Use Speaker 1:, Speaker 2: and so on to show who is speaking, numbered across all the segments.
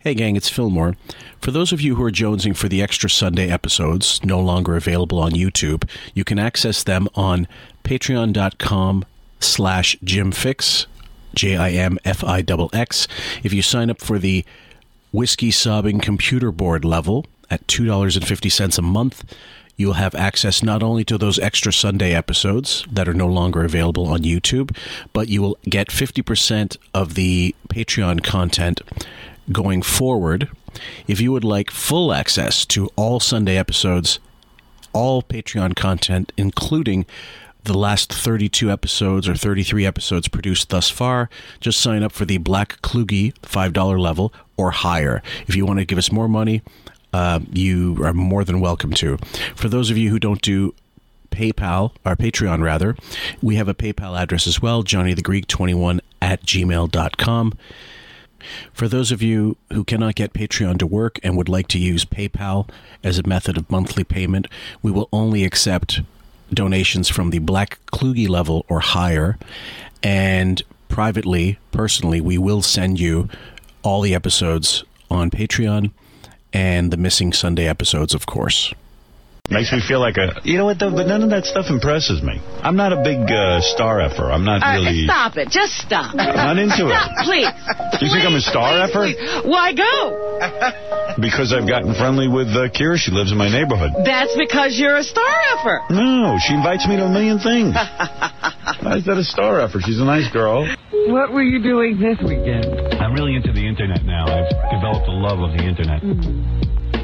Speaker 1: Hey, gang, it's Fillmore. For those of you who are jonesing for the extra Sunday episodes, no longer available on YouTube, you can access them on patreon.com slash jimfix, J-I-M-F-I-X. If you sign up for the whiskey sobbing computer board level at $2.50 a month, You'll have access not only to those extra Sunday episodes that are no longer available on YouTube, but you will get 50% of the Patreon content going forward. If you would like full access to all Sunday episodes, all Patreon content, including the last 32 episodes or 33 episodes produced thus far, just sign up for the Black Kluge $5 level or higher. If you want to give us more money, uh, you are more than welcome to. For those of you who don't do PayPal, or Patreon rather, we have a PayPal address as well, johnnythegreek21 at gmail.com. For those of you who cannot get Patreon to work and would like to use PayPal as a method of monthly payment, we will only accept donations from the Black Kluge level or higher. And privately, personally, we will send you all the episodes on Patreon and the missing Sunday episodes, of course.
Speaker 2: Makes me feel like a. You know what, though? But none of that stuff impresses me. I'm not a big uh, star effer. I'm not
Speaker 3: All right,
Speaker 2: really.
Speaker 3: Stop it. Just stop.
Speaker 2: Not into it.
Speaker 3: Stop, please.
Speaker 2: You think I'm a star
Speaker 3: Please, please,
Speaker 2: effer?
Speaker 3: please. Why go?
Speaker 2: Because I've gotten friendly with uh, Kira. She lives in my neighborhood.
Speaker 3: That's because you're a star effer.
Speaker 2: No, Oh, she invites me to a million things. Why is that a star effer? She's a nice girl.
Speaker 4: What were you doing this weekend?
Speaker 5: I'm really into the internet now. I've developed a love of the internet.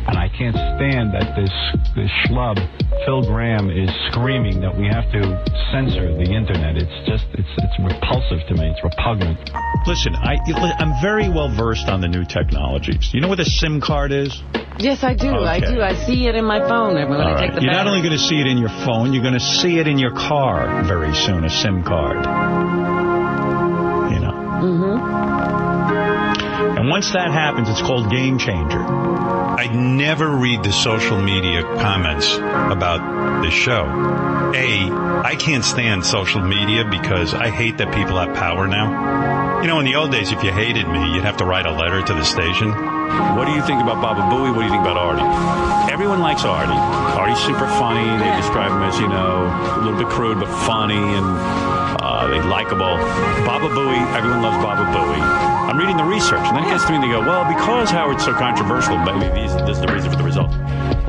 Speaker 5: And I can't stand that this, this schlub, Phil Graham, is screaming that we have to censor the internet. It's just, it's, it's repulsive to me. It's repugnant.
Speaker 2: Listen, I, I'm very well versed on the new technologies. You know what a SIM card is?
Speaker 4: Yes, I do. I
Speaker 2: Okay.
Speaker 4: do. I see it in my phone every when
Speaker 2: All
Speaker 4: I
Speaker 2: right.
Speaker 4: take the
Speaker 2: You're not
Speaker 4: battery.
Speaker 2: only going to see it in your phone, you're going to see it in your car very soon, a SIM card. You know. Mm-hmm. And once that happens, it's called game changer.
Speaker 6: I never read the social media comments about this show. A, I can't stand social media because I hate that people have power now. You know, in the old days, if you hated me, you'd have to write a letter to the station.
Speaker 2: What do you think about Baba Booey? What do you think about Artie? Everyone likes Artie. Artie's super funny. They describe him as, you know, a little bit crude, but funny and uh, they likable. Baba Booey, everyone loves Baba Booey. I'm reading the research, and then it gets to me and they go, well, because Howard's so controversial, maybe these, this is the reason for the result.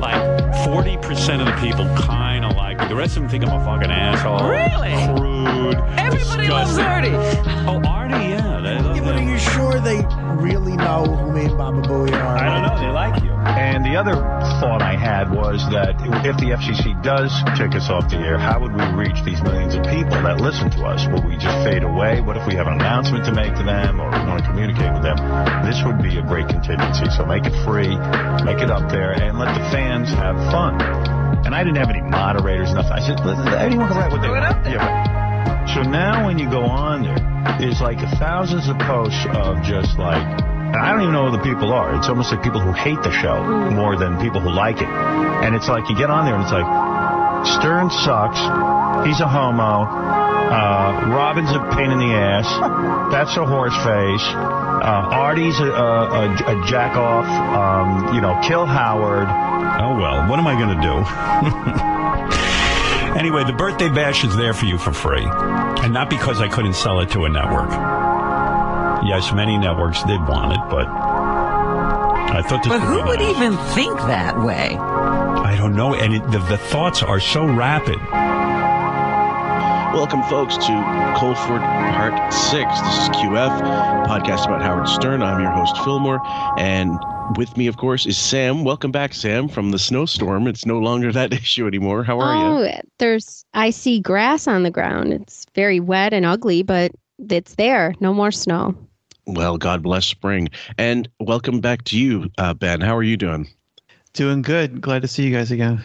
Speaker 2: Like, 40% of the people kind of like me. The rest of them think I'm a fucking asshole.
Speaker 4: Really?
Speaker 2: Crude.
Speaker 4: Everybody loves
Speaker 2: disgusting.
Speaker 4: Artie.
Speaker 2: Oh, Artie, yeah. They love
Speaker 7: Yeah, but are
Speaker 2: him.
Speaker 7: you sure they really know who me and Baba Booey are?
Speaker 2: I don't know. They like you. And the other thought I had was that if the FCC does kick us off the air, how would we reach these millions of people that listen to us? Will we just fade away? What if we have an announcement to make to them or we want to communicate with them? This would be a great contingency. So make it free, make it up there, and let the fans have fun. And I didn't have any moderators, nothing. I said, "Listen, anyone can write what they
Speaker 4: Throw it
Speaker 2: want.
Speaker 4: up there.
Speaker 2: Yeah, but- so now when you go on there, there's like thousands of posts of just like, and I don't even know who the people are. It's almost like people who hate the show more than people who like it. And it's like you get on there and it's like, Stern sucks. He's a homo. Uh, Robin's a pain in the ass. That's a horse face. Uh, Artie's a, a, a, a jack off. Um, you know, kill Howard.
Speaker 6: Oh, well, what am I going to do? anyway, the birthday bash is there for you for free. And not because I couldn't sell it to a network. Yes, many networks did want it, but I thought this
Speaker 8: But
Speaker 6: would
Speaker 8: who
Speaker 6: be
Speaker 8: would
Speaker 6: nice.
Speaker 8: even think that way?
Speaker 6: I don't know. And it, the, the thoughts are so rapid.
Speaker 9: Welcome, folks, to Colford Part 6. This is QF, a podcast about Howard Stern. I'm your host, Fillmore, and with me, of course, is Sam. Welcome back, Sam, from the snowstorm. It's no longer that issue anymore. How are you?
Speaker 10: oh, there's I see grass on the ground. It's very wet and ugly, but it's there. No more snow.
Speaker 9: Well, God bless spring. And welcome back to you, uh, Ben. How are you doing?
Speaker 7: Doing good. Glad to see you guys again.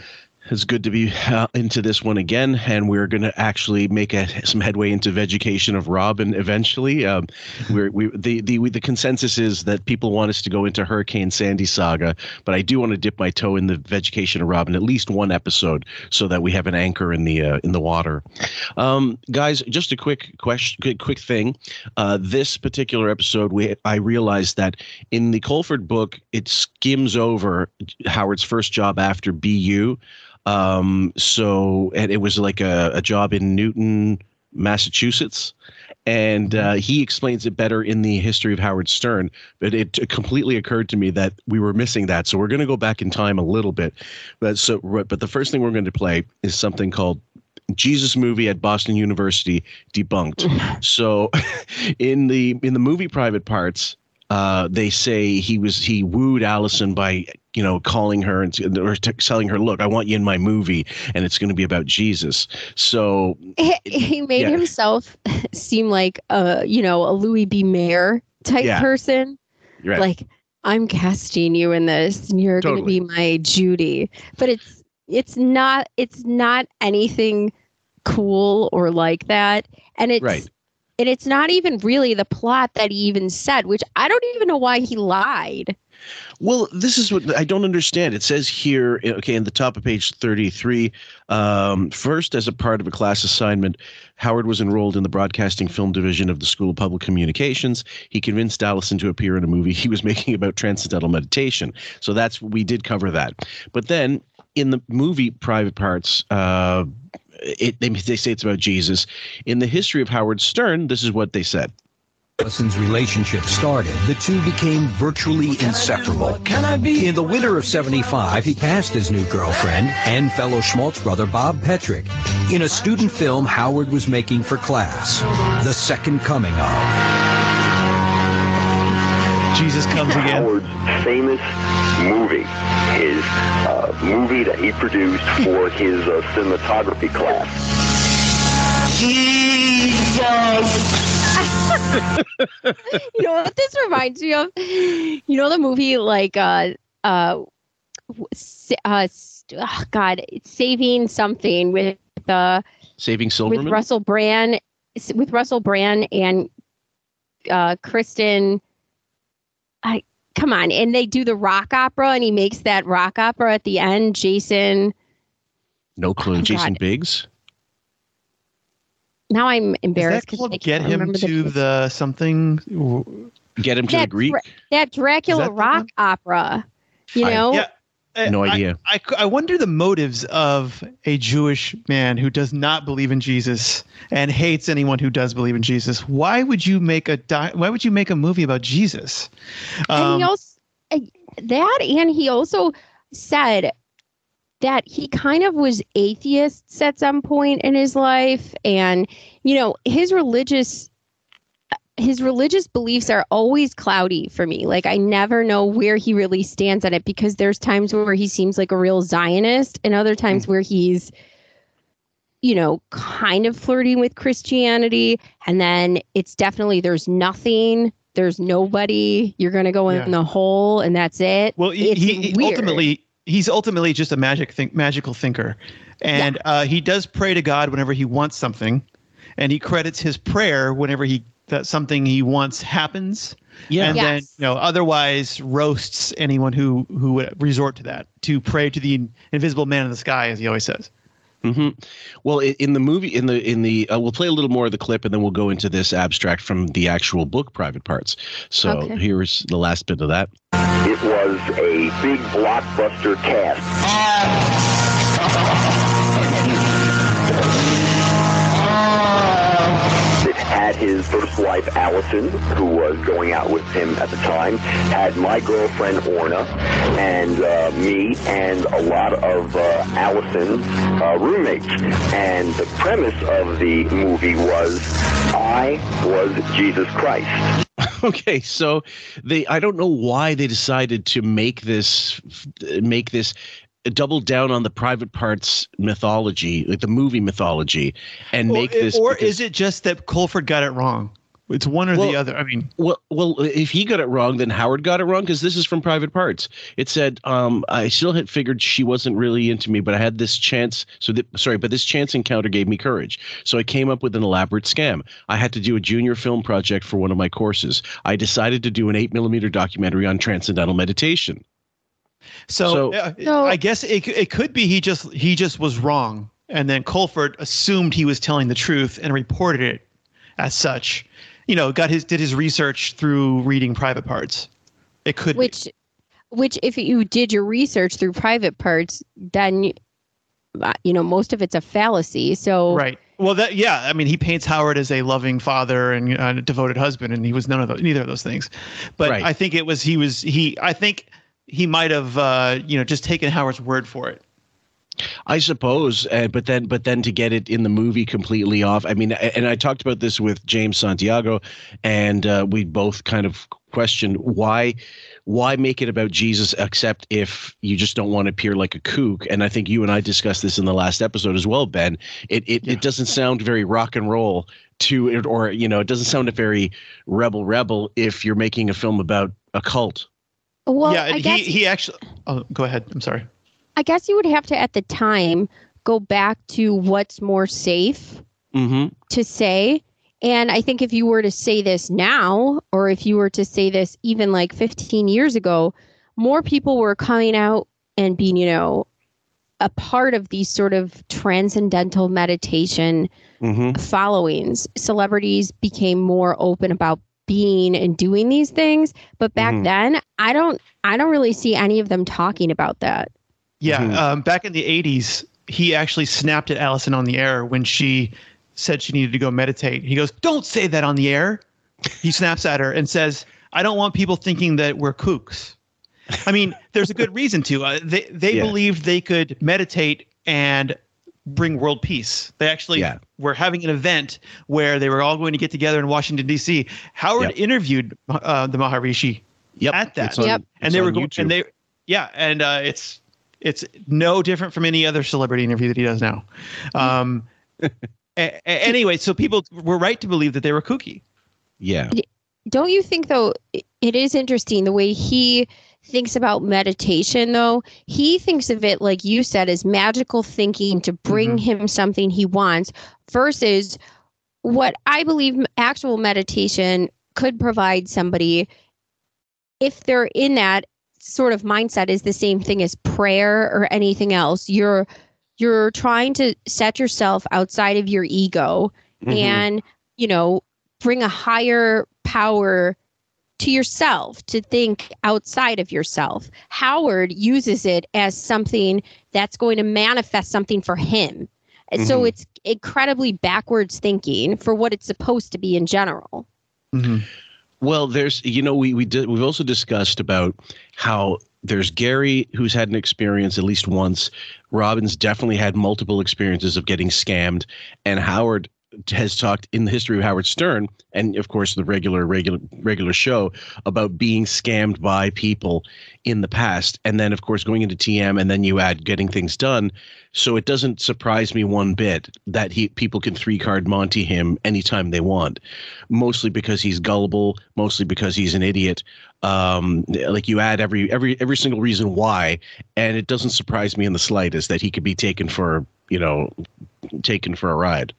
Speaker 1: It's good to be uh, into this one again, and we're going to actually make a, some headway into vegetation of Robin eventually. Um, we're, we the the we, the consensus is that people want us to go into Hurricane Sandy saga, but I do want to dip my toe in the vegetation of Robin at least one episode, so that we have an anchor in the uh, in the water. Um, guys, just a quick question, quick, quick thing. Uh, this particular episode, we I realized that in the Colford book, it skims over Howard's first job after BU. Um, so and it was like a, a job in Newton, Massachusetts. And uh, he explains it better in the history of Howard Stern, but it completely occurred to me that we were missing that. So we're going to go back in time a little bit. But so, but the first thing we're going to play is something called Jesus movie at Boston University debunked. so in the in the movie private parts, uh, they say he was he wooed Allison by you know calling her and or t- telling her, "Look, I want you in my movie, and it's going to be about Jesus." So
Speaker 10: He, he made
Speaker 1: Yeah.
Speaker 10: himself seem like a you know a Louis B. Mayer type
Speaker 1: Yeah.
Speaker 10: person.
Speaker 1: right.
Speaker 10: Like I'm casting you in this, and you're
Speaker 1: Totally.
Speaker 10: going to be my Judy. But it's it's not it's not anything cool or like that, and it's
Speaker 1: Right.
Speaker 10: and it's not even really the plot that he even said, which I don't even know why he lied.
Speaker 1: Well, this is what I don't understand. It says here, okay, in the top of page 33, um, first, as a part of a class assignment, Howard was enrolled in the broadcasting film division of the School of Public Communications. He convinced Allison to appear in a movie he was making about transcendental meditation. So that's, we did cover that. But then in the movie Private Parts, uh, it, they, they say it's about Jesus. In the history of Howard Stern, this is what they said.
Speaker 11: Allison's relationship started, the two became virtually inseparable. Can I be? In the winter of 75, he passed his new girlfriend and fellow Schmaltz brother Bob Petrick in a student film Howard was making for class, The Second Coming of.
Speaker 12: Jesus comes again. Howard's famous movie, his uh, movie that he produced for his uh, cinematography class.
Speaker 10: you know what this reminds me of? You know the movie like uh uh, w- s- uh st- oh, God, it's saving something with uh
Speaker 1: Saving Silverman?
Speaker 10: with Russell Brand s- with Russell Brand and uh Kristen. I come on, and they do the rock opera, and he makes that rock opera at the end. Jason,
Speaker 1: No
Speaker 10: Oh
Speaker 1: clue. Jason Biggs?
Speaker 10: now I'm
Speaker 12: Is
Speaker 10: embarrassed.
Speaker 12: that
Speaker 10: 'cause
Speaker 12: called
Speaker 10: I
Speaker 12: Get
Speaker 10: can't
Speaker 12: Him
Speaker 10: remember
Speaker 12: to the Something?
Speaker 1: Get Him
Speaker 10: that, Dra- that Dracula
Speaker 12: Is that the
Speaker 10: rock opera. You know,
Speaker 12: Yeah. I-
Speaker 1: No
Speaker 12: I-
Speaker 1: idea.
Speaker 12: I, I wonder the motives of a Jewish man who does not believe in Jesus and hates anyone who does believe in Jesus. Why would you make a di- Why would you make a movie about Jesus?
Speaker 10: and
Speaker 12: Um,
Speaker 10: he also that and he also said that he kind of was atheists at some point in his life and you know his religious his religious beliefs are always cloudy for me like i never know where he really stands on it because there's times where he seems like a real zionist and other
Speaker 12: Hmm.
Speaker 10: times where he's you know kind of flirting with christianity and then it's definitely there's nothing there's nobody you're going to go
Speaker 12: Yeah.
Speaker 10: in the hole and that's it
Speaker 12: Well, he,
Speaker 10: It's
Speaker 12: he he
Speaker 10: weird.
Speaker 12: ultimately he's ultimately just a magic think magical thinker, and uh, he does pray to God whenever he wants something, and he credits his prayer whenever he that something he wants happens.
Speaker 1: Yeah.
Speaker 12: and then
Speaker 1: Yes.
Speaker 12: you know otherwise roasts anyone who who would resort to that to pray to the in- invisible man in the sky, as he always says.
Speaker 1: hmm Well, i- in the movie, in the in the, uh, we'll play a little more of the clip, and then we'll go into this abstract from the actual book, private parts. So
Speaker 12: Okay.
Speaker 1: here's the last bit of that.
Speaker 12: It was a big blockbuster cast. It had
Speaker 4: his
Speaker 12: first
Speaker 4: wife Allison, who was going out with him at the time, had my girlfriend Orna, and uh, me, and a lot of uh, Allison's uh, roommates. And the premise of the movie was I was Jesus Christ.
Speaker 1: okay, so they, I don't know why they decided to make this, make this double down on the private parts mythology, like the movie mythology, and make
Speaker 12: or,
Speaker 1: this.
Speaker 12: or
Speaker 1: because-
Speaker 12: is it just that Colford got it wrong? It's one or
Speaker 1: Well-
Speaker 12: the other. I mean,
Speaker 1: Well, well, if he got it wrong, then Howard got it wrong because this is from Private Parts. It said, um, "I still had figured she wasn't really into me, but I had this chance. So, th- sorry, but this chance encounter gave me courage. So I came up with an elaborate scam. I had to do a junior film project for one of my courses. I decided to do an eight millimeter documentary on transcendental meditation.
Speaker 12: so, uh, I guess it, c- it could be he just he just was wrong, and then Colford assumed he was telling the truth and reported it as such. You know, got his did his research through reading private parts. It could
Speaker 10: which which if you did your research through private parts then you, you know most of it's a fallacy so
Speaker 12: right. Well, that yeah. I mean, he paints Howard as a loving father and uh, devoted husband, and he was none of those, neither of those things. But I think it was he was he. I think he might have uh, you know just taken Howard's word for it.
Speaker 1: I suppose, uh, but then but then to get it in the movie completely off. I mean, a- and I talked about this with James Santiago, and uh, we both kind of questioned why why make it about Jesus except if you just don't want to appear like a kook. And I think you and I discussed this in the last episode as well, Ben. It it, it doesn't sound very rock and roll to it, or you know, it doesn't sound very rebel rebel if you're making a film about a cult.
Speaker 10: well
Speaker 12: yeah, and
Speaker 10: i guess
Speaker 12: he he actually. Oh, go ahead. I'm sorry.
Speaker 10: i guess you would have to at the time go back to what's more safe
Speaker 1: Mm-hmm.
Speaker 10: to say and i think if you were to say this now or if you were to say this even like 15 years ago more people were coming out and being you know a part of these sort of transcendental meditation
Speaker 1: Mm-hmm.
Speaker 10: followings. Celebrities became more open about being and doing these things, but back
Speaker 12: Mhm.
Speaker 10: then, I don't I don't really see any of them talking about that.
Speaker 12: Yeah,
Speaker 1: Mm-hmm.
Speaker 12: um, back in the '80s, he actually snapped at Allison on the air when she said she needed to go meditate. He goes, "Don't say that on the air." He snaps at her and says, "I don't want people thinking that we're kooks." I mean, there's a good reason to. Uh, they they
Speaker 1: Yeah.
Speaker 12: believed they could meditate and bring world peace. They actually
Speaker 1: Yeah.
Speaker 12: were having an event where they were all going to get together in Washington D.C. Howard
Speaker 1: Yep.
Speaker 12: interviewed uh, the Maharishi at that,
Speaker 1: It's on- Yep.
Speaker 12: and
Speaker 1: it's
Speaker 12: they
Speaker 1: on
Speaker 12: were going,
Speaker 1: YouTube.
Speaker 12: and they yeah, and uh, it's it's no different from any other celebrity interview that he does now.
Speaker 1: Hmm.
Speaker 12: Um, a- a- anyway, so people were right to believe that they were kooky.
Speaker 1: Yeah.
Speaker 10: Don't you think though it- it is interesting the way he thinks about meditation though? He thinks of it like you said as magical thinking to bring him something he wants versus what I believe m- actual meditation could provide somebody if they're in that sort of mindset is the same thing as prayer or anything else. You're you're trying to set yourself outside of your ego
Speaker 13: Mhm.
Speaker 10: and you know bring a higher power to yourself to think outside of yourself. Howard uses it as something that's going to manifest something for him. And So
Speaker 1: Mhm.
Speaker 10: it's incredibly backwards thinking for what it's supposed to be in general.
Speaker 1: Well, there's you know we we did, we've also discussed about how there's Gary who's had an experience at least once. Robin's definitely had multiple experiences of getting scammed, and Howard has talked in the history of Howard Stern and of course the regular regular regular show about being scammed by people in the past and then of course going into TM and then you add getting things done so it doesn't surprise me one bit that he people can three card Monty him anytime they want mostly because he's gullible mostly because he's an idiot um like you add every every every single reason why and it doesn't surprise me in the slightest that he could be taken for you know taken for a ride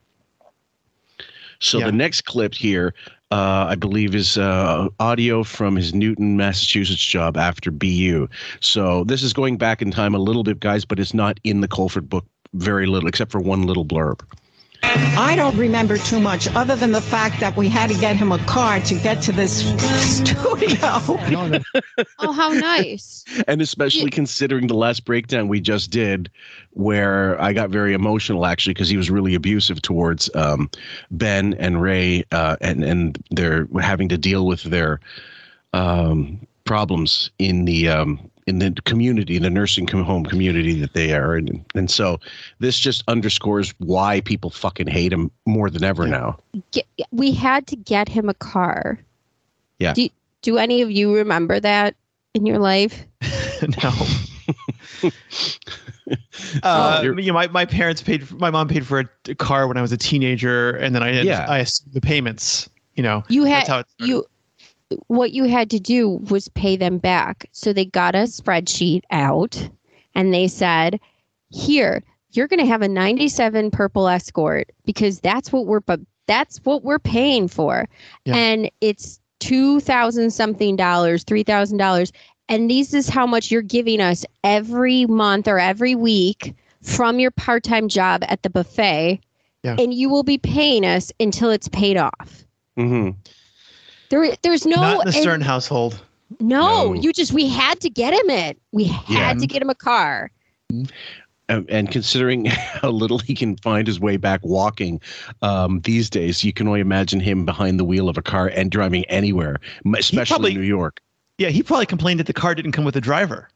Speaker 1: so the next clip here, uh, I believe, is uh, audio from his Newton, Massachusetts job after BU. So this is going back in time a little bit, guys, but it's not in the Colford book very little, except for one little blurb.
Speaker 13: I don't remember too much other than the fact that we had to get him a car to get to this studio.
Speaker 10: oh, how nice.
Speaker 1: And especially considering the last breakdown we just did, where I got very emotional actually because he was really abusive towards um, Ben and Ray, uh, and and they're having to deal with their um, problems in the um, in the community, the nursing com- home community that they are, in. and so this just underscores why people fucking hate him more than ever now.
Speaker 10: Get, we had to get him a car.
Speaker 1: Yeah.
Speaker 10: Do, do any of you remember that in your life?
Speaker 12: no. Uh, you know, my, my parents paid. My mom paid for a car when I was a teenager, and then I
Speaker 1: Yeah.
Speaker 12: I assumed the payments. You know,
Speaker 10: You
Speaker 12: that's how
Speaker 10: had
Speaker 12: it
Speaker 10: you what you had to do was pay them back. So they got a spreadsheet out and they said, "Here, you're going to have a 97 purple escort because that's what we're bu- that's what we're paying for."
Speaker 2: Yeah.
Speaker 10: And it's 2000 something dollars, $3000 and this is how much you're giving us every month or every week from your part-time job at the buffet.
Speaker 12: Yeah.
Speaker 10: And you will be paying us until it's paid off.
Speaker 1: Mm-hmm.
Speaker 10: There, there's no
Speaker 12: Not in the
Speaker 10: and-
Speaker 12: Stern household.
Speaker 10: no,
Speaker 1: No.
Speaker 10: you just we had to get him it. We had
Speaker 1: Yeah.
Speaker 10: to get him a car.
Speaker 1: Um, and considering how little he can find his way back walking um, these days, you can only imagine him behind the wheel of a car and driving anywhere, m- especially
Speaker 12: probably-
Speaker 1: New York.
Speaker 12: Yeah, he probably complained that the car didn't come with a driver.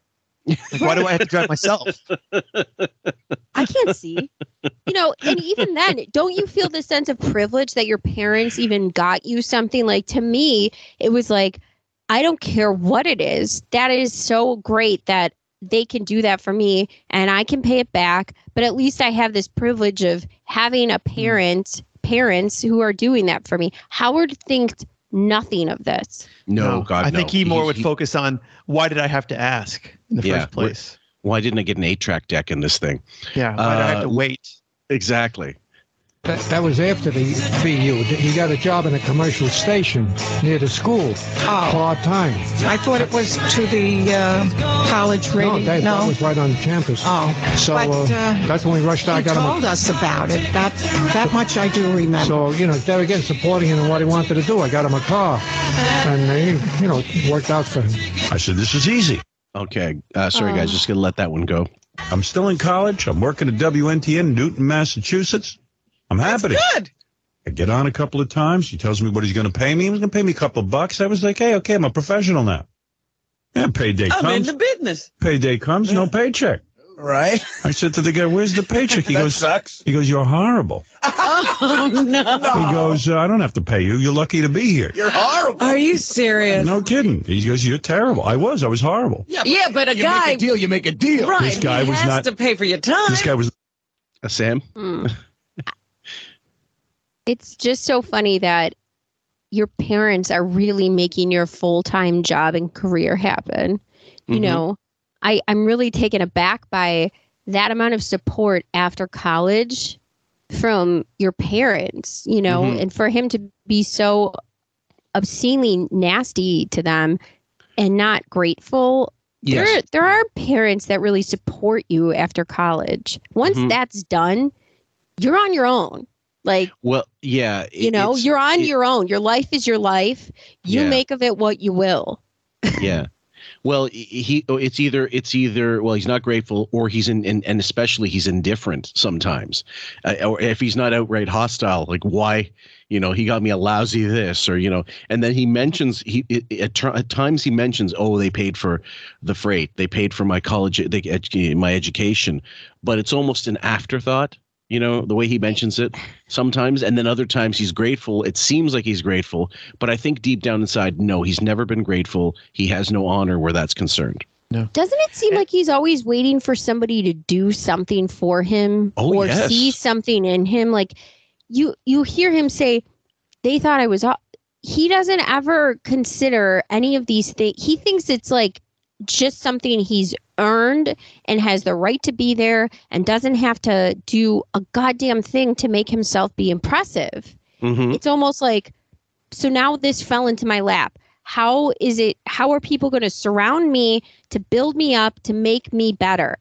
Speaker 12: Like, why do I have to drive myself?
Speaker 10: I can't see. You know, and even then, don't you feel the sense of privilege that your parents even got you something? Like to me, it was like, I don't care what it is. That is so great that they can do that for me and I can pay it back. But at least I have this privilege of having a parent, parents who are doing that for me. Howard thinks nothing of this.
Speaker 1: No, God,
Speaker 12: I think
Speaker 1: no.
Speaker 12: he more would
Speaker 1: he-
Speaker 12: focus on why did I have to ask in the
Speaker 1: yeah,
Speaker 12: first place?
Speaker 1: wh- Why didn't I get an eight-track deck in this thing?
Speaker 12: Yeah, why did I have to
Speaker 1: Uh,
Speaker 12: wait?
Speaker 1: Exactly.
Speaker 14: That, that was after the BU. He got a job in a commercial station near the school,
Speaker 13: Oh.
Speaker 14: part time.
Speaker 13: I thought it was to the uh, college radio.
Speaker 14: No, that, that was right on campus.
Speaker 13: Oh,
Speaker 14: so
Speaker 13: but,
Speaker 14: uh,
Speaker 13: uh,
Speaker 14: that's when we rushed out.
Speaker 13: he
Speaker 14: got him a-
Speaker 13: told us about it. That that much I do remember.
Speaker 14: So you know, there again, supporting him in what he wanted to do. I got him a car,
Speaker 13: Uh,
Speaker 14: and uh, he, you know, it worked out for him.
Speaker 15: I said, this is easy.
Speaker 1: Okay. Uh, sorry, guys.
Speaker 15: Oh.
Speaker 1: Just going to let that one go.
Speaker 15: I'm still in college. I'm working at WNTN in Newton, Massachusetts. I'm happy. to- I get on a couple of times. He tells me what he's going to pay me. He was going to pay me a couple of bucks. I was like, hey, okay, I'm a professional now. Yeah, payday
Speaker 16: I'm in
Speaker 15: comes.
Speaker 16: the business.
Speaker 15: payday comes, no paycheck.
Speaker 16: Right.
Speaker 15: I said to the guy, "Where's the paycheck?" He
Speaker 16: That
Speaker 15: goes, "Sucks." He goes, "You're horrible."
Speaker 16: Oh no.
Speaker 15: He goes, uh, "I don't have to pay you. You're lucky to be here."
Speaker 16: You're horrible.
Speaker 15: Are you serious? No kidding. He goes, "You're terrible." I was. I was horrible.
Speaker 16: Yeah, but a
Speaker 15: You make a
Speaker 16: guy
Speaker 15: deal, you make a deal.
Speaker 16: Right.
Speaker 15: This guy
Speaker 16: he
Speaker 15: was
Speaker 16: has
Speaker 15: not-
Speaker 16: to pay for your time. Hmm.
Speaker 15: This guy was.
Speaker 1: Uh, Sam.
Speaker 10: It's just so funny that your parents are really making your full time job and career happen. You
Speaker 2: Mhm.
Speaker 10: know, I, I'm really taken aback by that amount of support after college from your parents, you know,
Speaker 2: Mhm.
Speaker 10: and for him to be so obscenely nasty to them and not grateful.
Speaker 2: Yes.
Speaker 10: There, there are parents that really support you after college. Once
Speaker 1: Mhm.
Speaker 10: that's done, you're on your own. Like,
Speaker 1: Well, yeah. it-
Speaker 10: you know
Speaker 1: it's-
Speaker 10: you're on
Speaker 1: it-
Speaker 10: your own your life is your life you
Speaker 1: Yeah.
Speaker 10: make of it what you will
Speaker 1: yeah well he- he oh, it's either it's either well he's not grateful or he's in, in and especially he's indifferent sometimes uh, or if he's not outright hostile like why you know he got me a lousy this or you know and then he mentions he it, it- at, tr- at times he mentions oh they paid for the freight they paid for my college they, edu- my education but it's almost an afterthought you know the way he mentions it sometimes and then other times he's grateful it seems like he's grateful but i think deep down inside no he's never been grateful he has no honor where that's concerned
Speaker 10: doesn't it seem like he's always waiting for somebody to do something for him
Speaker 1: Oh,
Speaker 10: or
Speaker 1: yes.
Speaker 10: see something in him like you you hear him say they thought i was au-" he doesn't ever consider any of these things he thinks it's like just something he's earned and has the right to be there and doesn't have to do a goddamn thing to make himself be impressive
Speaker 1: mm-hmm.
Speaker 10: it's almost like so now this fell into my lap how is it how are people going to surround me to build me up to make me better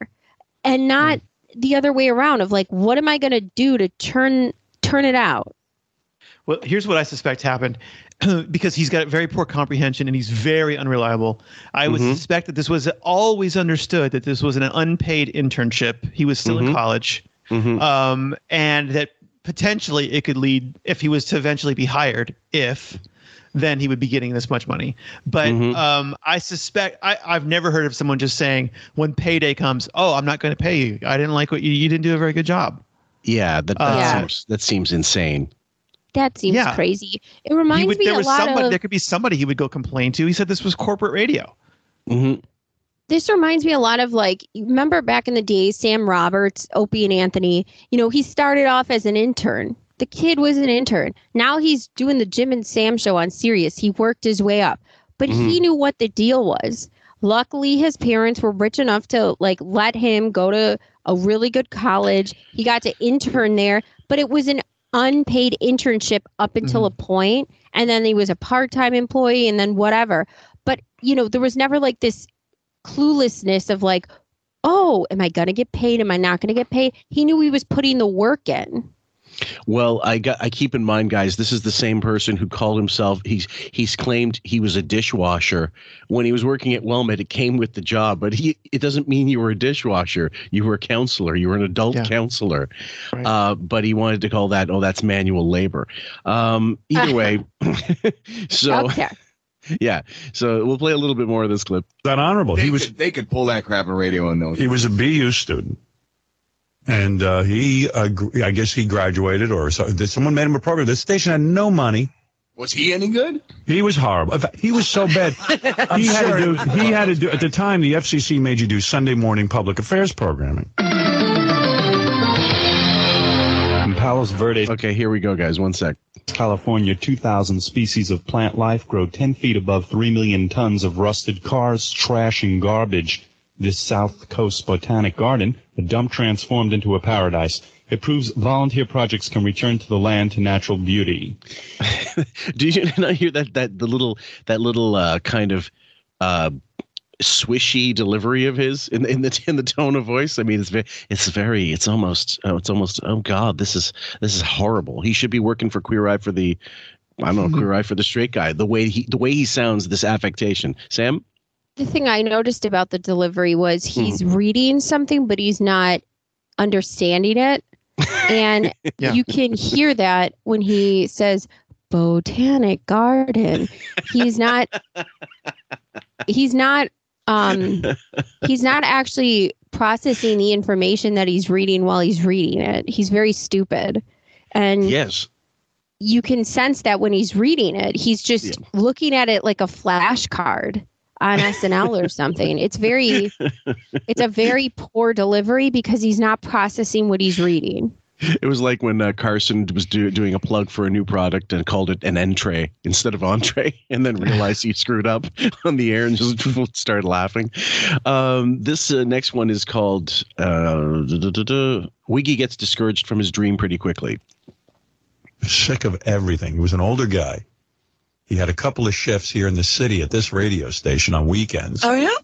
Speaker 10: and not
Speaker 12: Mm.
Speaker 10: the other way around of like what am i going to do to turn turn it out
Speaker 12: Well, here's what I suspect happened because he's got very poor comprehension and he's very unreliable. I would
Speaker 1: Mhm.
Speaker 12: suspect that this was always understood that this was an unpaid internship. He was still in
Speaker 1: Mhm.
Speaker 12: college.
Speaker 1: Mhm.
Speaker 12: Um, and that potentially it could lead, if he was to eventually be hired, if then he would be getting this much money. But um, I suspect I, I've never heard of someone just saying, when payday comes, oh, I'm not going to pay you. I didn't like what you, you didn't do a very good job.
Speaker 1: yeah that, that,
Speaker 10: Yeah.
Speaker 1: seems, that seems insane
Speaker 10: that seems
Speaker 12: Yeah.
Speaker 10: crazy it
Speaker 12: He
Speaker 10: reminds
Speaker 12: would,
Speaker 10: me
Speaker 12: there
Speaker 10: a
Speaker 12: was
Speaker 10: lot
Speaker 12: someone.
Speaker 10: of
Speaker 12: There could be somebody he would go complain to. He said this was corporate radio.
Speaker 1: Mm-hmm.
Speaker 10: this reminds me a lot of like you remember back in the day sam roberts opie and anthony you know he started off as an intern The kid was an intern. Now he's doing the Jim and Sam show on Sirius. He worked his way up, but he
Speaker 12: Mm-hmm.
Speaker 2: Mhm.
Speaker 10: knew what the deal was. Luckily, his parents were rich enough to like let him go to a really good college. He got to intern there, but it was an unpaid internship up until a point, and then he was a part-time employee and then whatever. But, you know, there was never like this cluelessness of like, "Oh, am I going to get paid? Am I not going to get paid?" He knew he was putting the work in.
Speaker 1: Well, I got I keep in mind, guys, this is the same person who called himself he's he's claimed he was a dishwasher when he was working at Wellmed. It came with the job, but he it doesn't mean you were a dishwasher. You were a counselor. You were an adult counselor. Uh, but he wanted to call that oh that's manual labor. Um, either way, so
Speaker 10: Okay.
Speaker 1: yeah, so we'll play a little bit more of this clip. That honorable.
Speaker 17: They could, they could pull that crap on radio and those.
Speaker 6: He was a BU student, and uh, he, uh, gr- I guess, he graduated or so, that someone made him a program. The station had no money.
Speaker 17: Was he any good?
Speaker 6: He was horrible. In fact, He was so bad.
Speaker 17: I'm
Speaker 6: he had
Speaker 17: sure.
Speaker 6: to do. He had to do. At the time, the FCC made you do Sunday morning public affairs programming.
Speaker 18: In Palos Verdes.
Speaker 1: Okay, here we go, guys. One sec.
Speaker 18: California, 2,000 species of plant life grow 10 feet above 3 million tons of rusted cars, trash, and garbage. This South Coast Botanic Garden, a dump transformed into a paradise. It proves volunteer projects can return to the land to natural beauty.
Speaker 1: Did you not hear that that the little that little uh, kind of uh, swishy delivery of his in, in the in the tone of voice? I mean, it's very it's very it's almost oh, it's almost oh god, this is this is horrible. He should be working for Queer Eye for the I don't know Queer Eye for the straight guy. The way he the way he sounds, this affectation, Sam.
Speaker 10: The thing I noticed about the delivery was he's reading something, but he's not understanding it. And
Speaker 2: Yeah.
Speaker 10: you can hear that when he says botanic garden. He's not he's not um he's not actually processing the information that he's reading while he's reading it. He's very stupid. And
Speaker 1: Yes.
Speaker 10: you can sense that when he's reading it. He's just looking at it like a flashcard on SNL or something. It's very it's a very poor delivery because he's not processing what he's reading.
Speaker 1: It was like when uh, Carson was do, doing a plug for a new product and called it an entree instead of entree, and then realized he screwed up on the air and just started laughing. Um, this uh, next one is called uh, duh, duh, duh, duh, Wiggy Gets Discouraged from His Dream Pretty Quickly.
Speaker 6: sick of everything. He was an older guy. He had a couple of shifts here in the city at this radio station on weekends.
Speaker 16: Oh, yeah?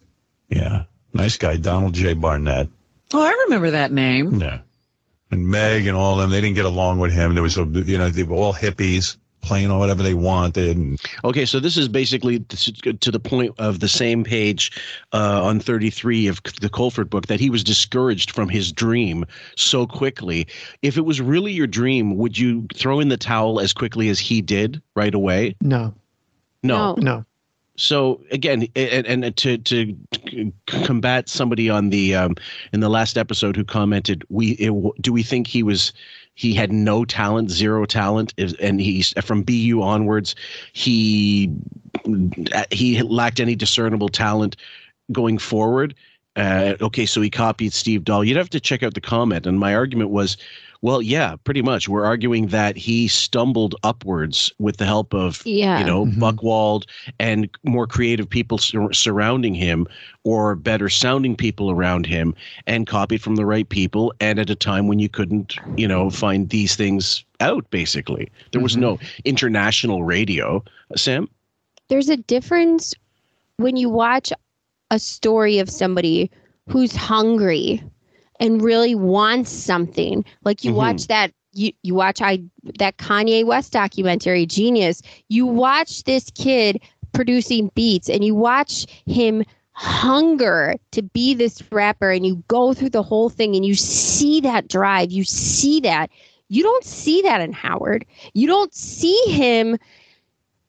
Speaker 6: Yeah. Nice guy, Donald J. Barnett.
Speaker 16: Oh, I remember that name.
Speaker 6: Yeah. And Meg and all them, they didn't get along with him. There was a, you know, they were all hippies playing on whatever they wanted. And
Speaker 1: Okay, so this is basically t- to the point of the same page uh, on 33 of the Colford book that he was discouraged from his dream so quickly. If it was really your dream, would you throw in the towel as quickly as he did right away?
Speaker 12: No.
Speaker 1: No.
Speaker 12: No.
Speaker 1: So again, and, and to to c- combat somebody on the um, in the last episode who commented, we it, w- do we think he was he had no talent, zero talent, is- and he's from BU onwards, he he lacked any discernible talent going forward. Uh, okay, so he copied Steve Dahl. You'd have to check out the comment. And my argument was, well, yeah, pretty much. We're arguing that he stumbled upwards with the help of,
Speaker 10: Yeah.
Speaker 1: you know, Buckwald and more creative people sur- surrounding him or better sounding people around him and copied from the right people and at a time when you couldn't, you know, find these things out, basically. There was no international radio. Sam?
Speaker 10: there's a difference when you watch a story of somebody who's hungry and really wants something like you watch that you, you watch I that Kanye West documentary Genius you watch this kid producing beats and you watch him hunger to be this rapper and you go through the whole thing and you see that drive you see that you don't see that in Howard you don't see him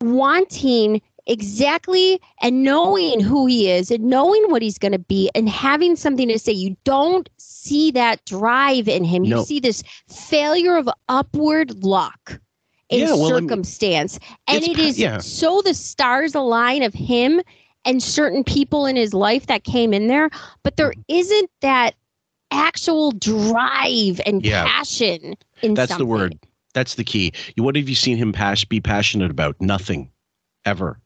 Speaker 10: wanting exactly and knowing who he is and knowing what he's going to be and having something to say you don't see that drive in him
Speaker 1: No.
Speaker 10: you see this failure of upward luck in
Speaker 1: Yeah, well, I mean-
Speaker 10: circumstance
Speaker 1: It's
Speaker 10: and it
Speaker 1: pa-
Speaker 10: is
Speaker 1: yeah.
Speaker 10: so the stars align of him and certain people in his life that came in there but there
Speaker 1: Mm-hmm.
Speaker 10: isn't that actual drive and
Speaker 1: Yeah.
Speaker 10: passion in
Speaker 1: That's
Speaker 10: something.
Speaker 1: the word. That's the key. You- What have you seen him pas- be passionate about? Nothing, ever.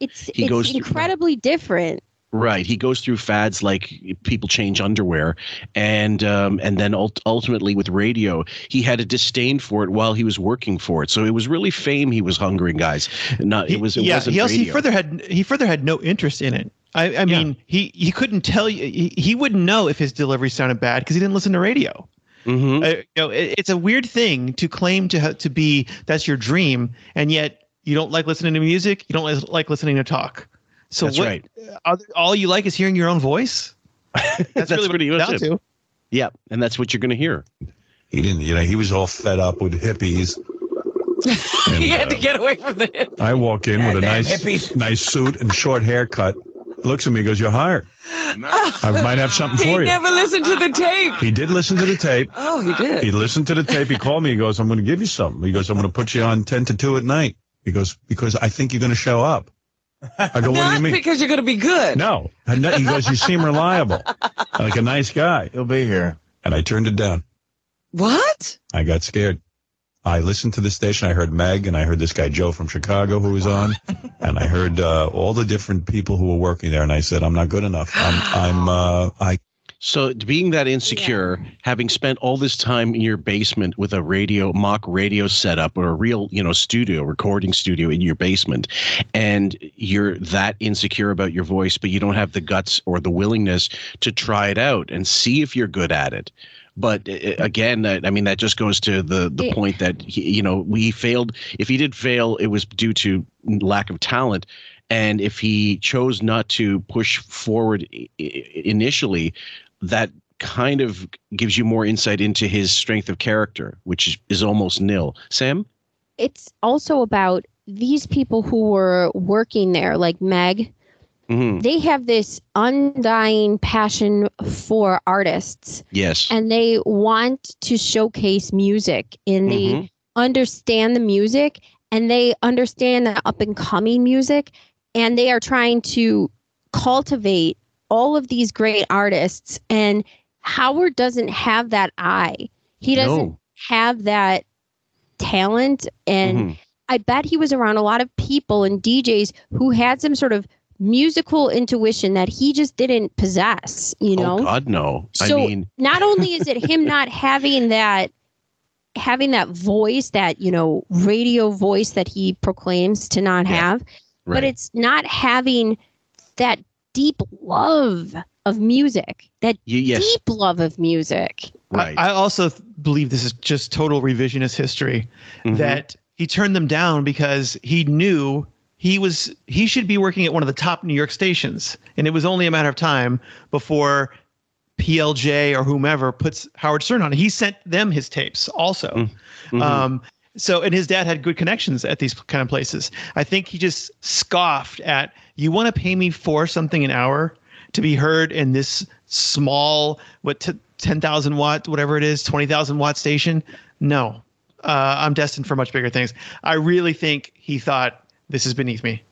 Speaker 10: It's
Speaker 1: He
Speaker 10: it's
Speaker 1: goes to-
Speaker 10: incredibly different.
Speaker 1: Right. He goes through fads like people change underwear, and um, and then ult- ultimately with radio, he had a disdain for it while he was working for it. So it was really fame he was hungering, guys. Not it was. It
Speaker 12: yeah,
Speaker 1: wasn't
Speaker 12: he also he
Speaker 1: radio.
Speaker 12: further had he further had no interest in it. I, I mean, he he couldn't tell you he, he wouldn't know if his delivery sounded bad because he didn't listen to radio. Uh,
Speaker 1: Mm-hmm.
Speaker 12: you know, it, it's a weird thing to claim to ha- to be that's your dream, and yet you don't like listening to music. You don't li- like listening to talk. So
Speaker 1: That's
Speaker 12: what?
Speaker 1: right.
Speaker 12: All, all you like is hearing your own voice. That's, really what
Speaker 1: pretty
Speaker 12: it
Speaker 1: much
Speaker 12: comes down
Speaker 1: it.
Speaker 12: to.
Speaker 1: Yeah, and that's what you're going to hear.
Speaker 2: He didn't, you know, he was all fed up with hippies. Mm, uh,
Speaker 3: he had to get away from the
Speaker 2: I walk in with a
Speaker 3: Goddamn
Speaker 2: nice,
Speaker 3: hippies.
Speaker 2: nice suit and short haircut. Looks at me, goes, "You're hired. I might have something
Speaker 3: He
Speaker 2: for you."
Speaker 3: never listened to the tape.
Speaker 2: He did listen to the tape.
Speaker 3: Oh, he did.
Speaker 2: He listened to the tape. He called me. He goes, I'm going to give you something. He goes, I'm going to put you on 10 to 2 at night. He goes, because I think you're going to show up. I go, what do
Speaker 3: Not
Speaker 2: you mean?
Speaker 3: because you're going to be good.
Speaker 2: No. And no- He goes, you seem reliable, like a nice guy. He'll be here. And I turned it down.
Speaker 3: What?
Speaker 2: I got scared. I listened to the station. I heard Meg and I heard this guy Joe from Chicago who was on, and I heard uh, all the different people who were working there. And I said, I'm not good enough. I'm, I'm, uh, I
Speaker 1: So being that insecure, having spent all this time in your basement with a radio mock radio setup or a real, you know, studio, recording studio in your basement, and you're that insecure about your voice, but you don't have the guts or the willingness to try it out and see if you're good at it. But uh, again, that, I mean, that just goes to the the
Speaker 10: Yeah.
Speaker 1: point that he, you know we failed. If he did fail, it was due to lack of talent. And if he chose not to push forward i- i- initially, that kind of gives you more insight into his strength of character, which is, is almost nil. Sam?
Speaker 10: It's also about these people who were working there, like Meg.
Speaker 1: Mm-hmm.
Speaker 10: They have this undying passion for artists.
Speaker 1: yes.
Speaker 10: and they want to showcase music and they
Speaker 1: Mhm.
Speaker 10: understand the music and they understand the up and coming music and they are trying to cultivate all of these great artists and howard doesn't have that eye he doesn't
Speaker 1: No.
Speaker 10: have that talent and
Speaker 1: Mhm.
Speaker 10: i bet he was around a lot of people and djs who had some sort of musical intuition that he just didn't possess you know
Speaker 1: Oh, God, no.
Speaker 10: so
Speaker 1: I mean,
Speaker 10: not only is it him not having that having that voice that you know radio voice that he proclaims to not have
Speaker 1: right.
Speaker 10: but it's not having that deep love of music that
Speaker 1: Y- yes.
Speaker 10: deep love of music
Speaker 1: Right.
Speaker 12: I, I also th- believe this is just total revisionist history that he turned them down because he knew he was he should be working at one of the top New York stations, and it was only a matter of time before PLJ or whomever puts Howard Stern on. He sent them his tapes also.
Speaker 1: Mm. Mm-hmm.
Speaker 12: Um, so and his dad had good connections at these kind of places. I think he just scoffed at you want to pay me for something an hour to be heard in this small what t- 10,000 watt whatever it is 20,000 watt station. No. Uh, I'm destined for much bigger things. I really think he thought this is beneath me.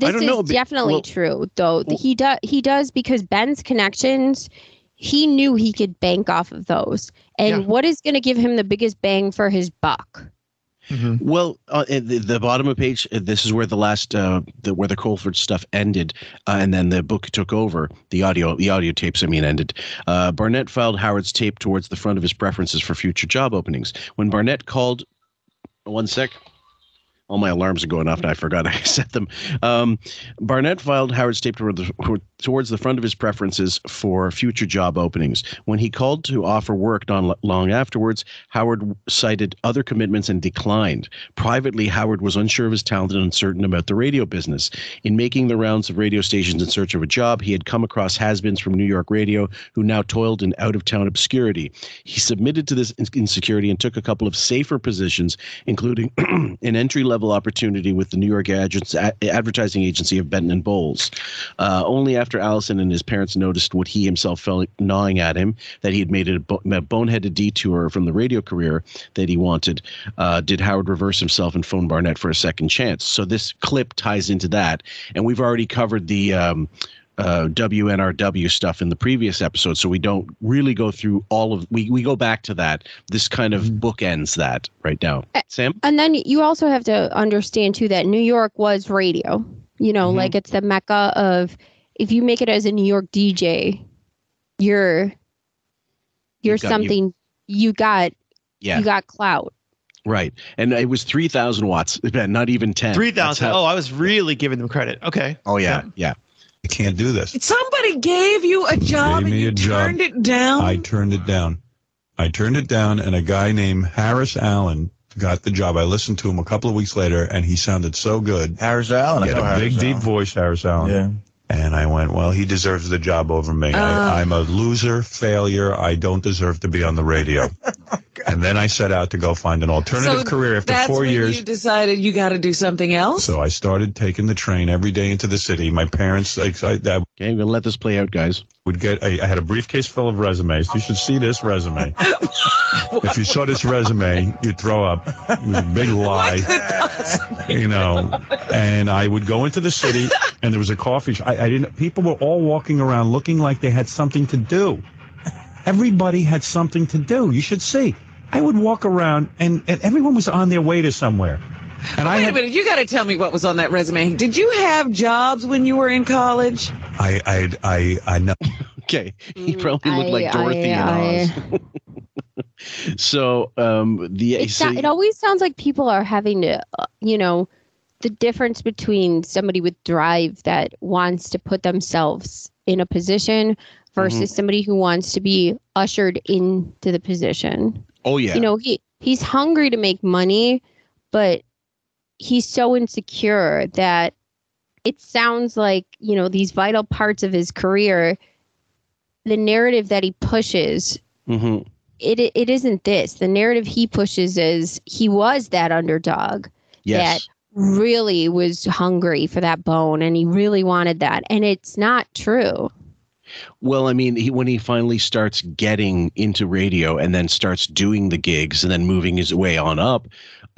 Speaker 10: this
Speaker 12: don't
Speaker 10: is
Speaker 12: know, be-
Speaker 10: definitely
Speaker 12: well-
Speaker 10: true though he does he does because ben's connections he knew he could bank off of those and
Speaker 1: Yeah.
Speaker 10: what is going to give him the biggest bang for his buck
Speaker 1: Well, uh, at the, the bottom of page, uh, this is where the last, uh, the, where the Colford stuff ended, uh, and then the book took over. The audio, the audio tapes, I mean, ended. Uh, Barnett filed Howard's tape towards the front of his preferences for future job openings. When Barnett called, one sec. All my alarms are going off now. I forgot I set them. Um, Barnett filed Howard's tape toward the, towards the front of his preferences for future job openings. When he called to offer work not long afterwards, Howard cited other commitments and declined. Privately, Howard was unsure of his talent and uncertain about the radio business. In making the rounds of radio stations in search of a job, he had come across has-beens from New York radio who now toiled in out-of-town obscurity. He submitted to this in- insecurity and took a couple of safer positions, including an entry-level opportunity with the New York agents, a- advertising agency of Benton and Bowles. Uh, only after Allison and his parents noticed what he himself felt gnawing at him, that he had made a, bo- a boneheaded detour from the radio career that he wanted, uh, did Howard reverse himself and phone Barnett for a second chance. So this clip ties into that, and we've already covered the. Um, uh, WNRW stuff in the previous episode, so we don't really go through all of. We we go back to that. This kind of bookends that right now. Sam,
Speaker 10: And then you also have to understand too that New York was radio. You know,
Speaker 1: Mhm.
Speaker 10: like it's the mecca of if you make it as a New York DJ, you're you're
Speaker 1: You've got- you-
Speaker 10: something you got
Speaker 1: yeah,
Speaker 10: you got clout.
Speaker 1: right. And it was three thousand watts, not even ten.
Speaker 12: Three thousand.
Speaker 1: That's
Speaker 12: Oh,
Speaker 1: how-
Speaker 12: I was really giving them credit. Okay.
Speaker 1: oh yeah, yeah.
Speaker 2: I can't do this.
Speaker 3: Somebody gave you a job
Speaker 2: Gave
Speaker 3: and
Speaker 2: me
Speaker 3: you
Speaker 2: a job.
Speaker 3: turned it down.
Speaker 2: I turned it down. I turned it down, and a guy named Harris Allen got the job. I listened to him a couple of weeks later, and he sounded so good.
Speaker 19: Harris Allen.
Speaker 2: He
Speaker 19: I
Speaker 2: had
Speaker 19: know
Speaker 2: a
Speaker 19: Harris
Speaker 2: big, deep
Speaker 19: Allen.
Speaker 2: voice, Harris Allen.
Speaker 19: Yeah.
Speaker 2: And I went, well, he deserves the job over me.
Speaker 19: Ah.
Speaker 2: I, I'm a loser, failure. I don't deserve to be on the radio. and then I set out to go find an alternative
Speaker 3: Oh, So
Speaker 2: career after
Speaker 3: that's
Speaker 2: four
Speaker 3: when
Speaker 2: years.
Speaker 3: You decided you got to do something else.
Speaker 2: So I started taking the train every day into the city. My parents, I, I, I,
Speaker 1: okay, I'm gonna let this play out, guys.
Speaker 2: Would get. I, I had a briefcase full of resumes. You should see this resume. if you saw this resume, you'd throw up. It was a big lie. you know, and I would go into the city, and there was a coffee shop. I, I didn't. People were all walking around looking like they had something to do. Everybody had something to do. You should see. I would walk around, and, and everyone was on their way to somewhere. And I
Speaker 3: Wait
Speaker 2: had
Speaker 3: a minute, you got to tell me what was on that resume. Did you have jobs when you were in college?
Speaker 2: I I I I know.
Speaker 1: Okay, he probably
Speaker 10: Mm,
Speaker 1: looked
Speaker 10: I-
Speaker 1: like Dorothy
Speaker 10: I-
Speaker 1: and Oz. so um, the
Speaker 10: It,
Speaker 1: so-
Speaker 10: so- it always sounds like people are having to, uh, you know, the difference between somebody with drive that wants to put themselves in a position versus
Speaker 1: Mhm.
Speaker 10: somebody who wants to be ushered into the position.
Speaker 1: oh yeah,
Speaker 10: You know, he he's hungry to make money, but he's so insecure that it sounds like, you know, these vital parts of his career the narrative that he pushes
Speaker 1: hmm
Speaker 10: it it isn't this. The narrative he pushes is he was that underdog
Speaker 1: Yes.
Speaker 10: that really was hungry for that bone and he really wanted that. And it's not true.
Speaker 1: Well, I mean, he, when he finally starts getting into radio and then starts doing the gigs and then moving his way on up,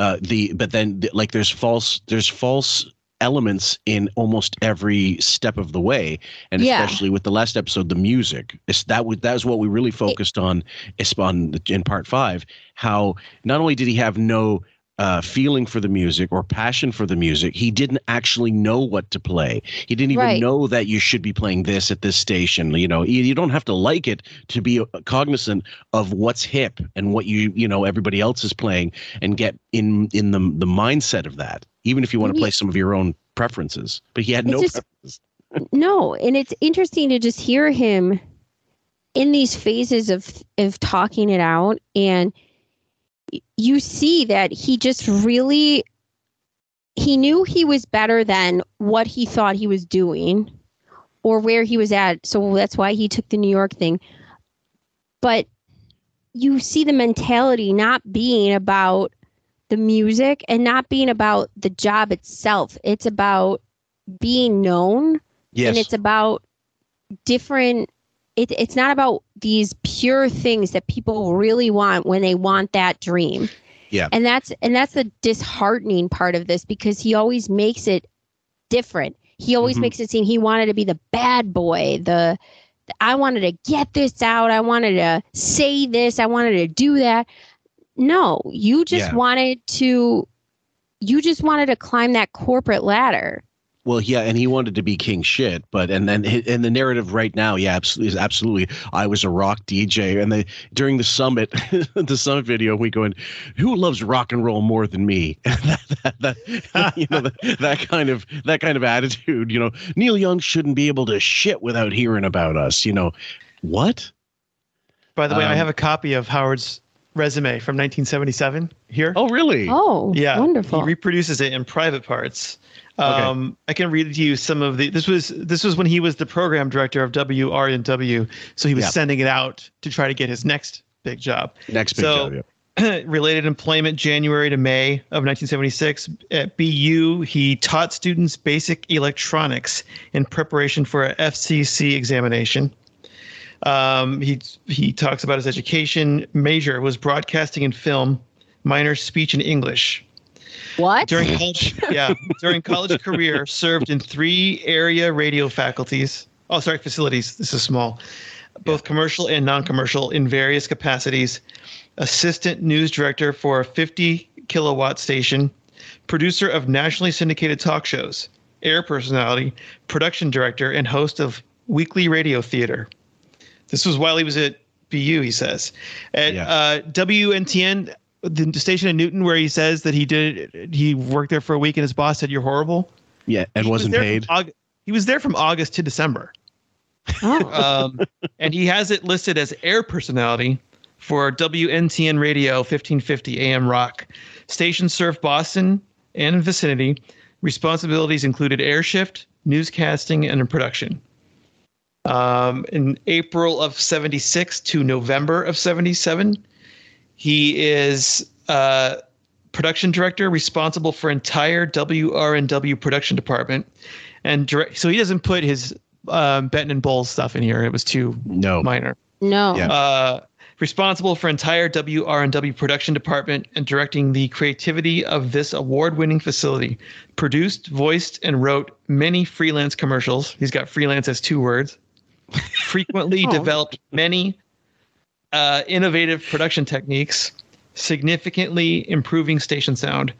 Speaker 1: uh, the but then th- like there's false there's false elements in almost every step of the way, and
Speaker 10: Yeah.
Speaker 1: especially with the last episode, the music. It's, that was that was what we really focused on is on the, in part five. How not only did he have no uh, feeling for the music or passion for the music. He didn't actually know what to play. He didn't even
Speaker 10: Right.
Speaker 1: know that you should be playing this at this station. You know, you, you don't have to like it to be uh, cognizant of what's hip and what you you know everybody else is playing and get in in the the mindset of that. Even if you want to
Speaker 10: We-
Speaker 1: play some of your own preferences, but he had
Speaker 10: It's
Speaker 1: no.
Speaker 10: just- No, and it's interesting to just hear him in these phases of of talking it out and y- you see that he just really he knew he was better than what he thought he was doing or where he was at. So that's why he took the New York thing. But you see the mentality not being about the music and not being about the job itself. It's about being known.
Speaker 1: Yes.
Speaker 10: And it's about different it, it's not about these pure things that people really want when they want that dream
Speaker 1: Yeah.
Speaker 10: and that's and that's the disheartening part of this because he always makes it different he always
Speaker 1: Mhm.
Speaker 10: makes it seem he wanted to be the bad boy the, the i wanted to get this out i wanted to say this i wanted to do that no you just
Speaker 1: Yeah.
Speaker 10: wanted to you just wanted to climb that corporate ladder
Speaker 1: Well, yeah, and he wanted to be king shit, but and then and the narrative right now, yeah, absolutely, is absolutely. I was a rock DJ, and they during the summit, the summit video, we going, who loves rock and roll more than me? that, that, that, you know, that, that kind of that kind of attitude. You know, Neil Young shouldn't be able to shit without hearing about us. You know, what?
Speaker 12: By the way, I
Speaker 1: Um,
Speaker 12: have a copy of Howard's resume from 1977 here.
Speaker 1: Oh, really?
Speaker 10: Oh,
Speaker 12: yeah.
Speaker 10: wonderful.
Speaker 12: He reproduces it in private parts. Um, I can read to you some of the. This was this was when he was the program director of WRNW, so he was
Speaker 1: Yeah.
Speaker 12: sending it out to try to get his next big job.
Speaker 1: Next big
Speaker 12: So-
Speaker 1: job. Yeah.
Speaker 12: related employment January to May of 1976. At BU, he taught students basic electronics in preparation for a FCC examination. Um, he he talks about his education. Major was broadcasting and film. Minor speech and English.
Speaker 10: what
Speaker 12: During college, yeah, during college career, served in three area radio faculties. oh, sorry, facilities. This is small, both commercial and non-commercial in various capacities. Assistant news director for a 50 kilowatt station, producer of nationally syndicated talk shows, air personality, production director, and host of weekly radio theater. This was while he was at BU, he says. At uh, WNTN, the station in Newton, where he says that he did, he worked there for a week, and his boss said, "You're horrible."
Speaker 1: Yeah, and
Speaker 12: He was
Speaker 1: wasn't
Speaker 12: there
Speaker 1: paid.
Speaker 12: from Aug- he was there from August to December. um, and he has it listed as air personality for WNTN Radio 1550 AM Rock. Station served Boston and vicinity. Responsibilities included air shift, newscasting, and production. Um, in April of 76 to November of 77, he is uh, production director responsible for entire WRNW production department, and direct, so he doesn't put his um, Benton and Bowles stuff in here. It was too no. minor.
Speaker 10: No.
Speaker 12: Uh, responsible for entire WR&W production department and directing the creativity of this award-winning facility. Produced, voiced, and wrote many freelance commercials. He's got freelance as two words. Frequently developed many uh, innovative production techniques, significantly improving station sound,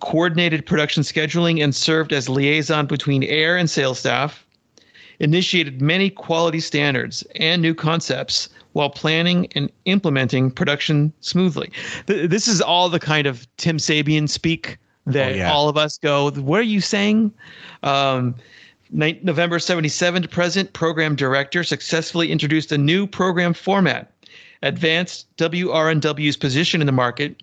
Speaker 12: coordinated production scheduling, and served as liaison between air and sales staff, initiated many quality standards and new concepts while planning and implementing production smoothly. Th- this is all the kind of Tim Sabian speak that all of us go, What are you saying? Um, ni- November 77 to present, program director successfully introduced a new program format, advanced WRNW's position in the market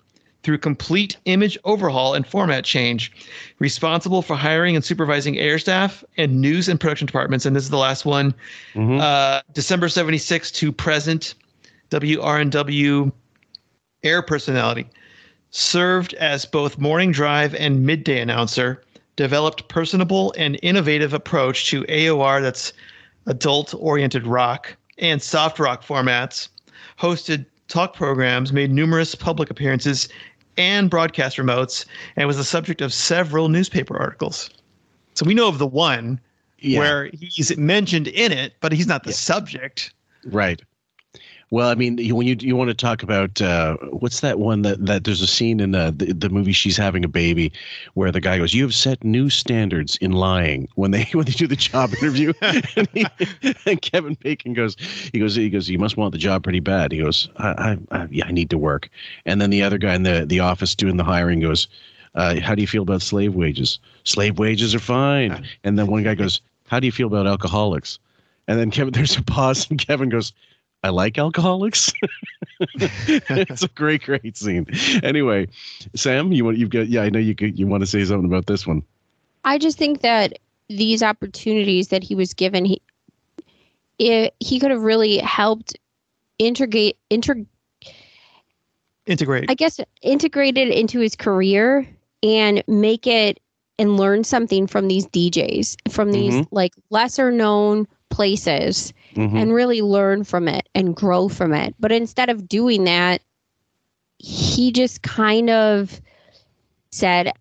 Speaker 12: through complete image overhaul and format change, responsible for hiring and supervising air staff and news and production departments. And this is the last one, uh, December 76 to present, WRNW air personality. Served as both morning drive and midday announcer, developed personable and innovative approach to AOR that's adult oriented rock and soft rock formats hosted talk programs, made numerous public appearances and broadcast remotes, and was the subject of several newspaper articles. So we know of the one where he's mentioned in it, but he's not the subject.
Speaker 1: Right. Well, I mean, you- when you you want to talk about uh, what's that one that, that there's a scene in uh, the the movie She's Having a Baby where the guy goes, "You have set new standards in lying." When they when they do the job interview, and, he- and Kevin Bacon goes, he goes, he goes, "You must want the job pretty bad." He goes, "I I, I, yeah, I need to work." And then the other guy in the the office doing the hiring goes, uh, "How do you feel about slave wages? Slave wages are fine." And then one guy goes, "How do you feel about alcoholics?" And then Kevin, there's a pause, and Kevin goes, I like alcoholics. it's a great, great scene. Anyway, Sam, you want you've got yeah, I know you could, you want to say something about this one.
Speaker 10: I just think that these opportunities that he was given, he it, he could have really helped integrate, inter,
Speaker 12: Integrate.
Speaker 10: I guess, integrate it into his career and make it and learn something from these DJs, from these
Speaker 19: Mhm.
Speaker 12: Mm-hmm.
Speaker 10: like lesser known places,
Speaker 19: Mhm.
Speaker 10: and really learn from it and grow from it. But instead of doing that, he just kind of said,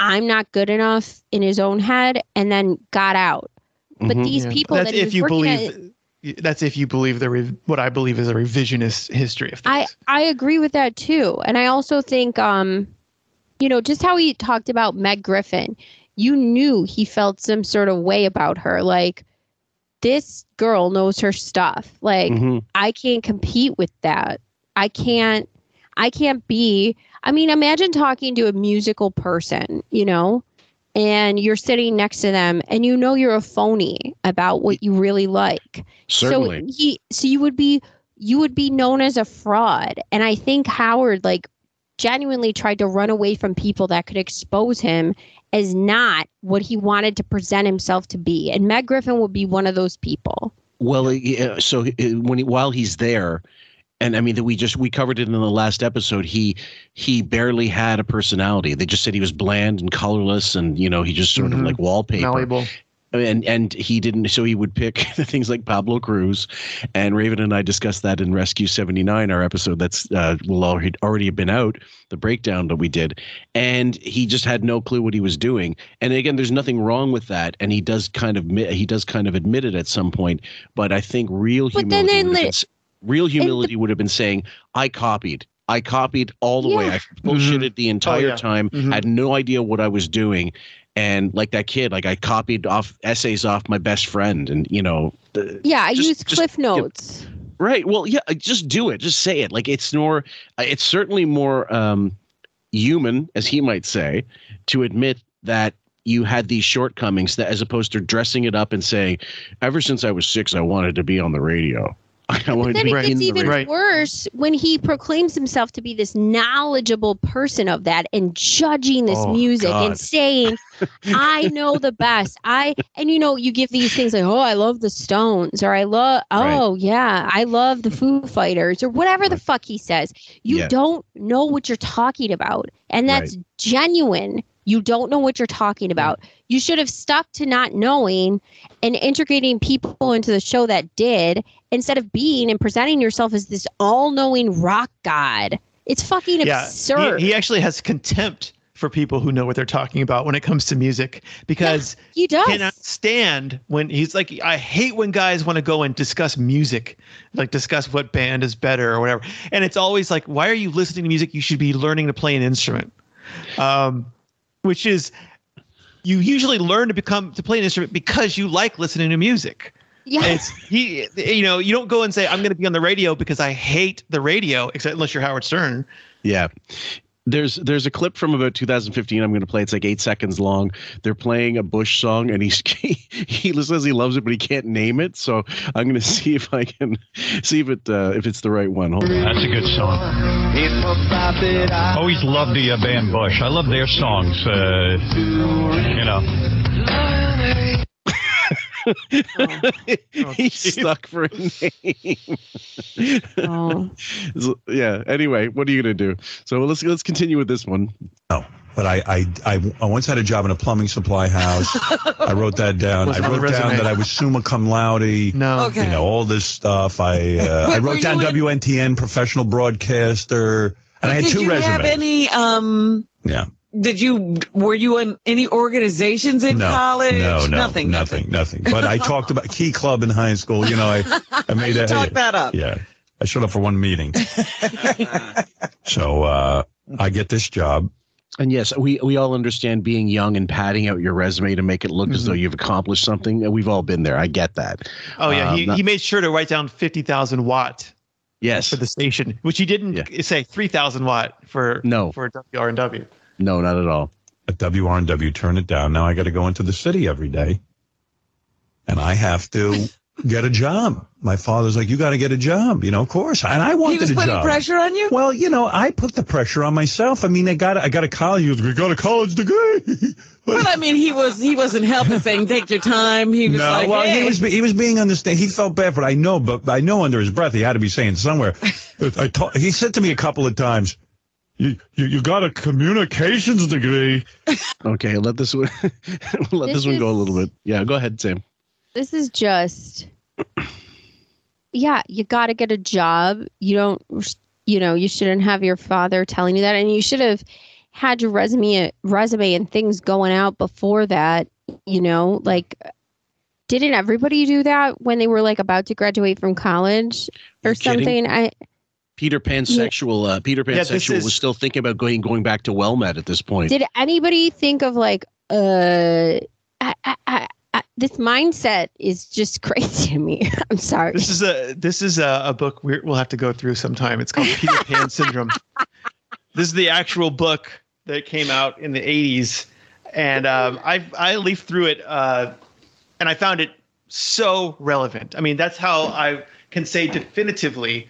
Speaker 10: I'm not good enough in his own head and then got out. But these people
Speaker 12: Mm-hmm. that's
Speaker 10: that he
Speaker 12: if
Speaker 10: was
Speaker 12: you
Speaker 10: working
Speaker 12: believe that's if you believe the re- what I believe is a revisionist history of
Speaker 10: I, I agree with that too. And I also think, um, you know, just how he talked about Meg Griffin, you knew he felt some sort of way about her. Like, this girl knows her stuff. Like,
Speaker 19: Mhm.
Speaker 10: I can't compete with that. I can't, I can't be. I mean, imagine talking to a musical person, you know, and you're sitting next to them and you know you're a phony about what you really like.
Speaker 19: Certainly.
Speaker 10: So he so you would be you would be known as a fraud. And I think Howard like genuinely tried to run away from people that could expose him as not what he wanted to present himself to be. And Meg Griffin would be one of those people.
Speaker 1: Well, yeah, so uh, when he, while he's there, and I mean that we just we covered it in the last episode. He he barely had a personality. They just said he was bland and colorless, and you know he just sort of like wallpaper.
Speaker 12: malleable.
Speaker 1: and and he didn't so he would pick things like pablo cruz and raven and i discussed that in rescue 79 our episode that's uh, will already already have been out the breakdown that we did and he just had no clue what he was doing and again there's nothing wrong with that and he does kind of mi- he does kind of admit it at some point but i think real
Speaker 10: But
Speaker 1: humility
Speaker 10: then they
Speaker 1: would have
Speaker 10: li-
Speaker 1: been s- real humility would have been saying i copied I copied all the way. I bullshitted the entire
Speaker 12: yeah.
Speaker 1: time. Had no idea what I was doing, and like that kid, like I copied off essays off my best friend, and you know, the,
Speaker 10: Yeah, I use Cliff Notes.
Speaker 1: right? Well, yeah, uh, just do it. Just say it. Like it's more. uh, It's certainly more um, human, as he might say, to admit that you had these shortcomings, that as opposed to dressing it up and saying, "Ever since I was six, I wanted to be on the radio." I wanted
Speaker 10: Then
Speaker 1: to be
Speaker 10: it
Speaker 1: in
Speaker 10: gets
Speaker 1: the
Speaker 10: even
Speaker 1: radio.
Speaker 10: worse when he proclaims himself to be this knowledgeable person of that and judging this
Speaker 1: Oh,
Speaker 10: music and
Speaker 1: God.
Speaker 10: saying, I know the best. I and you know, you give these things like, Oh, I love the stones, or I love oh yeah, I love the Foo Fighters, or whatever the fuck he says. You
Speaker 19: Yeah.
Speaker 10: don't know what you're talking about. And that's
Speaker 19: Right.
Speaker 10: genuine. You don't know what you're talking about. You should have stuck to not knowing and integrating people into the show that did instead of being and presenting yourself as this all knowing rock god. It's fucking
Speaker 12: yeah,
Speaker 10: absurd.
Speaker 12: He, he actually has contempt for people who know what they're talking about when it comes to music because
Speaker 10: he does.
Speaker 12: cannot stand when he's like I hate when guys want to go and discuss music, like discuss what band is better or whatever. And it's always like, why are you listening to music? You should be learning to play an instrument. Um, which is you usually learn to become to play an instrument because you like listening to music.
Speaker 10: Yeah.
Speaker 12: It's he you know, you don't go and say I'm going to be on the radio because I hate the radio except unless you're Howard Stern.
Speaker 1: Yeah. There's there's a clip from about 2015 I'm going to play. It's like eight seconds long. They're playing a Bush song, and he's, he he says he loves it, but he can't name it. So I'm going to see if I can see if it uh, if it's the right one. Hold on.
Speaker 5: That's a good song. Always loved the uh, band Bush. I love their songs. Uh, you know.
Speaker 1: he's stuck for a name. So, yeah. Anyway, what are you going to do? So let's let's continue with this one.
Speaker 2: No, Oh, but I, I, I, I once had a job in a plumbing supply house. I wrote that down.
Speaker 1: Was
Speaker 2: I
Speaker 1: on the
Speaker 2: wrote down
Speaker 1: resume.
Speaker 2: that I was summa cum laude.
Speaker 12: No,
Speaker 2: you know all this stuff. I, uh, I
Speaker 3: Wait,
Speaker 2: wrote
Speaker 3: were
Speaker 2: down
Speaker 3: you in-
Speaker 2: WNTN, professional broadcaster, and I had
Speaker 3: did
Speaker 2: two
Speaker 3: you
Speaker 2: resumes.
Speaker 3: have any? Um,
Speaker 2: yeah.
Speaker 3: did you? Were you in any organizations in
Speaker 2: no,
Speaker 3: college?
Speaker 2: No, no,
Speaker 3: nothing.
Speaker 2: nothing, nothing. But I talked about Key Club in high school. You know, I, I made
Speaker 3: You
Speaker 2: that.
Speaker 3: talked that up.
Speaker 2: Yeah, I showed up for one meeting. so uh, I get this job.
Speaker 1: And yes, we we all understand being young and padding out your resume to make it look as
Speaker 2: Mm-hmm.
Speaker 1: though you've accomplished something. We've all been there. I get that.
Speaker 12: Oh yeah,
Speaker 1: Um,
Speaker 12: he,
Speaker 1: not-
Speaker 12: he made sure to write down fifty thousand watt.
Speaker 1: Yes.
Speaker 12: for the station, which he didn't say three thousand watt for
Speaker 1: no
Speaker 12: for WR and W.
Speaker 1: No, not at all.
Speaker 2: At WR&W, turn it down. Now I got to go into the city every day, and I have to get a job. My father's like, "You got to get a job." You know, of course, and I wanted
Speaker 3: He was
Speaker 2: a
Speaker 3: putting
Speaker 2: job.
Speaker 3: pressure on you.
Speaker 2: Well, you know, I put the pressure on myself. I mean, I got I got a college. I got a college degree.
Speaker 3: Well, I mean, he was he wasn't helping, saying take your time. He was
Speaker 2: no,
Speaker 3: like,
Speaker 2: well,
Speaker 3: hey.
Speaker 2: he was he was being understand. He felt bad for it. I know, but I know under his breath he had to be saying somewhere. I ta- he said to me a couple of times, "You you, you got a communications degree."
Speaker 1: Okay, let this one let this,
Speaker 10: This
Speaker 1: one go a little bit. Yeah, go ahead, Sam.
Speaker 10: This is just, yeah, you got to get a job. You don't, you know, you shouldn't have your father telling you that, and you should have had your resume, resume, and things going out before that. You know, like, didn't everybody do that when they were like about to graduate from college or
Speaker 1: kidding?
Speaker 10: something? I
Speaker 1: Peter Pan sexual. Uh, Peter Pan
Speaker 12: Yeah, this
Speaker 1: sexual
Speaker 12: is-
Speaker 1: was still thinking about going going back to Wellmed at this point.
Speaker 10: did anybody think of like, uh, I, I, I, I, this mindset is just crazy to me. I'm sorry.
Speaker 12: This is a this is a, a book we're, we'll have to go through sometime. It's called Peter Pan Syndrome. This is the actual book that came out in the '80s, and um, I I leafed through it, uh, and I found it so relevant. I mean, that's how I can say definitively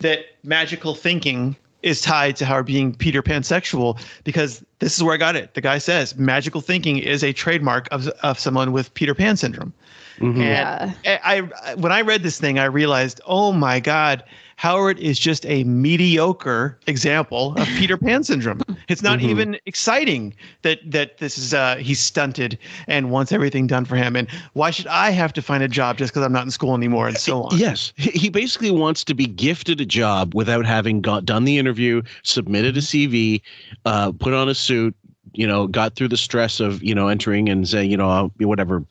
Speaker 12: that magical thinking is tied to our being Peter Pansexual because this is where I got it. The guy says magical thinking is a trademark of of someone with Peter Pan syndrome. And I, I when I read this thing, I realized, oh my god, Howard is just a mediocre example of Peter Pan syndrome. It's not
Speaker 1: Mm-hmm.
Speaker 19: Mhm.
Speaker 12: even exciting that that this is uh, he's stunted and wants everything done for him. And why should I have to find a job just because I'm not in school anymore and so on?
Speaker 1: Uh, Yes, he he basically wants to be gifted a job without having got done the interview, submitted a CV, uh, put on a suit, you know, got through the stress of you know entering and saying you know I'll- whatever,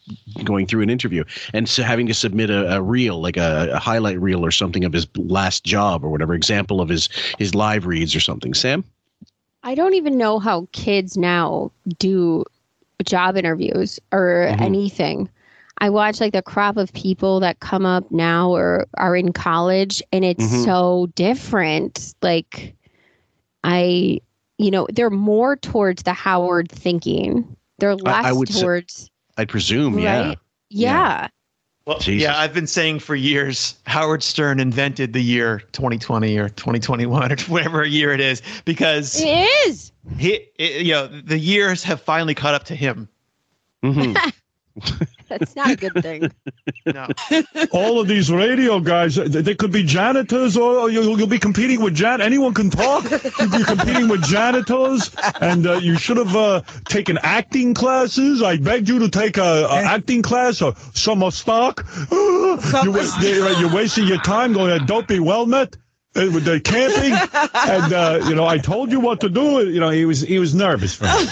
Speaker 1: going through an interview, and so having to submit a, a reel like a, a highlight reel or something of his last job or whatever example of his his live reads or something. Sam,
Speaker 10: I don't even know how kids now do job interviews or anything. I watch like the crop of people that come up now or are in college and it's
Speaker 20: Mhm.
Speaker 10: so different. Like I you know, they're more towards the Howard thinking. They're less
Speaker 1: I, I would say-
Speaker 10: towards
Speaker 1: I presume, yeah.
Speaker 10: right? Yeah.
Speaker 12: Well,
Speaker 1: Jesus.
Speaker 12: yeah, I've been saying for years Howard Stern invented the year 2020 or 2021 or whatever year it is because
Speaker 10: It is.
Speaker 12: he, it, you know, the years have finally caught up to him.
Speaker 1: Mm-hmm.
Speaker 10: That's not a good thing.
Speaker 2: All of these radio guys, th- they could be janitors, or or you'll, you'll be competing with jan. Anyone can talk. You're competing with janitors, and uh, you should have uh, taken acting classes. I begged you to take a, a acting class or summer stock. you, wa- they- uh, you're wasting your time going. to Don't be well met. Uh, with the camping, and uh, you know, I told you what to do. You know, he was he was nervous for me.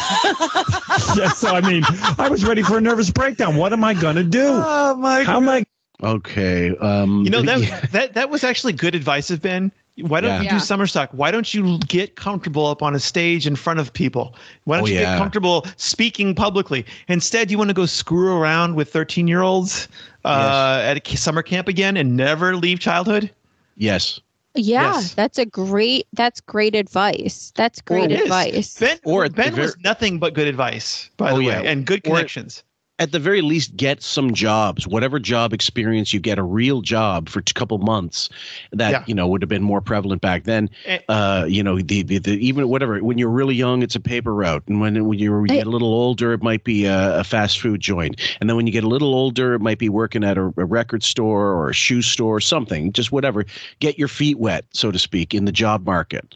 Speaker 2: yeah, so I mean, I was ready for a nervous breakdown. What am I gonna do?
Speaker 12: Oh my!
Speaker 2: How am I?
Speaker 1: Okay. Um,
Speaker 12: You know that that that was actually good advice of Ben. Why don't
Speaker 1: Yeah.
Speaker 12: you
Speaker 1: Yeah.
Speaker 12: do summer stock? Why don't you get comfortable up on a stage in front of people? Why don't
Speaker 1: Oh,
Speaker 12: you
Speaker 1: yeah.
Speaker 12: get comfortable speaking publicly? Instead, you want to go screw around with thirteen-year-olds uh, at a k- summer camp again and never leave childhood.
Speaker 1: Yes.
Speaker 10: Yeah,
Speaker 12: Yes.
Speaker 10: that's a great that's great advice. That's great advice.
Speaker 12: Ben,
Speaker 1: Or at the
Speaker 12: ben
Speaker 1: ver-
Speaker 12: was nothing but good advice, by the way, and good
Speaker 1: Oh, Or-
Speaker 12: connections.
Speaker 1: at the very least, get some jobs. Whatever job experience you get, a real job for a couple months, that
Speaker 12: Yeah.
Speaker 1: you know would have been more prevalent back then.
Speaker 12: Eh.
Speaker 1: Uh, you know, the, the, the even whatever when you're really young, it's a paper route, and when, when you're, you get a little older, it might be a, a fast food joint, and then when you get a little older, it might be working at a, a record store or a shoe store, or something, just whatever. Get your feet wet, so to speak, in the job market.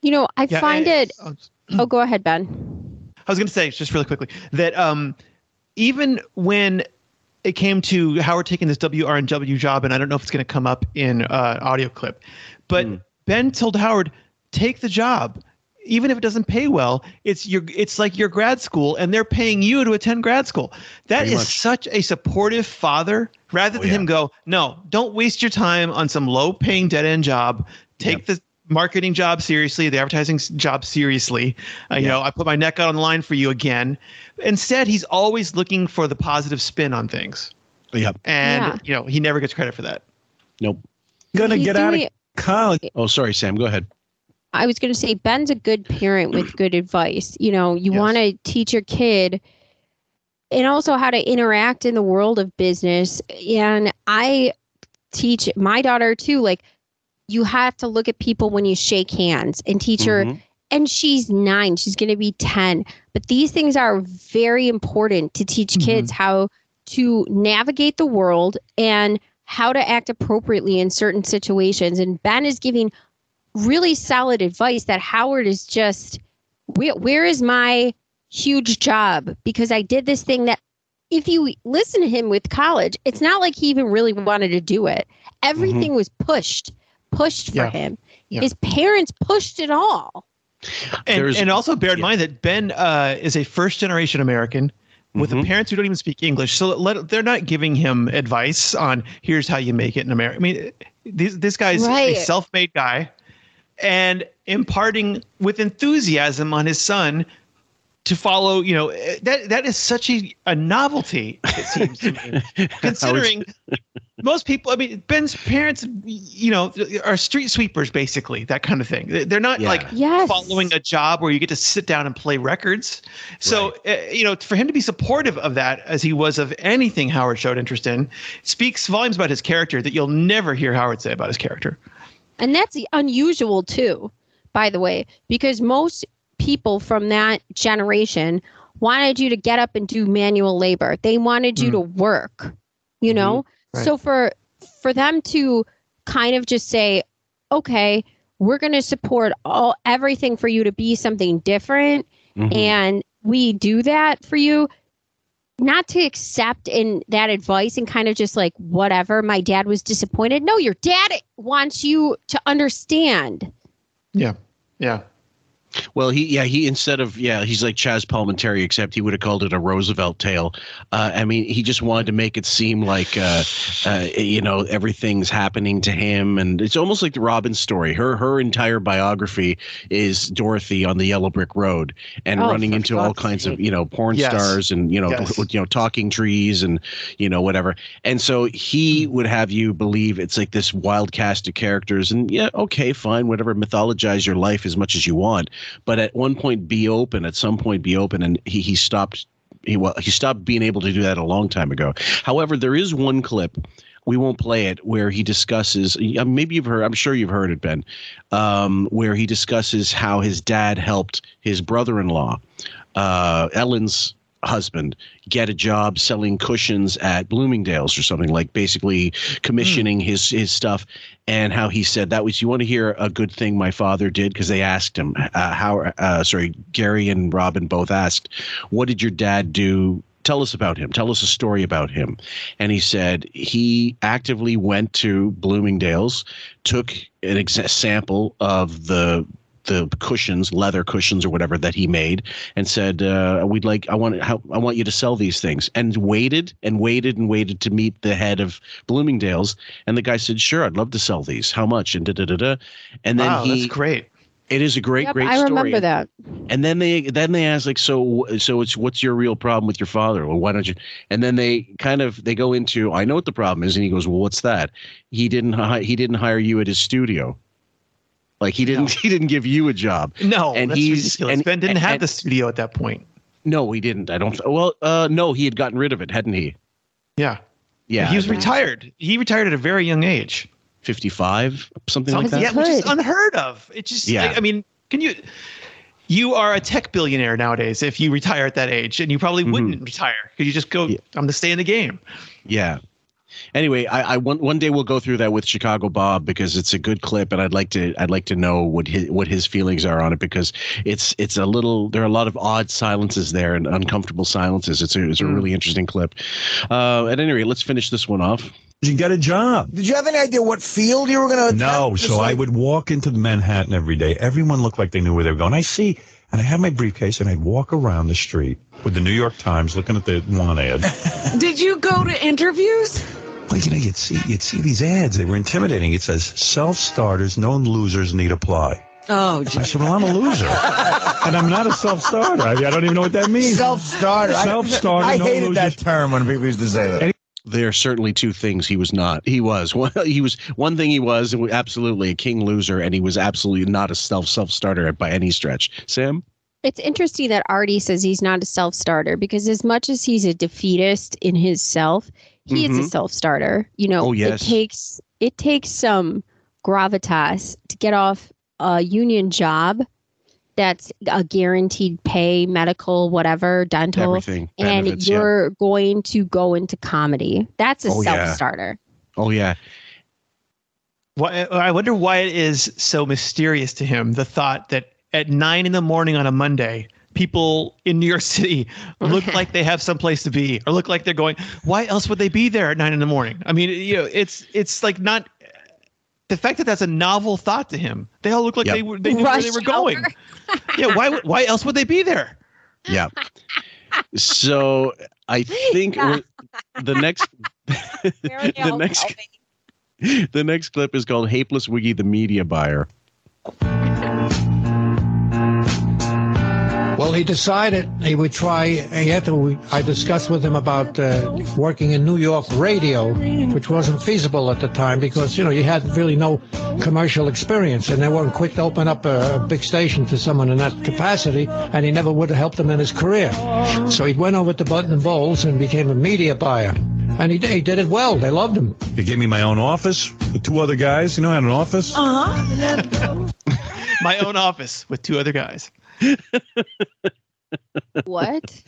Speaker 10: You know, I
Speaker 12: Yeah,
Speaker 10: find
Speaker 12: and-
Speaker 10: it Oh, go ahead, Ben.
Speaker 12: I was going to say just really quickly that um, even when it came to Howard taking this WR and W job, and I don't know if it's going to come up in uh, audio clip, but Ben told Howard take the job, even if it doesn't pay well. It's your it's like your grad school, and they're paying you to attend grad school. That is
Speaker 1: Pretty much. Oh,
Speaker 12: such a supportive father. Rather than him go, no, don't waste your time on some low-paying dead-end job. Take the marketing job seriously, the advertising s- job seriously. Uh, You know, I put my neck out on the line for you again. Instead, he's always looking for the positive spin on things.
Speaker 1: Yep.
Speaker 12: And,
Speaker 10: Yeah.
Speaker 12: you know, he never gets credit for that.
Speaker 1: Nope.
Speaker 10: Gonna He's get out of doing-
Speaker 1: college. Oh, sorry, Sam. Go ahead.
Speaker 10: I was going to say Ben's a good parent with good advice. You know, you want to teach your kid and also how to interact in the world of business. And I teach my daughter too like you have to look at people when you shake hands and teach her
Speaker 21: Mhm.
Speaker 10: and she's 9, she's going to be 10. But these things are very important to teach kids how to navigate the world and how to act appropriately in certain situations and Ben is giving really solid advice that Howard is just where, where is my huge job because I did this thing that if you listen to him with college it's not like he even really wanted to do it everything was pushed pushed for
Speaker 12: Yeah.
Speaker 10: him
Speaker 12: Yeah.
Speaker 10: his parents pushed it all
Speaker 12: And,
Speaker 10: There's-
Speaker 12: and also bear in mind that Ben uh, is a first generation American with a parents who don't even speak English. So let, they're not giving him advice on here's how you make it in America. I mean, this, this guy's
Speaker 22: Right.
Speaker 12: a self made guy and imparting with enthusiasm on his son to follow, you know, eh, that that is such a, a novelty, it seems to me. considering most people, I mean, Ben's parents, you know, are street sweepers, basically, that kind of thing. They- They're not like following a job where you get to sit down and play records. So, uh, you know, for him to be supportive of that, as he was of anything Howard showed interest in, speaks volumes about his character that you'll never hear Howard say about his character.
Speaker 10: And that's unusual too, by the way, because most people from that generation wanted you to get up and do manual labor.
Speaker 12: Hmm.
Speaker 10: They wanted you to work, you know?
Speaker 22: Right.
Speaker 10: So for for them to kind of just say, okay, we're going to support all everything for you to be something different,
Speaker 19: Mhm.
Speaker 10: and we do that for you. Not to accept in that advice and kind of just like whatever. My dad was disappointed. No, your dad wants you to understand.
Speaker 12: Yeah. Yeah.
Speaker 1: Well, he yeah he instead of yeah he's like Chaz Palminteri except he would have called it a Roosevelt tale. Uh, I mean, he just wanted to make it seem like uh, uh, you know everything's happening to him, and it's almost like the Robin story. Her her entire biography is Dorothy on the Yellow Brick Road and
Speaker 23: Oh,
Speaker 1: running
Speaker 23: for
Speaker 1: into all
Speaker 23: God's
Speaker 1: kinds of
Speaker 23: sake.
Speaker 1: you know porn
Speaker 23: Yes.
Speaker 1: stars and you know
Speaker 23: Yes.
Speaker 1: gl- you know talking trees and you know whatever. And so he would have you believe it's like this wild cast of characters. And yeah, okay, fine, whatever. Mythologize your life as much as you want, but at one point be open. At some point be open. And he he stopped. He well he stopped being able to do that a long time ago. However, there is one clip. We won't play it where he discusses. uh, Maybe you've heard. I'm sure you've heard it, Ben. Um, where he discusses how his dad helped his brother-in-law uh, Ellen's husband get a job selling cushions at Bloomingdale's or something like basically commissioning his his stuff and how he said that was you want to hear a good thing my father did because they asked him uh, how uh, sorry Gary and Robin both asked what did your dad do tell us about him tell us a story about him and he said he actively went to Bloomingdale's took an exa- sample of the the cushions, leather cushions or whatever that he made, and said, uh, "We'd like, I want, how, I want you to sell these things." And waited and waited and waited to meet the head of Bloomingdale's, and the guy said, "Sure, I'd love to sell these. How much?" And da da da da. And then
Speaker 12: Wow,
Speaker 1: he,
Speaker 12: that's great.
Speaker 1: It is a great,
Speaker 10: Yep,
Speaker 1: great.
Speaker 10: I
Speaker 1: story.
Speaker 10: remember that.
Speaker 1: And then they then they ask like so so it's what's your real problem with your father? Well, why don't you? And then they kind of they go into I know what the problem is, and he goes, well, what's that? He didn't hi- he didn't hire you at his studio. Like he didn't he didn't give you a job.
Speaker 12: No,
Speaker 1: and
Speaker 12: that's
Speaker 1: he's
Speaker 12: ridiculous.
Speaker 1: and
Speaker 12: ben didn't have
Speaker 1: and-
Speaker 12: the studio at that point.
Speaker 1: No, he didn't. I don't. th- Well, uh, no, he had gotten rid of it, hadn't he?
Speaker 12: Yeah.
Speaker 1: Yeah,
Speaker 12: He was
Speaker 1: I believe so.
Speaker 12: retired. He retired at a very young age.
Speaker 1: 55, something like that.
Speaker 12: Yeah, which is unheard of. It just,
Speaker 1: Yeah.
Speaker 12: I, I mean, can you? You are a tech billionaire nowadays if you retire at that age, and you probably wouldn't retire because you just go, "I'm gonna stay in the game."
Speaker 1: Yeah. Anyway, I, I one one day we'll go through that with Chicago Bob because it's a good clip, and I'd like to I'd like to know what his what his feelings are on it because it's it's a little there are a lot of odd silences there and uncomfortable silences. It's a it's a really interesting clip. Uh, at any rate, let's finish this one off.
Speaker 2: You got a job.
Speaker 7: Did you have any idea what field you were going to
Speaker 2: No, so I would walk into Manhattan every day. Everyone looked like they knew where they were going. I see, and I had my briefcase, and I'd walk around the street with the New York Times, looking at the one ad.
Speaker 3: Did you go to interviews?
Speaker 2: Well, you know, you'd see you'd see these ads. They were intimidating. It says self starters, known losers need apply.
Speaker 3: Oh,
Speaker 2: I said, well, I'm a loser, and I'm not a self starter. I, mean, I don't even know what that means.
Speaker 7: Self starter.
Speaker 2: Self starter.
Speaker 7: I, hated that term when people used to say that.
Speaker 1: There are certainly two things he was not. He was one. He was one thing. He was absolutely a king loser, and he was absolutely not a self self starter by any stretch. Sam.
Speaker 10: It's interesting that Artie says he's not a self starter because as much as he's a defeatist in his self, he is
Speaker 1: Mhm.
Speaker 10: a self starter. You know,
Speaker 1: Oh, yes.
Speaker 10: it takes it takes some gravitas to get off a union job that's a guaranteed pay, medical, whatever, dental,
Speaker 1: Everything.
Speaker 10: and
Speaker 1: Benefits, yeah.
Speaker 10: you're going to go into comedy. That's a
Speaker 12: Oh, yeah.
Speaker 10: self starter.
Speaker 1: Oh yeah.
Speaker 12: Why, I wonder why it is so mysterious to him the thought that at nine in the morning on a Monday, people in New York City look like they have someplace to be or look like they're going. Why else would they be there at nine in the morning? I mean, you know, it's it's like not the fact that that's a novel thought to him. They all look like
Speaker 1: Yep.
Speaker 12: they were they knew where they
Speaker 1: Rush
Speaker 12: were going. yeah, why would- why else would they be there?
Speaker 1: yeah. So I think we're- the next the next the next clip is called "Hapeless Wiggy the Media Buyer."
Speaker 14: Well, he decided he would try. He had to. I discussed with him about uh, working in New York radio, which wasn't feasible at the time because you know you had really no commercial experience, and they weren't quick to open up a, a big station to someone in that capacity, and he never would have helped him in his career. So he went over to Button and Bowles and became a media buyer, and he, did- he did it well. They loved him.
Speaker 2: They gave me my own office with two other guys. You know, I had an office.
Speaker 12: Uh huh. My own office with two other guys.
Speaker 10: What?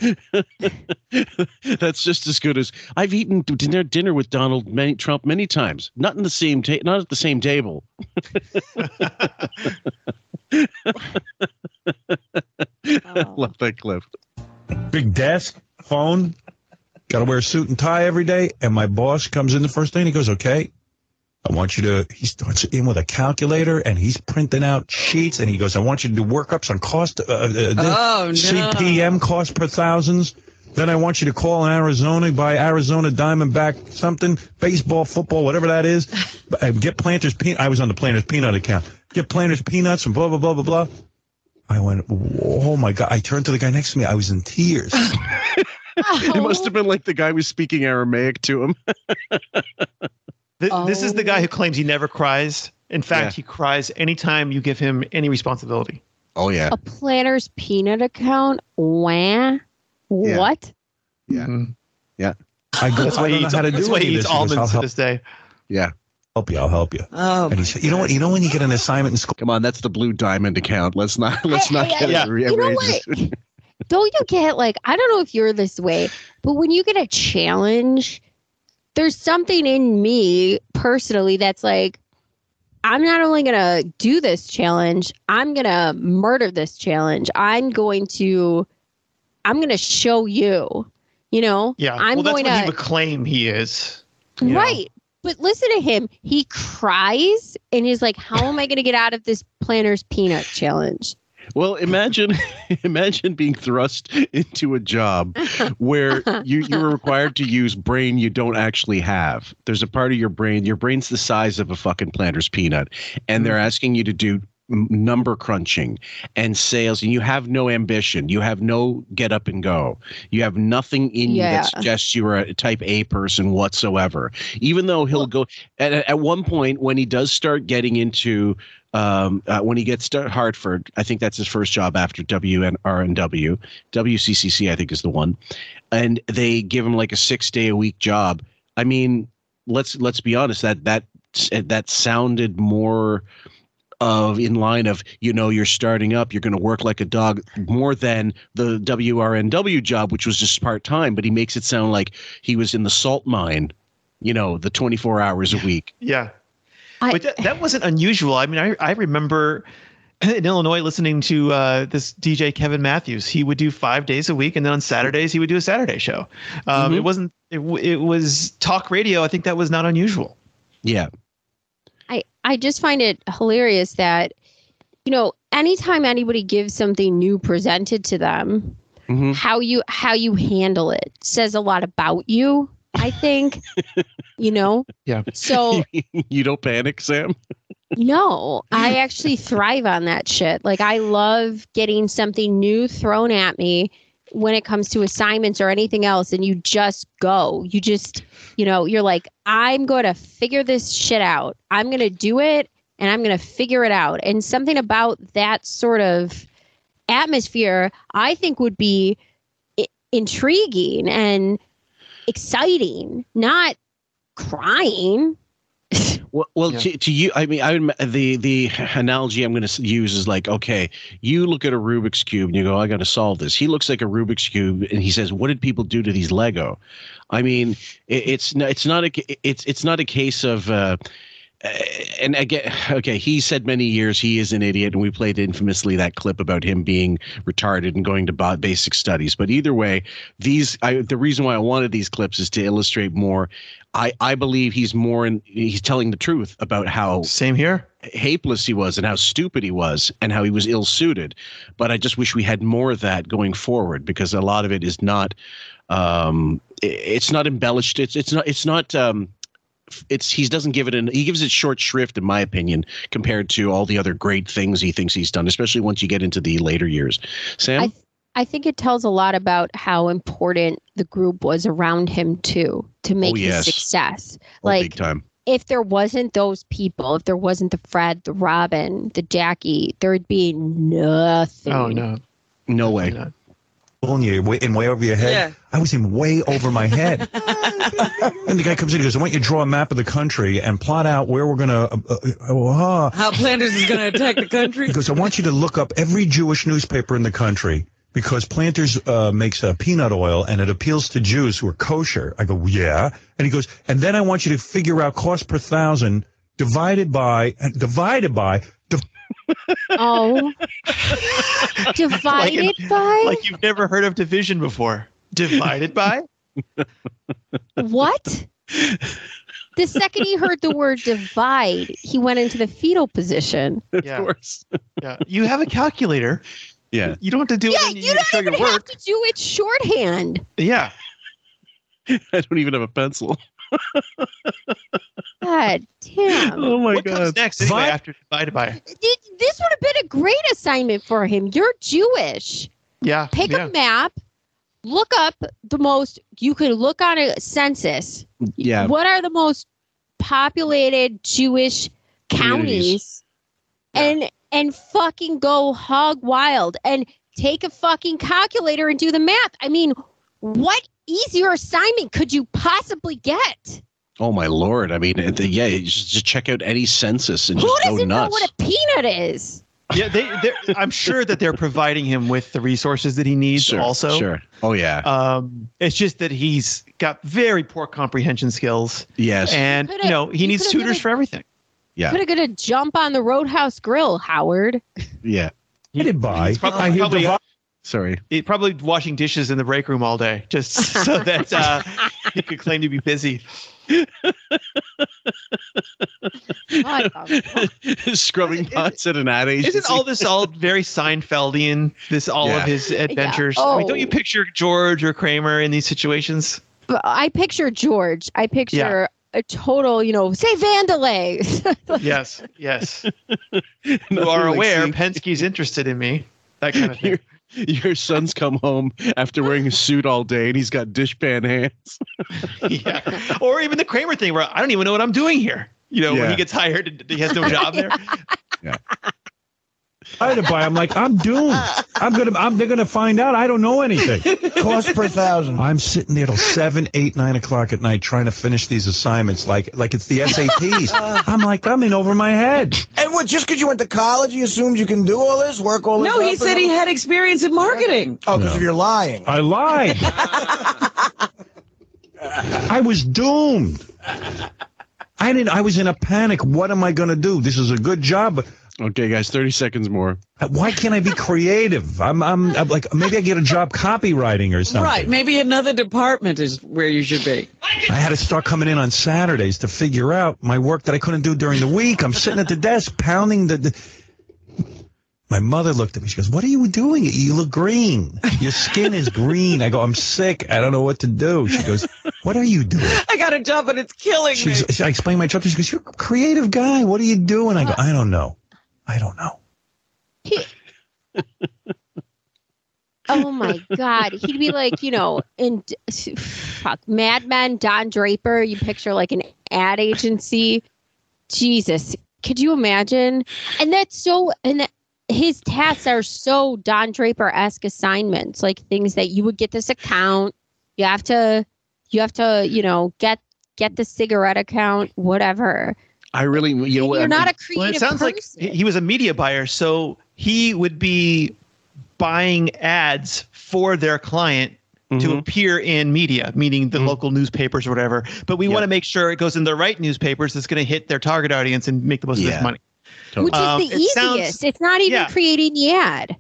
Speaker 1: That's just as good as I've eaten dinner dinner with Donald many, Trump many times. Not in the same ta- not at the same table. Love that clip.
Speaker 2: Big desk, phone. Got to wear a suit and tie every day. And my boss comes in the first day and he goes, okay, I want you to, he starts in with a calculator and he's printing out sheets and he goes, I want you to do workups on cost, uh, uh, this
Speaker 16: Oh, no.
Speaker 2: CPM cost per thousands. Then I want you to call Arizona, buy Arizona Diamondback something, baseball, football, whatever that is. But, uh, Get Planters peanut. I was on the Planters peanut account. Get Planters peanuts and blah, blah, blah, blah, blah. I went, oh my God. I turned to the guy next to me. I was in tears.
Speaker 1: It must have been like the guy was speaking Aramaic to him.
Speaker 12: Th- This is the guy who claims he never cries. In fact, he cries anytime you give him any responsibility.
Speaker 1: Oh yeah.
Speaker 10: A planner's peanut account? Wah. What?
Speaker 1: Yeah. Yeah.
Speaker 2: I go,
Speaker 12: That's
Speaker 2: I
Speaker 12: why he
Speaker 2: don't know
Speaker 12: eats-
Speaker 2: how to do
Speaker 12: that's why he
Speaker 2: any of
Speaker 12: eats
Speaker 2: this. He goes,
Speaker 12: almonds
Speaker 2: "I'll
Speaker 12: to
Speaker 2: help-
Speaker 12: this day.
Speaker 1: Yeah.
Speaker 2: Help you. I'll help you.
Speaker 16: Oh,
Speaker 2: and he said, you know what? You know when you get an assignment in school.
Speaker 1: Come on, that's the blue diamond account. Let's not let's not
Speaker 10: I-
Speaker 1: get
Speaker 10: yeah.
Speaker 1: yeah.
Speaker 10: You know
Speaker 1: outrageous.
Speaker 10: Don't you get like, I don't know if you're this way, but when you get a challenge, there's something in me personally that's like, I'm not only going to do this challenge, I'm going to murder this challenge. I'm going to, I'm going to show you, you know?
Speaker 12: Yeah.
Speaker 10: I'm
Speaker 12: well, that's
Speaker 10: going
Speaker 12: what
Speaker 10: to.
Speaker 12: he would claim he is. you know?
Speaker 10: Right. But listen to him. He cries and he's like, How am I going to get out of this planner's peanut challenge?
Speaker 1: Well, imagine imagine being thrust into a job where you, you're required to use brain you don't actually have. There's a part of your brain, your brain's the size of a fucking planter's peanut, and
Speaker 10: Mm-hmm.
Speaker 1: they're asking you to do m- number crunching and sales and you have no ambition you have no get up and go you have nothing in you
Speaker 10: Yeah.
Speaker 1: that suggests you're a type a person whatsoever even though he'll go at, at one point when he does start getting into um, uh, when he gets to Hartford, I think that's his first job after WNRNW. WCCC, I think, is the one, and they give him like a six day a week job. I mean, let's let's be honest that that that sounded more of in line of you know you're starting up you're going to work like a dog more than the WRNW job which was just part time but he makes it sound like he was in the salt mine you know the 24 hours a week
Speaker 12: Yeah. but that, that wasn't unusual. I mean, I, I remember in Illinois listening to uh, this DJ Kevin Matthews. He would do five days a week, and then on Saturdays he would do a Saturday show. Um, It wasn't. It, w- it was talk radio. I think that was not unusual.
Speaker 1: yeah
Speaker 10: I, I just find it hilarious that, you know, anytime anybody gives something new presented to them, how you how you handle it says a lot about you, I think. you know?
Speaker 12: Yeah.
Speaker 10: So-
Speaker 1: you don't panic, Sam.
Speaker 10: No, I actually thrive on that shit. Like I love getting something new thrown at me when it comes to assignments or anything else and you just go. You just, you know, you're like I'm going to figure this shit out. I'm going to do it and I'm going to figure it out. And something about that sort of atmosphere I think would be I- intriguing and exciting, not crying.
Speaker 1: Well, well
Speaker 10: Yeah.
Speaker 1: to, to you, I mean, I would, the the analogy I'm going to use is like, okay, you look at a Rubik's cube and you go, I got to solve this. He looks like a Rubik's cube and he says, "What did people do to these Lego?" I mean, it, it's n- it's not a ca- it's it's not a case of. Uh, uh, and again, okay, he said many years he is an idiot, and we played infamously that clip about him being retarded and going to bo- basic studies. But either way, these I, the reason why I wanted these clips is to illustrate more. I I believe he's more in he's telling the truth about how
Speaker 12: same here
Speaker 1: hapless he was and how stupid he was and how he was ill suited. But I just wish we had more of that going forward because a lot of it is not um i- it's not embellished. It's it's not it's not um it's he doesn't give it an he gives it short shrift in my opinion compared to all the other great things he thinks he's done especially once you get into the later years sam
Speaker 10: I, th- I think it tells a lot about how important the group was around him too to make
Speaker 1: Oh, yes.
Speaker 10: his success.
Speaker 1: Oh,
Speaker 10: like
Speaker 1: big time
Speaker 10: if there wasn't those people, if there wasn't the Fred, the Robin, the Jackie, there'd be nothing.
Speaker 2: Oh,
Speaker 1: no way
Speaker 2: Pulling you way- in way over your head.
Speaker 10: Yeah.
Speaker 2: I was in way over my head. and the guy comes in and goes, I want you to draw a map of the country and plot out where we're going to. Uh, uh, uh,
Speaker 16: How Flanders is going to attack the country?
Speaker 2: He goes, I want you to look up every Jewish newspaper in the country because Planters uh, makes a peanut oil and it appeals to Jews who are kosher. I go, yeah. And he goes, and then I want you to figure out cost per thousand divided by, and divided by, div-
Speaker 10: Oh. Divided
Speaker 12: Like an-
Speaker 10: by
Speaker 12: Like you've never heard of division before. Divided by?
Speaker 10: what? The second he heard the word divide, he went into the fetal position.
Speaker 12: Of yeah. course. yeah. You have a calculator.
Speaker 1: Yeah.
Speaker 12: You don't have to do
Speaker 10: Yeah,
Speaker 12: it.
Speaker 10: you don't
Speaker 12: even
Speaker 10: You have to do it shorthand.
Speaker 12: Yeah.
Speaker 1: I don't even have a pencil.
Speaker 10: God damn.
Speaker 1: Oh my
Speaker 12: what
Speaker 1: god.
Speaker 12: comes next anyway,
Speaker 1: Vi-
Speaker 12: after divided by?
Speaker 10: Th- This would have been a great assignment for him. You're Jewish.
Speaker 12: Yeah.
Speaker 10: Pick
Speaker 12: yeah.
Speaker 10: a map, look up the most, you could look on a census.
Speaker 1: Yeah.
Speaker 10: What are the most populated Jewish counties?
Speaker 1: Communities.
Speaker 10: And and fucking go hog wild and take a fucking calculator and do the math. I mean, what easier assignment could you possibly get?
Speaker 1: Oh my lord! I mean, it- yeah, you just, just check out any census and
Speaker 10: Who
Speaker 1: just go
Speaker 10: doesn't know
Speaker 1: nuts.
Speaker 10: what a peanut is?
Speaker 12: Yeah, they, they're- I'm sure that they're providing him with the resources that he needs
Speaker 1: sure,
Speaker 12: also.
Speaker 1: sure. Oh yeah.
Speaker 12: Um, it's just that he's got very poor comprehension skills.
Speaker 1: yes.
Speaker 12: And,
Speaker 10: Coulda-
Speaker 12: you know, he
Speaker 10: you
Speaker 12: needs
Speaker 10: coulda
Speaker 12: tutors
Speaker 10: really-
Speaker 12: for everything.
Speaker 1: yeah.
Speaker 10: Could have got a jump on the Roadhouse Grill, Howard.
Speaker 1: Yeah.
Speaker 2: divided by.
Speaker 12: probably-
Speaker 2: I hear
Speaker 12: probably-
Speaker 2: divi-
Speaker 1: Sorry.
Speaker 12: He- probably washing dishes in the break room all day just so that uh, he could claim to be busy.
Speaker 10: What the fuck?
Speaker 1: Scrubbing pots at an ad agency.
Speaker 12: Isn't all this all very Seinfeldian? This all
Speaker 1: Yeah.
Speaker 12: of his adventures. I mean, don't you
Speaker 10: Oh.
Speaker 12: picture George or Kramer in these situations?
Speaker 10: But I picture George. I picture a total, you know, say Vandalay.
Speaker 12: Yes, yes. you
Speaker 1: Nothing
Speaker 12: are
Speaker 1: like
Speaker 12: aware
Speaker 1: seeing-
Speaker 12: Penske's interested in me. That kind of thing.
Speaker 1: Your, your son's come home after wearing a suit all day and he's got dishpan hands.
Speaker 12: yeah. Or even the Kramer thing where I don't even know what I'm doing here. You know, when
Speaker 1: Yeah.
Speaker 12: he gets hired and he has no job there.
Speaker 2: divided by. I'm like, I'm doomed. I'm gonna. I'm, they're gonna find out. I don't know anything.
Speaker 7: Cost per thousand.
Speaker 2: I'm sitting there till seven, eight, nine o'clock at night trying to finish these assignments like like it's the SATs. I'm like, I'm in over my head.
Speaker 7: And what? Just because you went to college, you assumed you can do all this, work all this.
Speaker 3: No, he
Speaker 7: up
Speaker 3: said
Speaker 7: and-
Speaker 3: he had experience in marketing.
Speaker 7: Oh, because
Speaker 2: No.
Speaker 7: if you're lying.
Speaker 2: I lied. I was doomed. I didn't. I was in a panic. What am I going to do? This is a good job, but
Speaker 1: Okay, guys, 30 seconds more.
Speaker 2: why can't I be creative? I'm. I'm, I'm like maybe I get a job copywriting or something.
Speaker 3: Right. Maybe another department is where you should be.
Speaker 2: I had to start coming in on Saturdays to figure out my work that I couldn't do during the week. I'm sitting at the desk pounding the. the my mother looked at me. She goes, "What are you doing? You look green. Your skin is green." I go, "I'm sick. I don't know what to do." She goes, "What are you doing?"
Speaker 3: I got a job, but it's killing
Speaker 2: She
Speaker 3: me.
Speaker 2: was, I explained my job. to her. She goes, "You're a creative guy. What are you doing?" I go, "I don't know. I don't know."
Speaker 10: He- oh my God. He'd be like, you know, in fuck, Mad Men, Don Draper. You picture like an ad agency. Jesus. Could you imagine? And that's so, and that, his tasks are so Don Draper esque assignments, like things that you would get this account. You have to, you have to, you know, get get the cigarette account, whatever.
Speaker 1: I really, you know what?
Speaker 10: You're not a creative
Speaker 12: Well, it sounds like
Speaker 10: person.
Speaker 12: he- he was a media buyer, so he would be buying ads for their client
Speaker 1: Mm-hmm.
Speaker 12: to appear in media, meaning the local newspapers or whatever. But we want to make sure it goes in the right newspapers that's going to hit their target audience and make the most of
Speaker 1: Yeah.
Speaker 12: this money.
Speaker 10: Which is
Speaker 12: Um,
Speaker 10: the
Speaker 12: it
Speaker 10: easiest.
Speaker 12: sounds-
Speaker 10: it's not even
Speaker 12: yeah.
Speaker 10: creating the ad.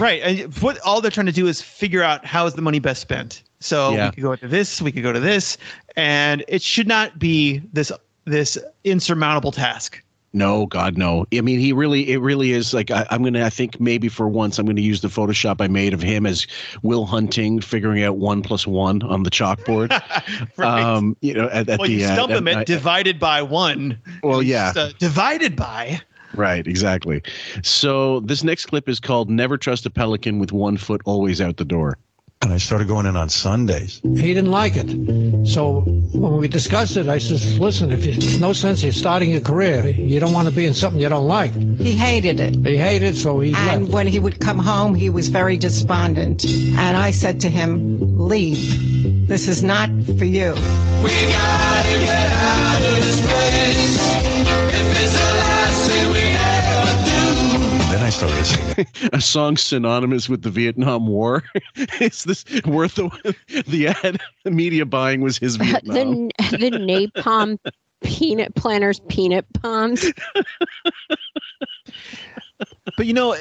Speaker 12: Right. And what all they're trying to do is figure out how is the money best spent. So
Speaker 1: Yeah.
Speaker 12: we could go to this, we could go to this, and it should not be this this insurmountable task.
Speaker 1: No, God, no. I mean, he really, it really is like, I, I'm going to, I think maybe for once, I'm going to use the Photoshop I made of him as Will Hunting figuring out one plus one on the chalkboard.
Speaker 12: Right.
Speaker 1: Um, you know, at, at
Speaker 12: well,
Speaker 1: the
Speaker 12: you
Speaker 1: uh,
Speaker 12: stump them at
Speaker 1: I-
Speaker 12: divided by one.
Speaker 1: Well, yeah.
Speaker 12: Just, uh, divided by.
Speaker 1: Right, exactly. So this next clip is called Never Trust a Pelican with One Foot Always Out the Door.
Speaker 2: And I started going in on Sundays.
Speaker 14: He didn't like it. So when we discussed it, I says, listen, if you, it's no sense you're starting your career. You don't want to be in something you don't like.
Speaker 13: He hated it.
Speaker 14: He hated, so he
Speaker 13: And
Speaker 14: left.
Speaker 13: when he would come home, he was very despondent. And I said to him, Leave. This is not for you.
Speaker 2: Then I
Speaker 6: rest of us.
Speaker 1: a song synonymous with the Vietnam War. Is this worth the the ad media buying was his Vietnam?
Speaker 10: Uh, the the napalm peanut planters peanut palms.
Speaker 12: But you know, uh,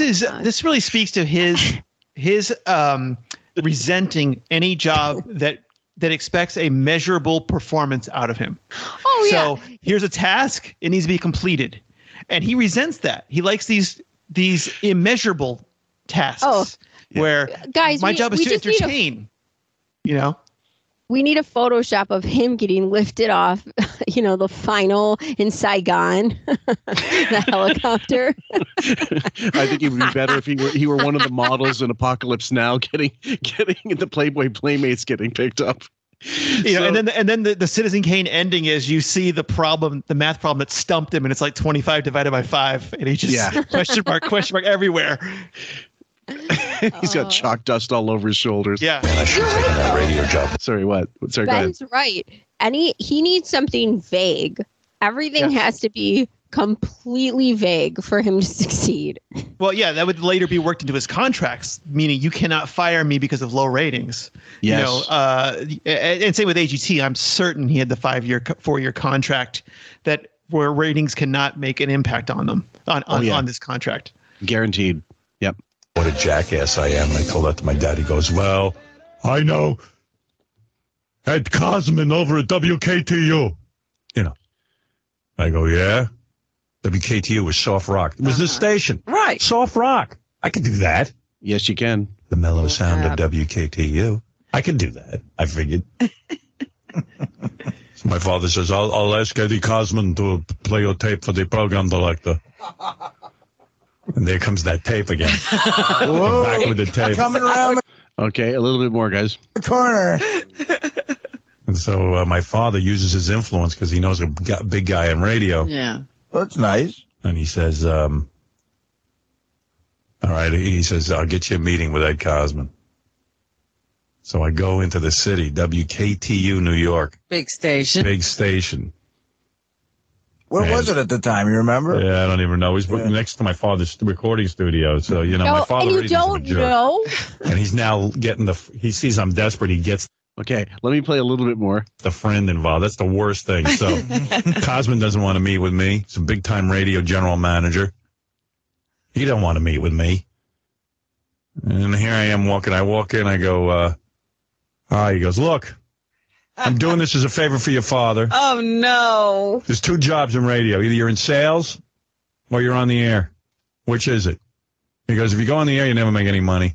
Speaker 12: is this really speaks to his his um, resenting any job that that expects a measurable performance out of him.
Speaker 10: Oh
Speaker 12: So here's a task; it needs to be completed, and he resents that. He likes these these immeasurable tasks
Speaker 10: Oh.
Speaker 12: where
Speaker 10: Guys,
Speaker 12: my
Speaker 10: we-
Speaker 12: job is
Speaker 10: we
Speaker 12: to
Speaker 10: just need a-
Speaker 12: entertain. you know,
Speaker 10: We need a Photoshop of him getting lifted off, you know, the final in Saigon, the helicopter.
Speaker 1: I think it would be better if he were he were one of the models in Apocalypse Now, getting getting the Playboy Playmates getting picked up.
Speaker 12: you know, and then and then the, the Citizen Kane ending is you see the problem, the math problem that stumped him, and it's like twenty five divided by five, and he just
Speaker 1: Yeah.
Speaker 12: question mark question mark everywhere.
Speaker 1: He's got chalk dust all over his shoulders.
Speaker 12: Yeah,
Speaker 1: I should take that radio job. Sorry, what? Sorry, go ahead.
Speaker 10: Ben's right. Any he needs something vague. Everything has to be completely vague for him to succeed.
Speaker 12: Well, yeah, that would later be worked into his contracts, meaning you cannot fire me because of low ratings.
Speaker 1: Yes.
Speaker 12: You know, uh, and, and same with AGT. I'm certain he had the five year, four year contract that where ratings cannot make an impact on them on on,
Speaker 1: Oh, yeah.
Speaker 12: on this contract.
Speaker 1: Guaranteed. Yep.
Speaker 2: What a jackass I am. I told that to my dad. He goes, Well, I know Ed Cosman over at WKTU. You know. I go, Yeah. WKTU was soft rock. It was the station.
Speaker 16: Right.
Speaker 2: Soft rock. I can do that.
Speaker 1: Yes, you can.
Speaker 2: The mellow sound of WKTU. I can do that. I figured. So my father says, I'll, I'll ask Eddie Cosman to play your tape for the program director. And there comes that tape again. Back with the tape.
Speaker 7: Coming around
Speaker 1: Okay, a little bit more, guys.
Speaker 7: the corner.
Speaker 2: And so uh, my father uses his influence because he knows a g- big guy in radio.
Speaker 16: Yeah.
Speaker 7: That's nice.
Speaker 2: And he says, um, All right, he says, I'll get you a meeting with Ed Cosman. So I go into the city, WKTU, New York,
Speaker 16: Big station.
Speaker 2: big station.
Speaker 7: Where
Speaker 2: Man.
Speaker 7: was it at the time? You remember?
Speaker 2: Yeah, I don't even know. He's next to my father's recording studio. So, you know, my father
Speaker 10: and you
Speaker 2: really isn't a
Speaker 10: don't
Speaker 2: jerk.
Speaker 10: know.
Speaker 2: And he's now getting the, he sees I'm desperate. He gets.
Speaker 1: Okay, let me play a little bit more.
Speaker 2: The friend involved. That's the worst thing. So Cosman doesn't want to meet with me. He's a big time radio general manager. He don't want to meet with me. And here I am walking. I walk in. I go, uh, ah, he goes, look, I'm doing this as a favor for your father.
Speaker 16: Oh no.
Speaker 2: There's two jobs in radio. Either you're in sales or you're on the air. Which is it? He goes, if you go on the air, you never make any money.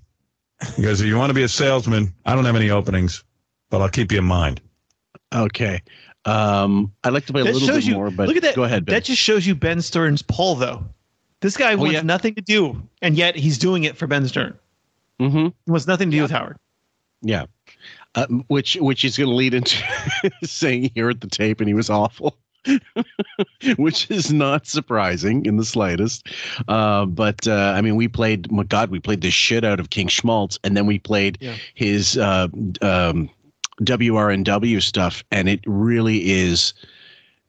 Speaker 2: He goes, if you want to be a salesman, I don't have any openings, but I'll keep you in mind.
Speaker 1: Okay. Um, I'd like to play a little bit more, but
Speaker 12: look at that.
Speaker 1: go ahead, Ben. Oh,
Speaker 12: That just shows you Ben Stern's pull, though. This guy wants
Speaker 1: yeah.
Speaker 12: nothing to do, and yet he's doing it for Ben Stern.
Speaker 1: Mm-hmm.
Speaker 12: He wants nothing to do with Howard.
Speaker 1: Yeah. Uh, which which is going to lead into saying here at the tape, and he was awful, which is not surprising in the slightest. Uh, but uh, I mean, we played. My God, we played the shit out of King Schmaltz, and then we played
Speaker 12: Yeah.
Speaker 1: his uh, um, WRNW stuff, and it really is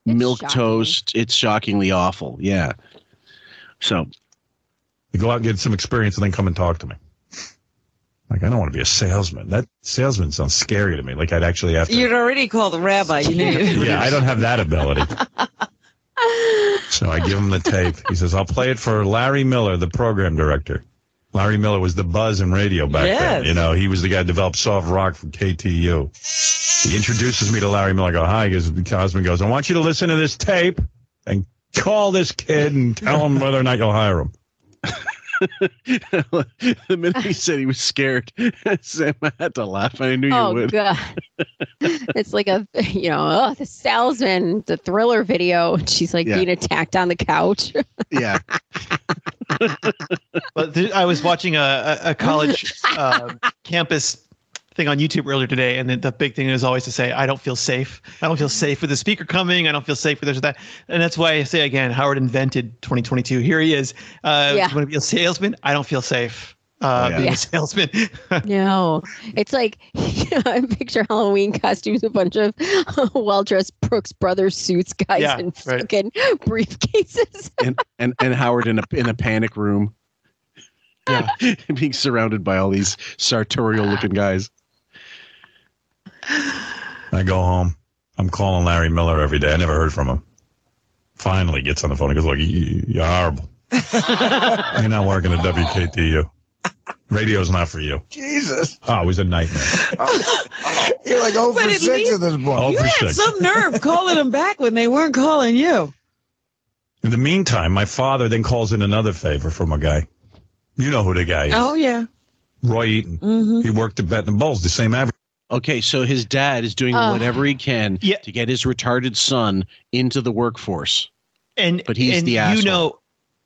Speaker 1: milk toast. It's shockingly awful. Yeah. So
Speaker 2: You go out and get some experience and then come and talk to me. Like, I don't want to be a salesman. That salesman sounds scary to me. Like, I'd actually have to.
Speaker 16: You'd already called the rabbi. Uh, You knew.
Speaker 2: Yeah, I don't have that ability. so I give him the tape. He says, I'll play it for Larry Miller, the program director. Larry Miller was the buzz in radio back then.
Speaker 16: Yes.
Speaker 2: You know, he was the guy who developed soft rock from KTU. He introduces me to Larry Miller. I go, hi. He goes, Cosman goes, I want you to listen to this tape and call this kid and tell him whether or not you'll hire him.
Speaker 1: the minute he said he was scared, Sam, I had to laugh. I knew you
Speaker 10: Oh
Speaker 1: would.
Speaker 10: god. it's like a you know, oh, the salesman, the thriller video. She's like
Speaker 1: Yeah.
Speaker 10: being attacked on the couch.
Speaker 1: Yeah.
Speaker 12: But th- I was watching a, a, a college uh, campus thing on YouTube earlier today, and the, the big thing is always to say, "I don't feel safe. I don't feel safe with the speaker coming. I don't feel safe with this or that." And that's why I say again, Howard invented 2022. Here he is. Uh,
Speaker 10: Yeah.
Speaker 12: You want to be a salesman? I don't feel safe. uh,
Speaker 1: Oh,
Speaker 10: Yeah.
Speaker 12: being
Speaker 10: Yeah.
Speaker 12: a salesman.
Speaker 10: no, it's like I picture Halloween costumes, a bunch of well dressed Brooks Brothers suits guys
Speaker 4: Yeah,
Speaker 10: in
Speaker 4: right.
Speaker 10: fucking briefcases.
Speaker 4: and, and and Howard in a in a panic room. Yeah, being surrounded by all these sartorial looking guys.
Speaker 2: I go home. I'm calling Larry Miller every day. I never heard from him. Finally gets on the phone and goes, Look, you, you're horrible. you're not working at WKTU. Radio's not for you.
Speaker 24: Jesus.
Speaker 2: Oh, it was a nightmare.
Speaker 24: You're like over
Speaker 3: But at least-
Speaker 24: this
Speaker 2: Oh,
Speaker 3: You
Speaker 2: for
Speaker 3: had
Speaker 2: six.
Speaker 3: some nerve calling them back when they weren't calling you.
Speaker 2: In the meantime, my father then calls in another favor from a guy. You know who the guy is.
Speaker 3: Oh yeah. Mm-hmm.
Speaker 2: Roy Eaton. He worked at Betting Bulls, the same average.
Speaker 1: Okay, so his dad is doing
Speaker 2: Oh.
Speaker 1: whatever he can to get his retarded son into the workforce.
Speaker 12: and
Speaker 1: But he's
Speaker 12: and
Speaker 1: the
Speaker 12: you
Speaker 1: asshole.
Speaker 12: know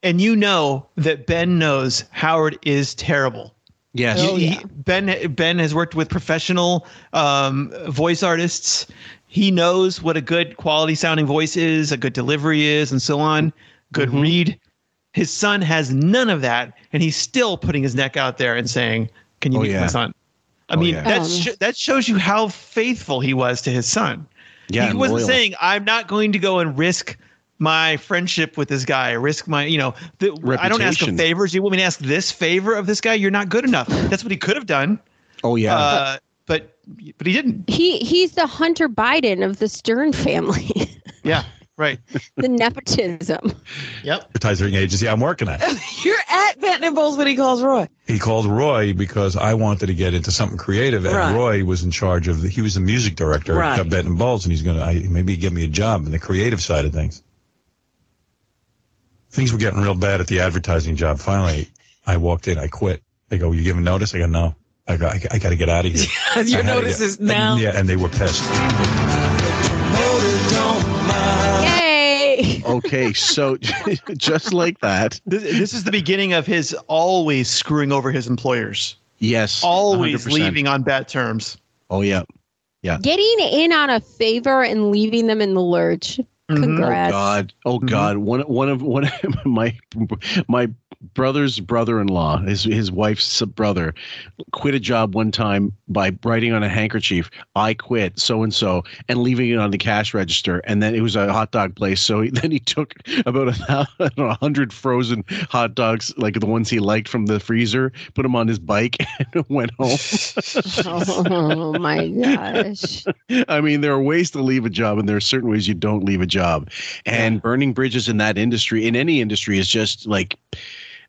Speaker 12: and you know that ben knows howard is terrible
Speaker 1: Yes.
Speaker 12: You-
Speaker 1: Oh,
Speaker 12: he-
Speaker 1: yeah.
Speaker 12: ben ben has worked with professional um, voice artists he knows what a good quality sounding voice is a good delivery is and so on good
Speaker 4: Mm-hmm.
Speaker 12: read his son has none of that and he's still putting his neck out there and saying can you
Speaker 4: Oh,
Speaker 12: meet my
Speaker 4: yeah.
Speaker 12: son i
Speaker 4: Oh,
Speaker 12: mean
Speaker 4: yeah.
Speaker 12: that's
Speaker 4: Um.
Speaker 12: sh- that shows you how faithful he was to his son
Speaker 4: Yeah,
Speaker 12: he
Speaker 4: and
Speaker 12: wasn't
Speaker 4: loyal.
Speaker 12: saying I'm not going to go and risk my friendship with this guy, risk my, you know, the, I don't ask him
Speaker 4: Reputation.
Speaker 12: favors. You want me to ask this favor of this guy? You're not good enough. That's what he could have done.
Speaker 1: Oh yeah,
Speaker 12: uh, but but he didn't.
Speaker 10: He he's the Hunter Biden of the Stern family.
Speaker 12: Yeah, right.
Speaker 10: the nepotism.
Speaker 12: Yep.
Speaker 2: Advertising agency I'm working at.
Speaker 3: You're at Benton Bowles when he calls Roy.
Speaker 2: He called Roy because I wanted to get into something creative, and
Speaker 3: Right.
Speaker 2: Roy was in charge of. The, he was the music director
Speaker 3: Right.
Speaker 2: at Betting Balls, and he's gonna I, maybe give me a job in the creative side of things. Things were getting real bad at the advertising job. Finally, I walked in. I quit. They go, "You giving notice?" I go, "No. I got. I, got to get out of here." I
Speaker 3: Your
Speaker 2: had to
Speaker 3: notice
Speaker 2: get-
Speaker 3: is now.
Speaker 2: yeah, and they were pissed.
Speaker 10: Yay.
Speaker 1: Okay, so just like that.
Speaker 12: This, this is the beginning of his always screwing over his employers.
Speaker 1: Yes.
Speaker 12: Always
Speaker 1: 100%.
Speaker 12: leaving on bad terms.
Speaker 1: Oh yeah. Yeah.
Speaker 10: Getting in on a favor and leaving them in the lurch. Congrats.
Speaker 1: Oh God! Oh God! One one of one of my my brother's brother-in-law, his his wife's brother, quit a job one time by writing on a handkerchief, "I quit," so and so, and leaving it on the cash register. And then it was a hot dog place, so he, then he took about a thousand, a hundred frozen hot dogs, like the ones he liked from the freezer, put them on his bike, and went home.
Speaker 10: oh my gosh.
Speaker 1: I mean, there are ways to leave a job, and there are certain ways you don't leave a job. And burning bridges in that industry, in any industry, is just like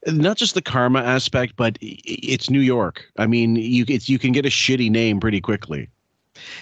Speaker 1: not just the karma aspect, but i- it's New York. I mean, you it's, you can get a shitty name pretty quickly.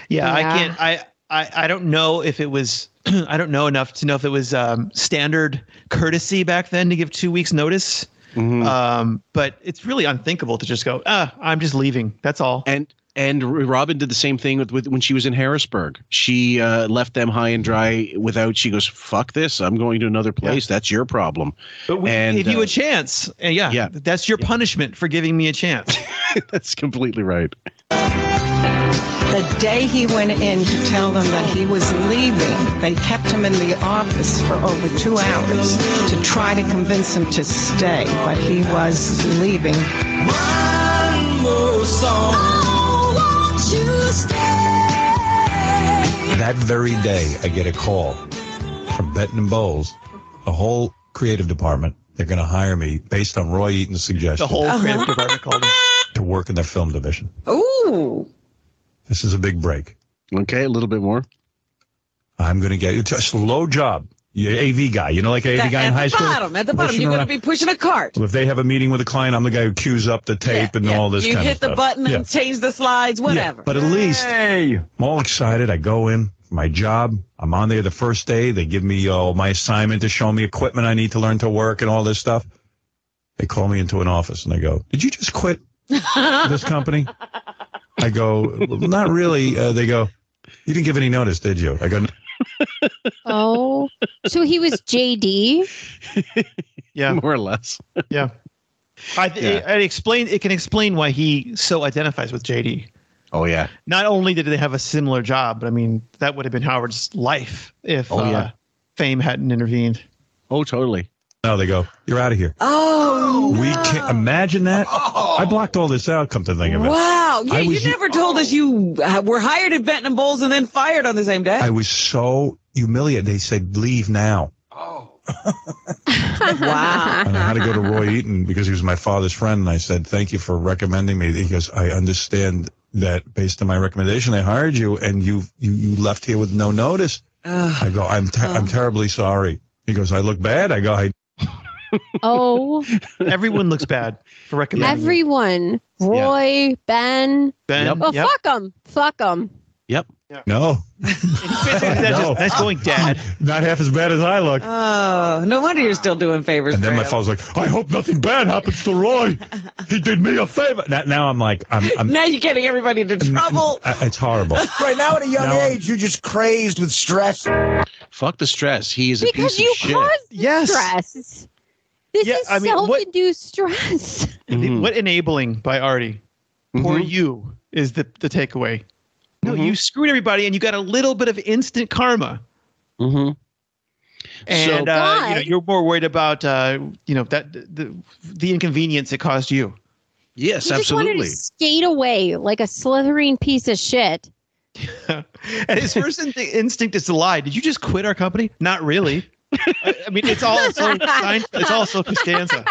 Speaker 12: Yeah,
Speaker 10: Yeah.
Speaker 12: I can't. I, I I don't know if it was. I don't know enough to know if it was um, standard courtesy back then to give two weeks notice.
Speaker 1: Mm-hmm.
Speaker 12: Um, but it's really unthinkable to just go. Ah, I'm just leaving. That's all.
Speaker 1: And and Robin did the same thing with, with when she was in Harrisburg. She uh, left them high and dry without. She goes, "Fuck this! I'm going to another place. That's your problem."
Speaker 12: But we
Speaker 1: and,
Speaker 12: gave you
Speaker 1: uh,
Speaker 12: a chance. And yeah,
Speaker 1: yeah.
Speaker 12: that's your punishment for giving me a chance.
Speaker 1: that's completely right.
Speaker 13: The day he went in to tell them that he was leaving, they kept him in the office for over two hours to try to convince him to stay, but he was leaving.
Speaker 10: Oh,
Speaker 2: That very day, I get a call from Benton and Bowles, the whole creative department. They're going to hire me based on Roy Eaton's suggestion.
Speaker 12: the whole
Speaker 3: Uh-huh.
Speaker 12: creative department called him.
Speaker 2: to work in their film division.
Speaker 3: Ooh.
Speaker 2: This is a big break.
Speaker 1: Okay, a little bit more.
Speaker 2: I'm going to get it's just a low job. You're AV guy, you know, like AV
Speaker 3: That-
Speaker 2: guy in
Speaker 3: at
Speaker 2: high
Speaker 3: the
Speaker 2: school.
Speaker 3: bottom, at the bottom,
Speaker 2: Pushing
Speaker 3: you're going
Speaker 2: around.
Speaker 3: to be pushing a cart.
Speaker 2: Well, if they have a meeting with a client, I'm the guy who cues up the tape and all this
Speaker 3: you
Speaker 2: kind
Speaker 3: hit
Speaker 2: of
Speaker 3: the
Speaker 2: stuff.
Speaker 3: button
Speaker 2: Yeah.
Speaker 3: and change the slides, whatever.
Speaker 2: But at least I'm all excited. I go in for my job. I'm on there the first day. They give me uh, my assignment to show me equipment I need to learn to work and all this stuff. They call me into an office and they go, "Did you just quit
Speaker 1: uh,
Speaker 2: this company?" I go, "Well, "Not really." Uh, they go, "You didn't give any notice, did you?" I go, "No."
Speaker 10: Oh, so he was JD.
Speaker 12: Yeah,
Speaker 1: more or less.
Speaker 12: Yeah. I th-
Speaker 1: Yeah.
Speaker 12: It, it explain it can explain why he so identifies with JD.
Speaker 1: Oh yeah.
Speaker 12: Not only did they have a similar job, but I mean that would have been Howard's life if
Speaker 2: Oh,
Speaker 12: uh,
Speaker 2: yeah.
Speaker 12: fame hadn't intervened.
Speaker 1: Oh, totally.
Speaker 2: No, they go, "You're out of here."
Speaker 3: Oh,
Speaker 2: We can't imagine that. I blocked all this out. Come to think of it,
Speaker 3: Wow. Yeah,
Speaker 2: I
Speaker 3: you
Speaker 2: was-
Speaker 3: never told us you uh, were hired at Benton and Bowles and then fired on the same day.
Speaker 2: I was so humiliated. They said, "Leave now."
Speaker 3: wow.
Speaker 2: And I had to go to Roy Eaton because he was my father's friend, and I said, "Thank you for recommending me." He goes, "I understand that based on my recommendation, I hired you, and you you, you left here with no notice." I go, "I'm ter- I'm terribly sorry." He goes, "I look bad." I go, "I
Speaker 10: Oh,
Speaker 12: Everyone looks bad for recommending.
Speaker 10: everyone. Roy, Ben.
Speaker 12: Ben,
Speaker 10: Oh,
Speaker 12: yep.
Speaker 10: fuck them. Fuck them.
Speaker 1: Yep.
Speaker 2: No.
Speaker 12: that's,
Speaker 2: No.
Speaker 12: that's going dad.
Speaker 2: Not half as bad as I look.
Speaker 3: Oh, no wonder you're still doing favors.
Speaker 2: And then
Speaker 3: for
Speaker 2: my
Speaker 3: him.
Speaker 2: father's like, "I hope nothing bad happens to Roy. He did me a favor." Now, now I'm like, I'm, I'm
Speaker 3: now you're getting everybody into trouble.
Speaker 2: I- it's horrible.
Speaker 7: Right now, at a young
Speaker 2: Now-
Speaker 7: age, you're just crazed with stress.
Speaker 1: Fuck the stress. He is a
Speaker 10: Because
Speaker 1: piece of
Speaker 10: you
Speaker 1: shit.
Speaker 10: caused the
Speaker 12: Yes.
Speaker 10: stress. This
Speaker 12: Yeah,
Speaker 10: is
Speaker 12: I mean, what-
Speaker 10: self-induced stress.
Speaker 1: Mm-hmm.
Speaker 12: What enabling by Artie? Poor you is the, the takeaway. No, you screwed everybody and you got a little bit of instant karma.
Speaker 1: Mm-hmm.
Speaker 12: And
Speaker 1: So-
Speaker 12: uh, you know,
Speaker 1: God.
Speaker 12: you're more worried about uh, you know that the, the inconvenience it caused you.
Speaker 1: Yes,
Speaker 10: He just wanted
Speaker 12: absolutely.
Speaker 10: to skate away like a slithering piece of shit.
Speaker 12: And his first in- instinct is to lie. Did you just quit our company? Not really. I, I mean, it's also it's also Costanza.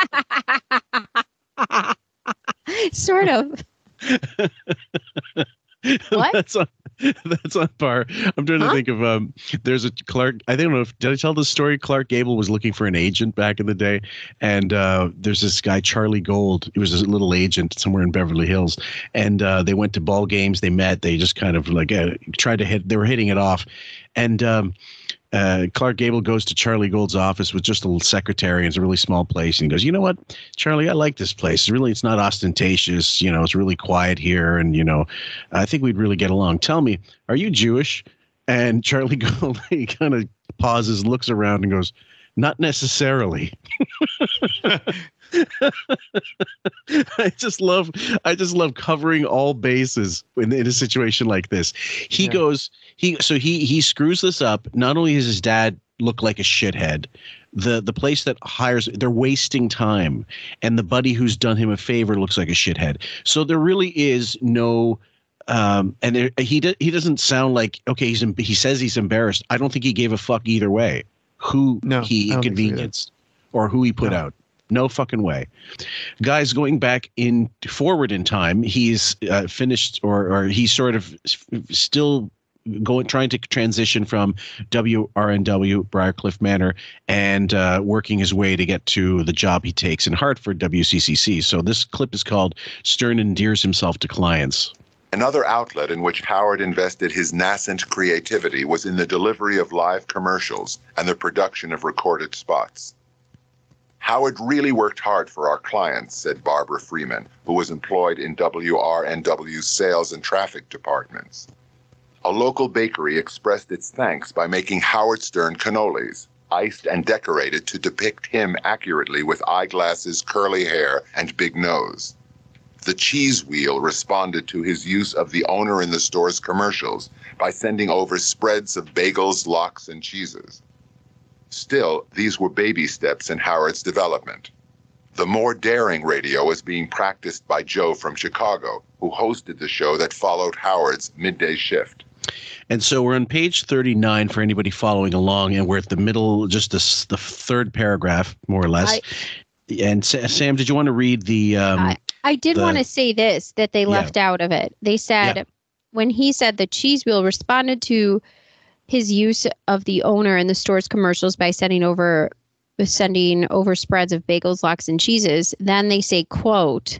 Speaker 10: sort of. What?
Speaker 1: that's on that's on par. I'm trying to think of um there's a Clark I don't know if did I tell this story? Clark Gable was looking for an agent back in the day and uh there's this guy Charlie Gold. He was a little agent somewhere in Beverly Hills and uh they went to ball games, they met, they just kind of like uh, tried to hit they were hitting it off and um uh, Clark Gable goes to Charlie Gould's office with just a little secretary. It's a really small place, and he goes, "You know what, Charlie? I like this place. It's really, it's not ostentatious. You know, it's really quiet here, and you know, I think we'd really get along. Tell me, are you Jewish?" And Charlie Gould he kind of pauses, looks around, and goes, "Not necessarily." I just love I just love covering all bases in, in a situation like this. He goes he so he he screws this up. Not only does his dad look like a shithead, the the place that hires they're wasting time, and the buddy who's done him a favor looks like a shithead. So there really is no. Um, and there, he do, he doesn't sound like okay. He's em- he says he's embarrassed. I don't think he gave a fuck either way. Who he inconvenienced or who he put out. No fucking way. Guys, going back in forward in time, he's uh, finished or or he's sort of s- still going trying to transition from WRNW Briarcliff Manor and uh, working his way to get to the job he takes in Hartford WCCC. So this clip is called Stern endears himself to clients.
Speaker 19: Another outlet in which Howard invested his nascent creativity was in the delivery of live commercials and the production of recorded spots. Howard really worked hard for our clients, said Barbara Freeman, who was employed in WRNW's sales and traffic departments. A local bakery expressed its thanks by making Howard Stern cannolis, iced and decorated to depict him accurately with eyeglasses, curly hair, and big nose. The cheese wheel responded to his use of the owner in the store's commercials by sending over spreads of bagels, lox, and cheeses. Still, these were baby steps in Howard's development. The more daring radio was being practiced by Joe from Chicago, who hosted the show that followed Howard's midday shift.
Speaker 1: And so we're on page 39 for anybody following along, and we're at the middle, just this, the third paragraph, more or less. and Sa- Sam, did you want to read the? Um,
Speaker 10: I did
Speaker 1: the-
Speaker 10: want to say this that they
Speaker 1: Yeah.
Speaker 10: left out of it. They said
Speaker 1: Yeah.
Speaker 10: when he said the cheese wheel responded to his use of the owner in the store's commercials by sending over sending over spreads of bagels, lox, and cheeses. Then they say, "quote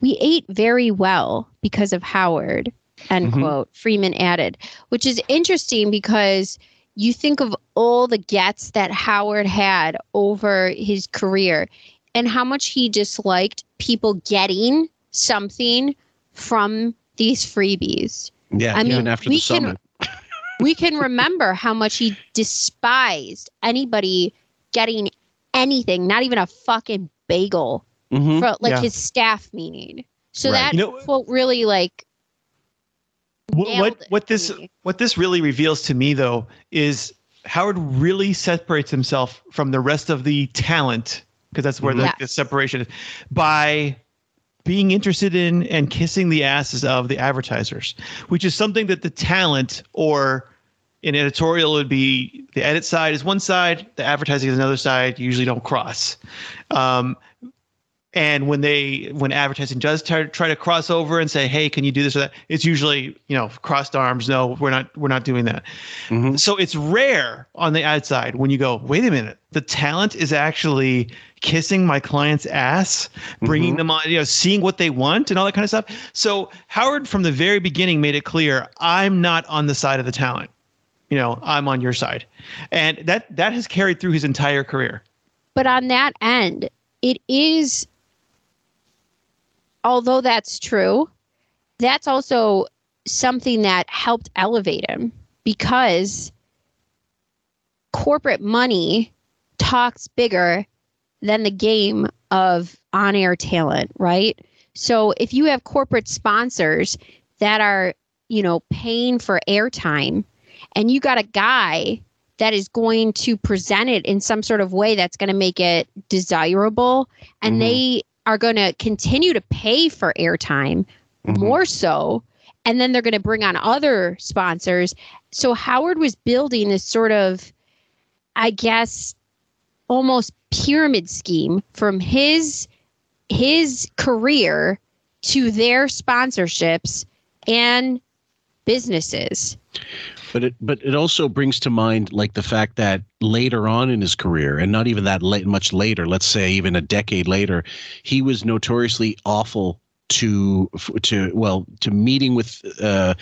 Speaker 10: We ate very well because of Howard." End
Speaker 20: Mhm.
Speaker 10: quote. Freeman added, which is interesting because you think of all the gets that Howard had over his career and how much he disliked people getting something from these freebies.
Speaker 1: Yeah,
Speaker 10: I mean,
Speaker 1: even after
Speaker 10: we
Speaker 1: the
Speaker 10: can-
Speaker 1: summit.
Speaker 10: We can remember how much he despised anybody getting anything, not even a fucking bagel,
Speaker 1: Mhm.
Speaker 10: for like
Speaker 12: Yeah.
Speaker 10: his staff meeting. So
Speaker 12: Right.
Speaker 10: that
Speaker 12: You know-
Speaker 10: quote really like
Speaker 12: What what, what this what this really reveals to me though is Howard really separates himself from the rest of the talent because that's where the,
Speaker 10: Yes.
Speaker 12: the separation is by being interested in and kissing the asses of the advertisers, which is something that the talent or in editorial would be the edit side is one side, the advertising is another side. Usually don't cross. Um, and when they when advertising does try, try to cross over and say, "Hey, can you do this or that?" It's usually you know crossed arms. No, we're not we're not doing that. So it's rare on the ad side when you go, "Wait a minute, the talent is actually kissing my client's ass, bringing them on, you know, seeing what they want and all that kind of stuff." So Howard from the very beginning made it clear, "I'm not on the side of the talent. You know, I'm on your side," and that that has carried through his entire career.
Speaker 10: But on that end, it is, although that's true, that's also something that helped elevate him because corporate money talks bigger than the game of on air talent, right? So if you have corporate sponsors that are, you know, paying for airtime and you got a guy that is going to present it in some sort of way that's going to make it desirable and
Speaker 11: Mhm.
Speaker 10: they are going to continue to pay for airtime more so and then they're going to bring on other sponsors so howard was building this sort of i guess almost pyramid scheme from his his career to their sponsorships and businesses
Speaker 1: But it but it also brings to mind like the fact that later on in his career, and not even that late, much later, let's say even a decade later, he was notoriously awful to f- to well to meeting with uh,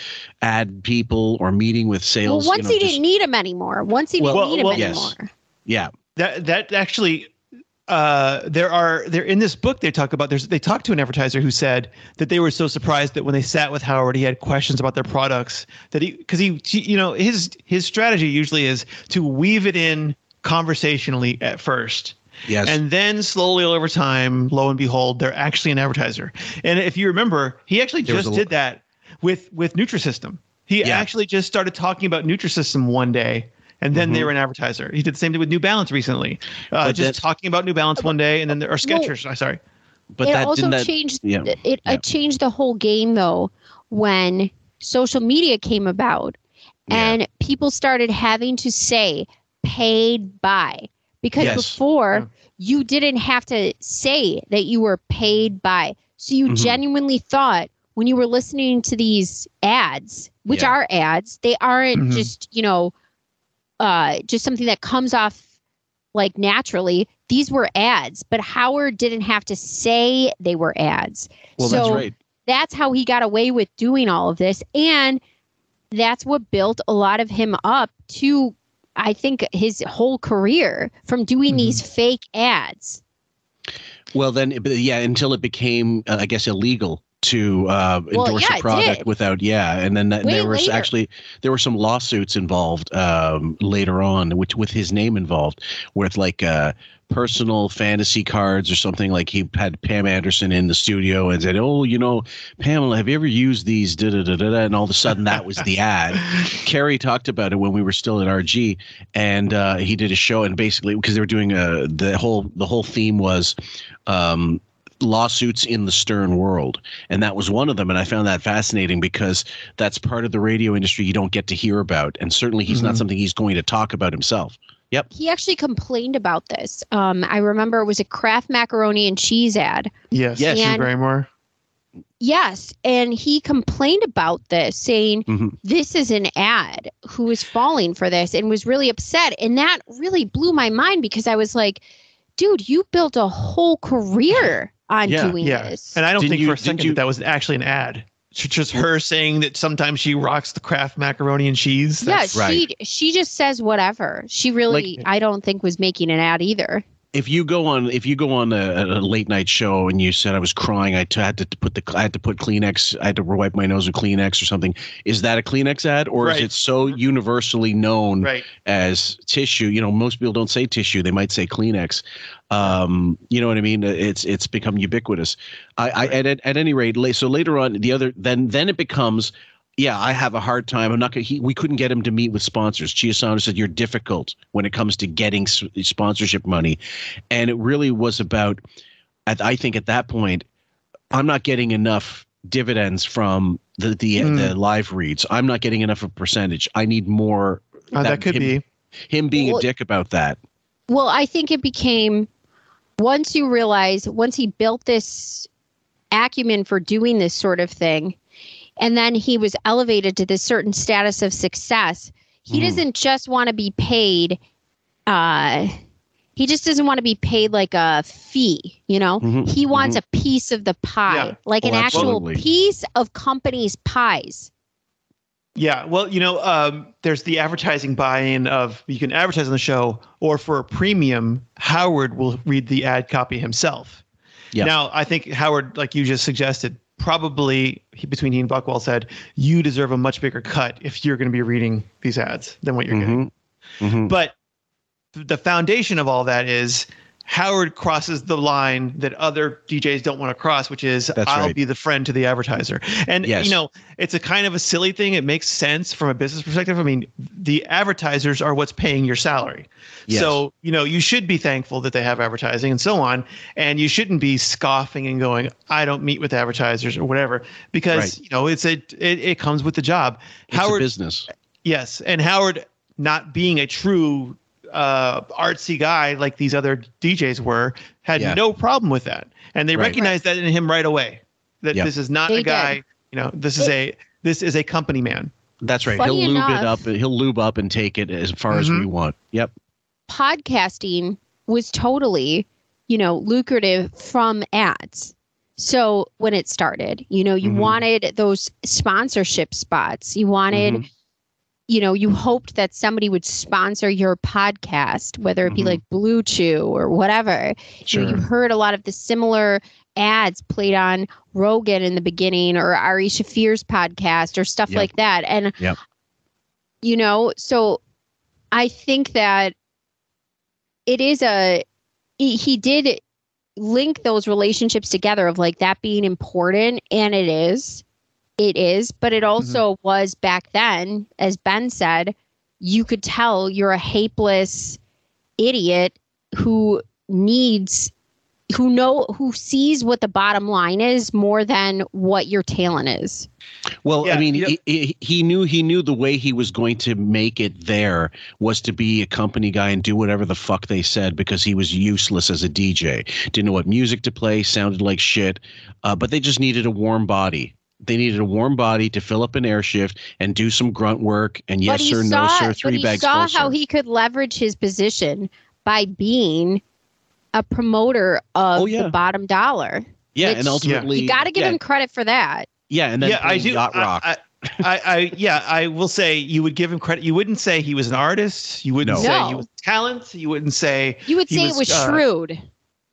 Speaker 1: ad people or meeting with
Speaker 10: well
Speaker 1: sales.
Speaker 10: once
Speaker 1: you know,
Speaker 10: he
Speaker 1: just-
Speaker 10: didn't need him anymore once he didn't need him anymore
Speaker 1: Yeah.
Speaker 12: That that actually uh there are there in this book they talk about there's they talked to an advertiser who said that they were so surprised that when they sat with Howard he had questions about their products that he cuz he he- you know his his strategy usually is to weave it in conversationally at first
Speaker 1: Yes.
Speaker 12: and then slowly over time lo and behold they're actually an advertiser and if you remember he actually
Speaker 1: There was
Speaker 12: just
Speaker 1: a-
Speaker 12: did that with with Nutrisystem he actually just started talking about Nutrisystem one day and then
Speaker 10: Mm-hmm.
Speaker 12: they
Speaker 1: Mhm.
Speaker 12: were an advertiser. He did the same thing with New Balance recently. Uh,
Speaker 1: But
Speaker 12: just
Speaker 1: that-
Speaker 12: talking about New Balance one day, and then there are Skechers. I'm sorry,
Speaker 10: it also changed it, it changed the whole game though when social media came about and people started having to say paid by because
Speaker 13: Yes.
Speaker 10: before you didn't have to say that you were paid by so you
Speaker 13: Mhm.
Speaker 10: genuinely thought when you were listening to these ads which
Speaker 13: Yeah.
Speaker 10: are ads they aren't
Speaker 13: Mhm.
Speaker 10: just you know uh just something that comes off like naturally these were ads but howard didn't have to say they were ads
Speaker 1: Well,
Speaker 10: so
Speaker 1: that's right.
Speaker 10: that's how he got away with doing all of this and that's what built a lot of him up to i think his whole career from doing
Speaker 1: Mm-hmm.
Speaker 10: these fake ads
Speaker 1: Well, then, but yeah, until it became, uh, I guess, illegal to uh,
Speaker 10: Well,
Speaker 1: endorse
Speaker 10: yeah,
Speaker 1: a
Speaker 10: it
Speaker 1: product
Speaker 10: did.
Speaker 1: without, yeah, and then that,
Speaker 10: Way
Speaker 1: there was
Speaker 10: later.
Speaker 1: actually there were some lawsuits involved um, later on, which with his name involved, with like uh, personal fantasy cards or something. Like he had Pam Anderson in the studio and said, "Oh, you know, Pamela, have you ever used these?" Da da da da, da," and all of a sudden that was the ad. Carrie talked about it when we were still at RG, and uh, he did a show and basically because they were doing a the whole the whole theme was um, lawsuits in the stern world, and that was one of them. And I found that fascinating because that's part of the radio industry you don't get to hear about, and certainly he's not something he's going to talk about himself. Yep.
Speaker 10: he actually complained about this um i remember it was a kraft macaroni and cheese ad
Speaker 12: Yes,
Speaker 10: Yes.
Speaker 12: Sue
Speaker 10: And-
Speaker 12: Barrymore.
Speaker 10: Yes, and he complained about this, saying
Speaker 1: Mhm.
Speaker 10: this is an ad. Who is falling for this? And was really upset. And that really blew my mind because I was like, dude, you built a whole career on doing this.
Speaker 12: And I don't
Speaker 10: Didn't
Speaker 12: think
Speaker 10: you-
Speaker 12: for a
Speaker 10: didn't
Speaker 12: second
Speaker 10: you-
Speaker 12: that, that was actually an ad. It's Just her saying that sometimes she rocks the Kraft macaroni and cheese.
Speaker 10: Yeah, she she just says whatever. She really, I don't think, was making an ad either.
Speaker 1: if you go on if you go on a, a late night show and you said I was crying, I t- had to put the I had to put Kleenex, I had to wipe my nose with Kleenex or something. Is that a Kleenex ad, or
Speaker 12: Right. Mm-hmm.
Speaker 1: is it so universally known
Speaker 12: Right.
Speaker 1: as tissue? You know, most people don't say tissue; they might say Kleenex. Um, you know what I mean? It's it's become ubiquitous. I, I at, at at any rate, la- so later on, the other then then it becomes. Yeah, I have a hard time. I'm not. Gonna, he, we couldn't get him to meet with sponsors. Chiasano said you're difficult when it comes to getting s- sponsorship money, and it really was about. At, I think at that point, I'm not getting enough dividends from the the,
Speaker 12: Mm.
Speaker 1: the live reads. I'm not getting enough of a percentage. I need more.
Speaker 12: Uh, that could
Speaker 1: him,
Speaker 12: be.
Speaker 1: him being
Speaker 10: Well-
Speaker 1: a dick about that.
Speaker 10: Well, I think it became once you realize, once he built this acumen for doing this sort of thing, and then he was elevated to this certain status of success, he
Speaker 12: Hmm.
Speaker 10: doesn't just want to be paid. Uh, he just doesn't want to be paid like a fee, you know?
Speaker 20: Mhm,
Speaker 10: He wants
Speaker 20: mhm.
Speaker 10: a piece of the pie,
Speaker 12: Mm-hmm, Yeah.
Speaker 10: like
Speaker 12: Oh,
Speaker 10: an
Speaker 12: absolutely.
Speaker 10: actual piece of companies' pies.
Speaker 12: Yeah, well, you know, um, there's the advertising buy-in of you can advertise on the show, or for a premium, Howard will read the ad copy himself.
Speaker 1: Yeah.
Speaker 12: Now, I think Howard, like you just suggested, probably he, between he and Buckwall said, you deserve a much bigger cut if you're going to be reading these ads than what you're getting.
Speaker 1: Mm-hmm.
Speaker 12: But th- the foundation of all that is Howard crosses the line that other DJs don't want to cross, which is
Speaker 1: That's
Speaker 12: I'll
Speaker 1: right.
Speaker 12: be the friend to the advertiser. And
Speaker 1: Yes.
Speaker 12: you know, it's a kind of a silly thing. It makes sense from a business perspective. I mean, the advertisers are what's paying your salary.
Speaker 1: Yes.
Speaker 12: So, you know, you should be thankful that they have advertising and so on. And you shouldn't be scoffing and going, I don't meet with advertisers or whatever, because
Speaker 1: Right.
Speaker 12: you know, it's a it, it comes with the job.
Speaker 1: It's a business.
Speaker 12: Yes, and Howard not being a true uh, artsy guy like these other DJs were had
Speaker 1: Yeah.
Speaker 12: no problem with that, and they
Speaker 1: Right.
Speaker 12: recognized that in him right away. That
Speaker 1: Yeah.
Speaker 12: this is not
Speaker 1: They
Speaker 12: a guy.
Speaker 1: did.
Speaker 12: You know, this is a this is a company man.
Speaker 1: That's right.
Speaker 10: Funny
Speaker 1: he'll lube it up.
Speaker 10: enough- Mm-hmm.
Speaker 1: He'll lube up and take it as far as we want. Yep.
Speaker 10: podcasting was totally, you know, lucrative from ads. So when it started, you know, you wanted those sponsorship spots. You wanted,
Speaker 20: Mm-hmm.
Speaker 10: you know, you hoped that somebody would sponsor your podcast, whether it be like Blue Chew or whatever. You, know, you
Speaker 20: Mm-hmm. Sure.
Speaker 10: heard a lot of the similar ads played on Rogan in the beginning or Ari Shafir's podcast or stuff
Speaker 20: Yep.
Speaker 10: like that. And
Speaker 1: Yep.
Speaker 10: you know so i think that it is a he he did link those relationships together of like that being important and it is it is but
Speaker 1: Mm-hmm.
Speaker 10: it also was back then as ben said you could tell you're a hapeless idiot who needs who know who sees what the bottom line is more than what your talent is
Speaker 1: Well, I mean, he, he, he knew he knew the way he was going to make it there was to be a company guy and do whatever the fuck they said because he was useless as a DJ. Didn't know what music to play, sounded like shit. Uh, but they just needed a warm body. They needed a warm body to fill up an air shift and do some grunt work and yes
Speaker 10: he
Speaker 1: sir, no
Speaker 10: saw-
Speaker 1: sir, three
Speaker 10: but
Speaker 1: bags
Speaker 10: He saw
Speaker 1: full,
Speaker 10: how
Speaker 1: sir.
Speaker 10: he could leverage his position by being a promoter of
Speaker 1: Oh,
Speaker 10: the bottom dollar.
Speaker 1: Yeah,
Speaker 10: Which
Speaker 1: and ultimately-
Speaker 10: you got to give
Speaker 1: yeah.
Speaker 10: him credit for that.
Speaker 1: Yeah, and then
Speaker 12: yeah, I
Speaker 1: playing
Speaker 12: do.
Speaker 1: yacht
Speaker 12: I-
Speaker 1: rock.
Speaker 12: I, I, I, yeah, I will say you would give him credit. You wouldn't say he was an artist. You wouldn't
Speaker 10: No.
Speaker 12: say he
Speaker 10: No.
Speaker 12: was talent. You wouldn't say
Speaker 10: You would
Speaker 12: he
Speaker 10: say it was
Speaker 12: uh,
Speaker 10: shrewd.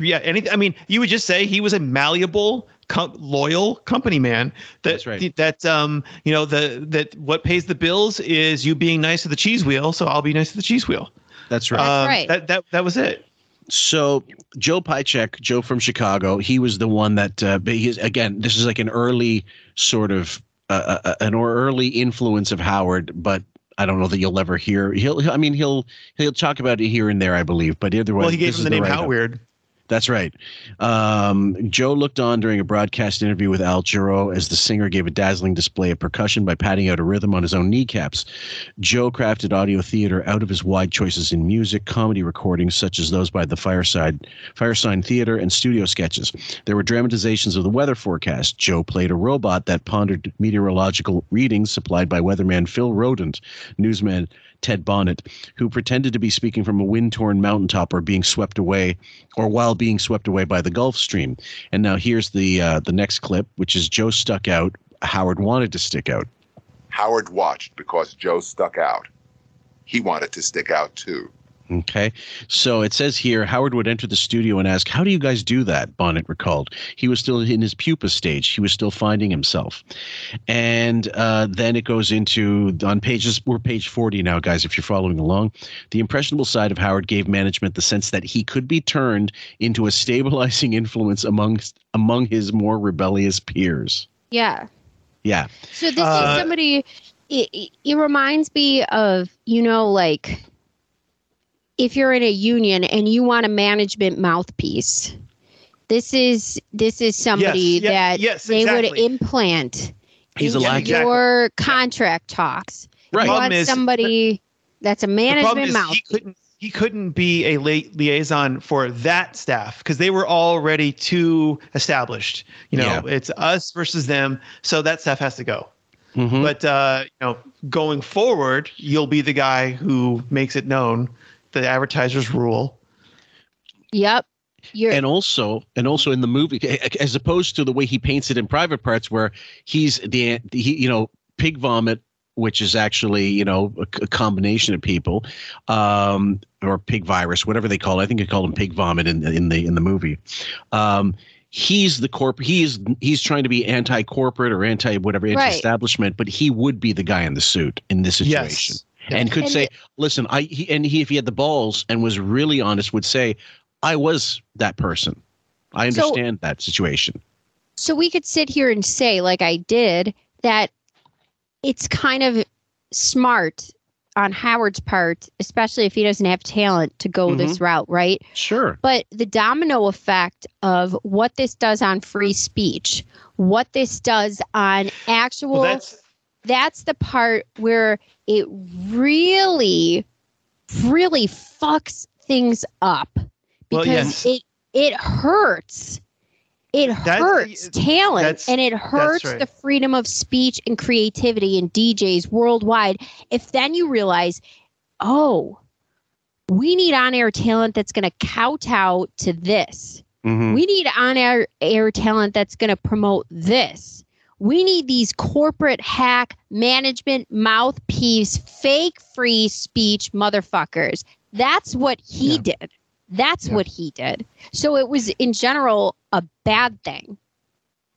Speaker 12: Yeah, anything. I mean, you would just say he was a malleable, com- loyal company man. That, That's right. That um, you know, the that what pays the bills is you being nice to the cheese wheel. So I'll be nice to the cheese wheel.
Speaker 1: That's right.
Speaker 12: Um, That that that was it.
Speaker 1: So Joe Pychek, Joe from Chicago, he was the one that uh, but he's, again, this is like an early sort of uh, uh, an early influence of Howard, but I don't know that you'll ever hear. He'll, he'll- I mean, he'll he'll talk about it here and there, I believe. But either way,
Speaker 12: Well, he gave
Speaker 1: this
Speaker 12: him
Speaker 1: is
Speaker 12: the name
Speaker 1: write-up.
Speaker 12: Howard.
Speaker 1: That's right. Um, Joe looked on during a broadcast interview with Al Giro as the singer gave a dazzling display of percussion by patting out a rhythm on his own kneecaps. Joe crafted audio theater out of his wide choices in music, comedy recordings such as those by the Fireside, Fireside Theater, and studio sketches. There were dramatizations of the weather forecast. Joe played a robot that pondered meteorological readings supplied by weatherman Phil Rodent, newsman Ted Bonnet, who pretended to be speaking from a wind torn mountaintop or being swept away, or while being swept away by the Gulf Stream. And now here's the uh, the next clip, which is Joe stuck out. Howard wanted to stick out.
Speaker 19: Howard watched because Joe stuck out. He wanted to stick out too.
Speaker 1: Okay. So it says here Howard would enter the studio and ask, How do you guys do that? Bonnet recalled. He was still in his pupa stage. He was still finding himself. And uh, then it goes into on pages, we're page 40 now, guys, if you're following along. The impressionable side of Howard gave management the sense that he could be turned into a stabilizing influence amongst among his more rebellious peers.
Speaker 10: Yeah.
Speaker 1: Yeah.
Speaker 10: So this
Speaker 1: Uh,
Speaker 10: is somebody. It, it, it reminds me of you know like if you're in a union and you want a management mouthpiece, This is this is somebody
Speaker 20: Yes, yeah,
Speaker 10: that
Speaker 20: yes,
Speaker 10: they would
Speaker 20: exactly.
Speaker 10: implant
Speaker 1: He's
Speaker 10: into
Speaker 1: a liar.
Speaker 10: your contract talks. You
Speaker 12: Right.
Speaker 10: want
Speaker 12: Problem is-
Speaker 10: somebody that's a
Speaker 12: The problem
Speaker 10: management
Speaker 12: is
Speaker 10: mouth.
Speaker 12: He couldn't, he couldn't be a la- liaison for that staff because they were already too established. You know,
Speaker 1: Yeah.
Speaker 12: it's us versus them. So that staff has to go.
Speaker 10: Mm-hmm.
Speaker 12: But uh, you know, going forward, you'll be the guy who makes it known the advertisers rule.
Speaker 10: Yep. You're
Speaker 1: and also and also in the movie as opposed to the way he paints it in private parts where he's the he you know pig vomit which is actually you know a, a combination of people um or pig virus whatever they call it i think they call him pig vomit in in the in the movie um he's the corp he's he's trying to be anti-corporate or anti whatever
Speaker 10: Right.
Speaker 1: anti-establishment but he would be the guy in the suit in this situation and could
Speaker 10: And
Speaker 1: say
Speaker 10: it-
Speaker 1: listen i he, and he if he had the balls and was really honest would say i was that person i
Speaker 10: So-
Speaker 1: understand that situation
Speaker 10: so we could sit here and say like i did that it's kind of smart on howard's part especially if he doesn't have talent to go this
Speaker 12: Mm-hmm.
Speaker 1: Mhm.
Speaker 10: route right
Speaker 1: sure
Speaker 10: but the domino effect of what this does on free speech what this does on actual
Speaker 12: Well, that's-
Speaker 10: that's the part where it really really fucks things up
Speaker 12: Well,
Speaker 10: because
Speaker 12: yes.
Speaker 10: it it hurts it
Speaker 12: the-
Speaker 10: hurts talent
Speaker 12: that's-
Speaker 10: and it
Speaker 12: that's
Speaker 10: hurts
Speaker 12: right.
Speaker 10: the freedom of speech and creativity in DJs worldwide. If then you realize, oh, we need on air talent that's going to kowtow to this.
Speaker 12: Mm-hmm.
Speaker 10: We need on air air talent that's going to promote this. We need these corporate hack management mouthpiece fake free speech motherfuckers. That's what he did. That's what he did. So it was in general a bad thing.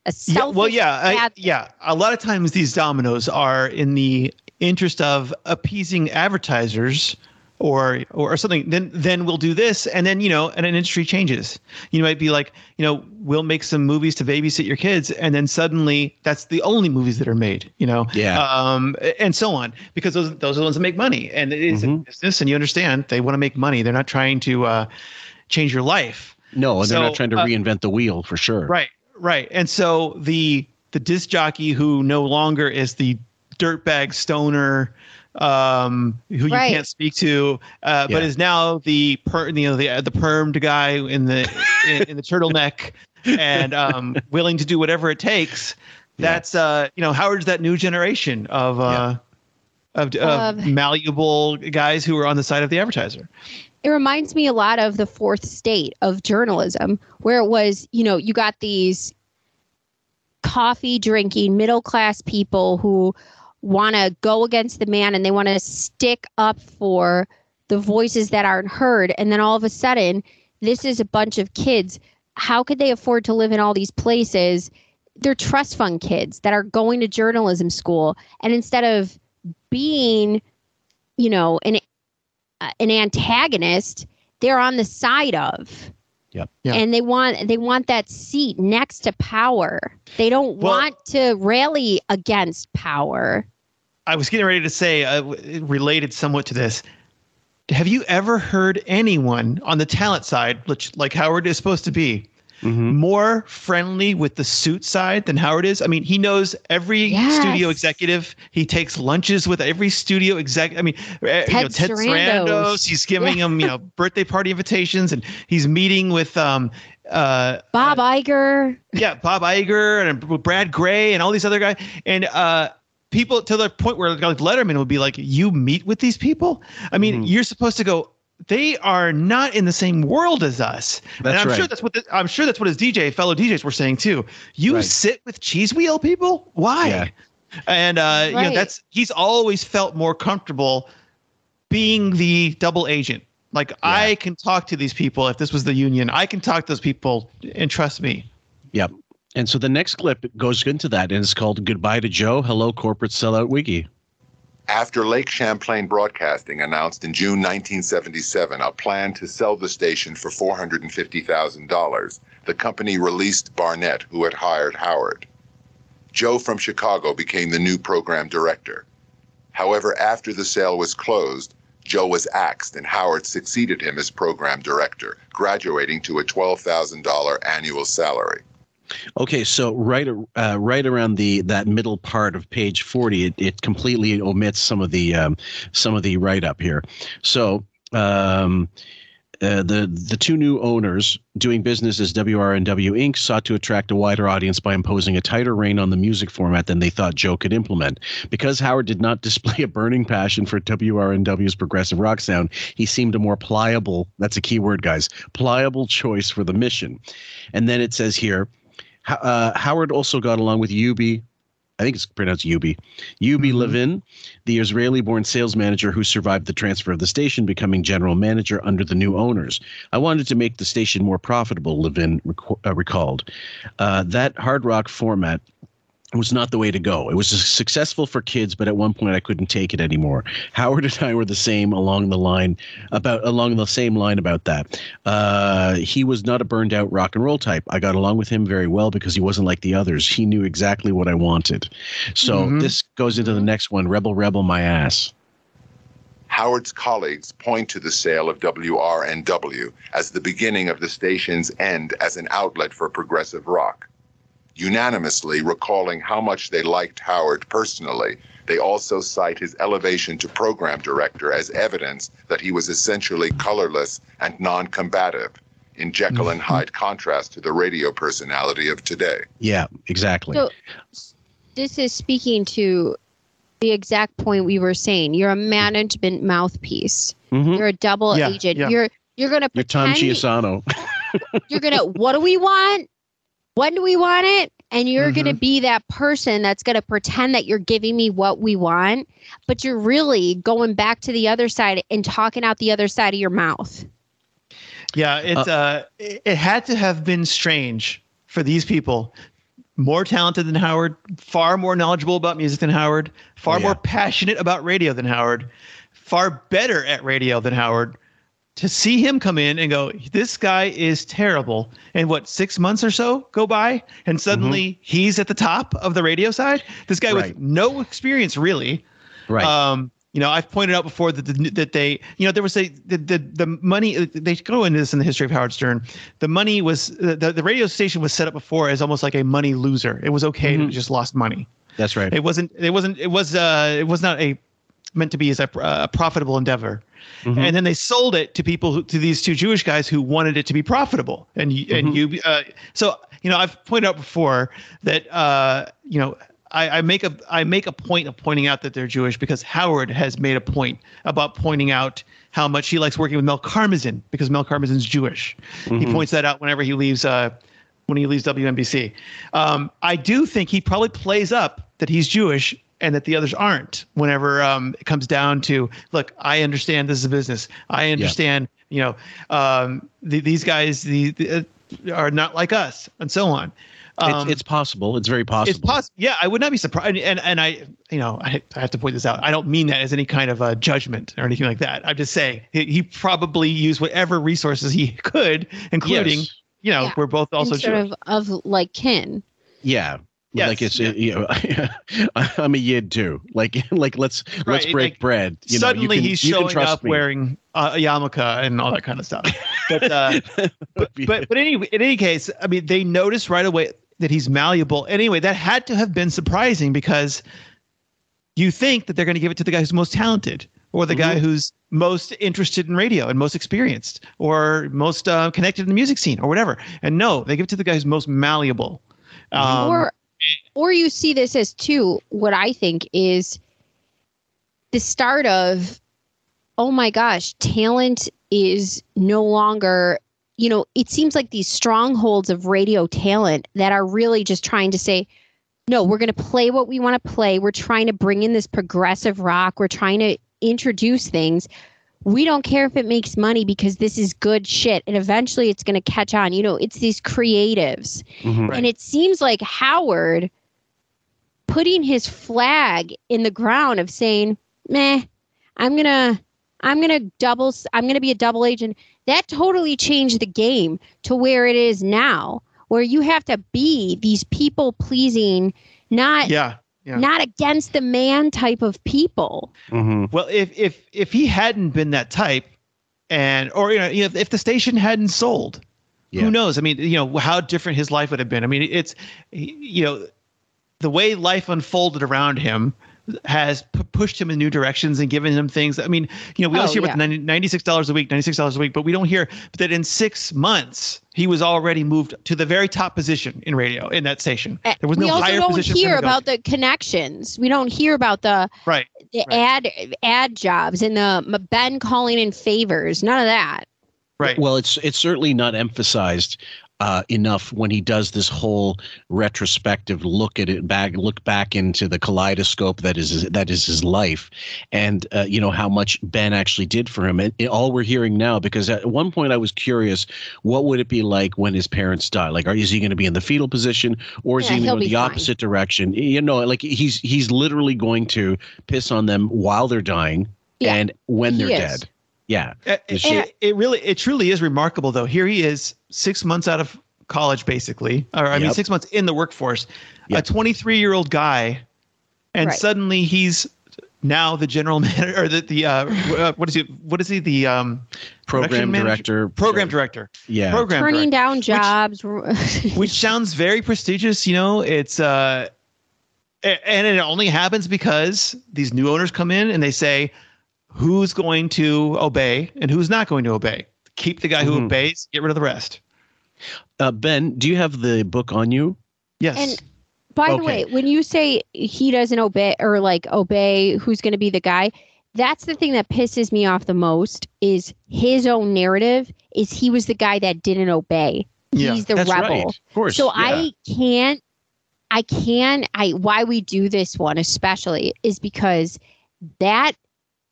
Speaker 10: A
Speaker 12: Yeah,
Speaker 10: selfish
Speaker 12: well, yeah, I,
Speaker 10: bad
Speaker 12: yeah. A lot of times these dominoes are in the interest of appeasing advertisers or or something. Then then we'll do this, and then you know, and an industry changes. You might be like, you know, we'll make some movies to babysit your kids, and then suddenly that's the only movies that are made. You know,
Speaker 1: Yeah.
Speaker 12: um, and so on, because those those are the ones that make money, and it is
Speaker 1: Mm-hmm.
Speaker 12: a business, and you understand they want to make money. They're not trying to uh, change your life.
Speaker 1: no Oh, and they're
Speaker 12: So,
Speaker 1: not trying to
Speaker 12: uh,
Speaker 1: reinvent the wheel for sure
Speaker 12: Right, right. And so the the disc jockey who no longer is the dirtbag stoner um who
Speaker 10: Right.
Speaker 12: you can't speak to uh but
Speaker 1: Yeah.
Speaker 12: is now the per you know the the permed guy in the in, in the turtleneck and um willing to do whatever it takes that's uh you know howard's that new generation of uh of, of
Speaker 10: Of-
Speaker 12: malleable guys who are on the side of the advertiser
Speaker 10: it reminds me a lot of the fourth state of journalism where it was you know you got these coffee drinking middle class people who want to go against the man and they want to stick up for the voices that aren't heard and then all of a sudden this is a bunch of kids how could they afford to live in all these places they're trust fund kids that are going to journalism school and instead of being you know an uh, an antagonist they're on the side of
Speaker 1: yep
Speaker 10: and they want they want that seat next to power they don't
Speaker 12: Well-
Speaker 10: want to rally against power
Speaker 12: I was getting ready to say, uh, w- related somewhat to this. Have you ever heard anyone on the talent side, which like Howard is supposed to be, more friendly with the suit side than Howard is? I mean, he knows every
Speaker 10: Yes.
Speaker 12: studio executive. He takes lunches with every studio exec. I mean, Ted, you know,
Speaker 10: Ted
Speaker 12: Ted
Speaker 10: Sarandos.
Speaker 12: Sarandos. He's giving
Speaker 10: Yeah.
Speaker 12: him you know birthday party invitations, and he's meeting with um uh
Speaker 10: bob Iger.
Speaker 12: yeah, Bob Iger and Brad Gray and all these other guys. And uh, people to the point where like Letterman would be like, "You meet with these people? I mean,
Speaker 1: Mm-hmm.
Speaker 12: you're supposed to go." They are not in the same world as us. and
Speaker 1: That's
Speaker 12: I'm sure
Speaker 1: right.
Speaker 12: that's what the, I'm sure that's what his DJ fellow DJs were saying too. You sit with cheese wheel people? Why? And uh, you know
Speaker 10: Right.
Speaker 12: that's he's always felt more comfortable being the double agent. Like I can talk to these people. If this was the union, I can talk to those people and trust me.
Speaker 1: yep and so the next clip goes into that and it's called goodbye to joe hello corporate sellout wiggy
Speaker 19: After Lake Champlain Broadcasting announced in June 1977 a plan to sell the station for $450,000, the company released Barnett, who had hired Howard. Joe from Chicago became the new program director. However, after the sale was closed, Joe was axed, and Howard succeeded him as program director, graduating to a $12,000 annual salary.
Speaker 1: Okay, so right uh, right around the that middle part of page forty, it, it completely omits some of the um, some of the write up here. So um, uh, the the two new owners doing business as WR and W Inc. sought to attract a wider audience by imposing a tighter rein on the music format than they thought Joe could implement. Because Howard did not display a burning passion for WR and W's progressive rock sound, he seemed a more pliable. That's a key word, guys. Pliable choice for the mission. And then it says here. Uh, Howard also got along with Yubi. I think it's pronounced Yubi. Yubi mm-hmm. Levin, the Israeli born sales manager who survived the transfer of the station, becoming general manager under the new owners. I wanted to make the station more profitable, Levin rec- uh, recalled. Uh, that hard rock format was not the way to go. It was successful for kids, but at one point I couldn't take it anymore. Howard and I were the same along the line about along the same line about that. Uh, he was not a burned out rock and roll type. I got along with him very well because he wasn't like the others. He knew exactly what I wanted. So mm-hmm. this goes into the next one. Rebel, rebel, my ass.
Speaker 19: Howard's colleagues point to the sale of WRNW as the beginning of the station's end as an outlet for progressive rock unanimously recalling how much they liked Howard personally. They also cite his elevation to program director as evidence that he was essentially colorless and non combative, in Jekyll and Hyde contrast to the radio personality of today.
Speaker 1: Yeah, exactly.
Speaker 10: So, this is speaking to the exact point we were saying. You're a management mouthpiece, mm-hmm. you're a double yeah, agent. Yeah. You're you're gonna
Speaker 1: You're Tom Chiasano.
Speaker 10: you're gonna what do we want? when do we want it? And you're mm-hmm. going to be that person that's going to pretend that you're giving me what we want, but you're really going back to the other side and talking out the other side of your mouth.
Speaker 12: Yeah, it's uh, uh it, it had to have been strange for these people. More talented than Howard, far more knowledgeable about music than Howard, far Oh, yeah. more passionate about radio than Howard, far better at radio than Howard to see him come in and go, this guy is terrible. And what, six months or so go by, and suddenly mm-hmm. he's at the top of the radio side. This guy right. with no experience, really.
Speaker 1: Right.
Speaker 12: Um, you know, I've pointed out before that the, that they, you know, there was a the, the the money. They go into this in the history of Howard Stern. The money was the the radio station was set up before as almost like a money loser. It was okay mm-hmm. to just lost money.
Speaker 1: That's right.
Speaker 12: It wasn't. It wasn't. It was. Uh, it was not a meant to be as a, uh, profitable endeavor. Mm-hmm. And then they sold it to people, who, to these two Jewish guys who wanted it to be profitable. And you, mm-hmm. and you, uh, so you know, I've pointed out before that uh, you know. I, I make a I make a point of pointing out that they're Jewish because Howard has made a point about pointing out how much he likes working with Mel Karmazin because Mel Karmazin's Jewish. Mm-hmm. He points that out whenever he leaves uh, when he leaves WNBC. Um, I do think he probably plays up that he's Jewish and that the others aren't whenever um, it comes down to look i understand this is a business i understand yeah. you know um, the, these guys the, the, are not like us and so on
Speaker 1: um, it's, it's, possible it's very possible it's
Speaker 12: poss- yeah i would not be surprised and and i you know I, I, have to point this out i don't mean that as any kind of a judgment or anything like that i'm just saying he, he probably used whatever resources he could including yes. you know yeah. we're both also
Speaker 10: sort of, of like kin
Speaker 1: yeah Yes. Like it's it, you know, I'm a yid too. Like like let's right. let's break like, bread.
Speaker 12: You suddenly know, you can, he's showing up me. wearing uh, a yarmulke and all that kind of stuff. But uh, but, but but anyway, in any case, I mean they noticed right away that he's malleable. Anyway, that had to have been surprising because you think that they're going to give it to the guy who's most talented or the mm-hmm. guy who's most interested in radio and most experienced or most uh, connected in the music scene or whatever. And no, they give it to the guy who's most malleable.
Speaker 10: Um, or or you see this as too what i think is the start of oh my gosh talent is no longer you know it seems like these strongholds of radio talent that are really just trying to say no we're going to play what we want to play we're trying to bring in this progressive rock we're trying to introduce things we don't care if it makes money because this is good shit and eventually it's going to catch on you know it's these creatives mm-hmm, right. and it seems like howard putting his flag in the ground of saying meh i'm going to i'm going to double i'm going to be a double agent that totally changed the game to where it is now where you have to be these people pleasing not
Speaker 12: yeah Yeah.
Speaker 10: not against the man type of people.
Speaker 12: Well, if if if he hadn't been that type, and or you know, you know if the station hadn't sold, who knows? I mean, you know, how different his life would have been. I mean, it's you know, the way life unfolded around him has p- pushed him in new directions and given him things. I mean, you know, we
Speaker 3: Oh,
Speaker 12: always hear
Speaker 3: yeah.
Speaker 12: about the 90, $96 a week, $96 a week, but we don't hear that in six months he was already moved to the very top position in radio in that station. There was no
Speaker 10: Eh, we also
Speaker 12: higher
Speaker 10: don't
Speaker 12: position. for him
Speaker 10: hear
Speaker 12: to go
Speaker 10: about the connections. We don't hear about the
Speaker 12: to. right.
Speaker 10: the ad ad jobs and the m- Ben calling in favors. None of that.
Speaker 12: Right.
Speaker 1: Well, it's it's certainly not emphasized uh, enough when he does this whole retrospective look at it back, look back into the kaleidoscope that is that is his life, and uh, you know how much Ben actually did for him. And it- all we're hearing now, because at one point I was curious, what would it be like when his parents die? Like, are, is he going to be in the fetal position, or is
Speaker 10: Yeah,
Speaker 1: he going to
Speaker 10: he'll
Speaker 1: go the
Speaker 10: be fine.
Speaker 1: opposite direction? You know, like he's he's literally going to piss on them while they're dying
Speaker 10: Yeah,
Speaker 1: and when
Speaker 12: he
Speaker 1: they're
Speaker 12: is.
Speaker 1: dead. Yeah,
Speaker 12: Uh,
Speaker 1: The
Speaker 12: It,
Speaker 1: shit-
Speaker 12: it, it really, it truly is remarkable, though. Here he is, six months out of college, basically, or I mean,
Speaker 1: Yep.
Speaker 12: six months in the workforce, a 23 year old guy, and
Speaker 1: Right.
Speaker 12: suddenly he's now the general manager or the, the uh, w- uh, what is he? What is he? The um,
Speaker 1: Program
Speaker 12: production manager?
Speaker 1: director.
Speaker 12: program director,
Speaker 1: Yeah.
Speaker 12: program
Speaker 10: Turning
Speaker 12: director,
Speaker 10: down jobs.
Speaker 12: which sounds very prestigious. You know, it's uh, a- and it only happens because these new owners come in and they say who's going to obey and who's not going to obey keep the guy who
Speaker 1: Mhm.
Speaker 12: obeys get rid of the rest
Speaker 1: Uh, ben, do you have the book on you?
Speaker 12: Yes.
Speaker 10: And by the way, when you say he doesn't obey or like obey, who's going to be the guy? That's the thing that pisses me off the most is his own narrative is he was the guy that didn't obey.
Speaker 19: Yeah,
Speaker 10: He's the
Speaker 19: that's
Speaker 10: rebel.
Speaker 19: right. Of course,
Speaker 10: So
Speaker 19: yeah.
Speaker 10: I can't I can I why we do this one especially is because that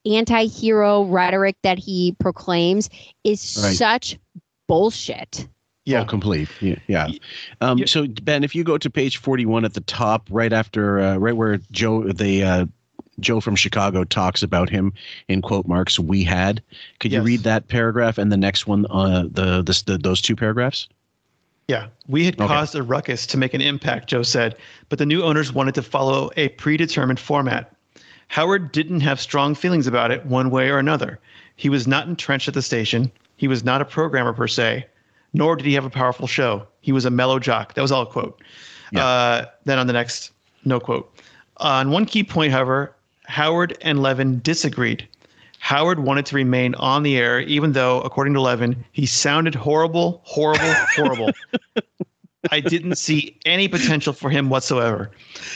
Speaker 10: anti-hero rhetoric that he proclaims is
Speaker 1: Right.
Speaker 10: such bullshit.
Speaker 1: Yeah, Oh, complete. Yeah, yeah. Um, So Ben, if you go to page forty-one at the top, right after, uh, right where Joe the uh, Joe from Chicago talks about him in quote marks, we had. Could you read that paragraph and the next one, uh, the this the, those two paragraphs?
Speaker 12: yeah we had caused a ruckus to make an impact joe said but the new owners wanted to follow a predetermined format howard didn't have strong feelings about it one way or another he was not entrenched at the station he was not a programmer per se nor did he have a powerful show he was a mellow jock that was all a quote uh, then on the next no quote on one key point however howard and levin disagreed Howard wanted to remain on the air, even though, according to Levin, he sounded horrible, horrible, horrible. I didn't see any potential for him whatsoever.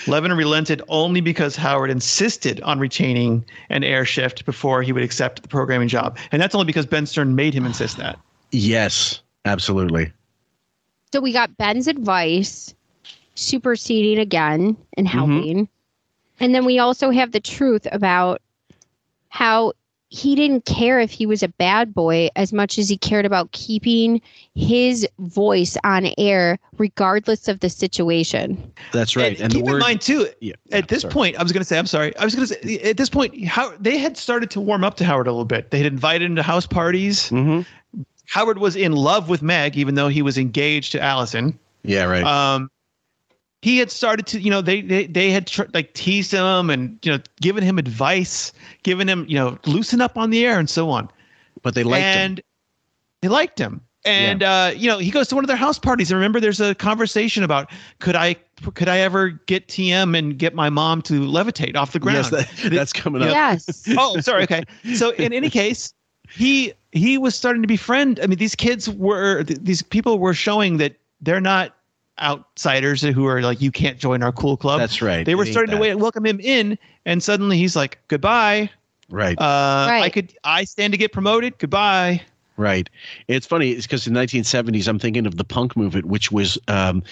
Speaker 12: Levin relented only because Howard insisted on retaining an air shift before he would accept the programming job. And that's only because Ben Stern made him insist that.
Speaker 1: Yes, absolutely.
Speaker 10: So we got Ben's advice superseding again and
Speaker 1: Mm-hmm.
Speaker 10: helping. And then we also have the truth about how he didn't care if he was a bad boy as much as he cared about keeping his voice on air regardless of the situation.
Speaker 1: That's right.
Speaker 12: And, keep in mind too, at this
Speaker 1: sorry.
Speaker 12: point, I was going to say, I'm sorry, I was going to say, at this point, how they had started to warm up to Howard a little bit. They had invited him to house parties.
Speaker 1: Mm-hmm.
Speaker 12: Howard was in love with Meg, even though he was engaged to Allison.
Speaker 1: Yeah, right.
Speaker 12: Um, he had started to, you know, they they they had tr- like teased him and you know given him advice, given him, you know, loosen up on the air and so on.
Speaker 1: But they liked him.
Speaker 12: and they liked him. And uh, you know, he goes to one of their house parties. And remember, there's a conversation about could I could I ever get TM and get my mom to levitate off the ground?
Speaker 1: Yes, that- that's coming up.
Speaker 10: Yes.
Speaker 12: oh, sorry. Okay. So in any case, he he was starting to befriend. I mean, these kids were th- these people were showing that they're not outsiders who are like you can't join our cool club.
Speaker 1: That's right.
Speaker 12: They were
Speaker 1: It ain't
Speaker 12: starting to
Speaker 1: that.
Speaker 12: wa- welcome him in, and suddenly he's like, "Goodbye."
Speaker 1: Right.
Speaker 12: Uh, I could. I stand to get promoted. Goodbye.
Speaker 1: Right. It's funny because in the 1970s, I'm thinking of the punk movement, which was um,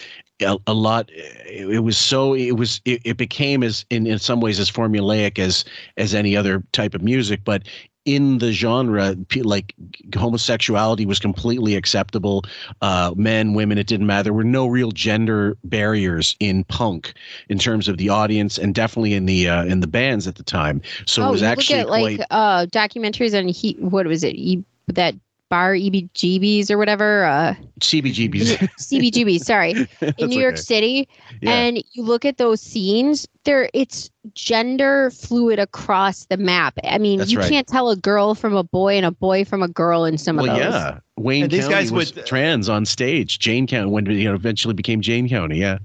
Speaker 1: a, a lot. It, it was so it was it, it became as in, in some ways as formulaic as as any other type of music. But in the genre, pe- like homosexuality was completely acceptable. Uh, men, women, it didn't matter. There were no real gender barriers in punk in terms of the audience and definitely in the uh, in the bands at the time. So
Speaker 10: oh,
Speaker 1: it was
Speaker 10: you
Speaker 1: actually
Speaker 10: look at like
Speaker 1: quite.
Speaker 10: uh documentaries on he what was it? E- that bar EBGBs or whatever. Uh,
Speaker 1: CBGBs.
Speaker 10: CBGB, sorry,
Speaker 1: That's
Speaker 10: in New York
Speaker 1: okay.
Speaker 10: City,
Speaker 1: Yeah.
Speaker 10: and you look at those scenes, there it's gender fluid across the map. I mean,
Speaker 1: That's
Speaker 10: you
Speaker 1: right.
Speaker 10: can't tell a girl from a boy and a boy from a girl in some
Speaker 1: Well,
Speaker 10: of those.
Speaker 1: yeah, Wayne
Speaker 10: And
Speaker 1: County
Speaker 10: these guys
Speaker 1: was
Speaker 12: uh,
Speaker 1: trans on stage. Jane County, when you know, eventually became Jane County. Yeah,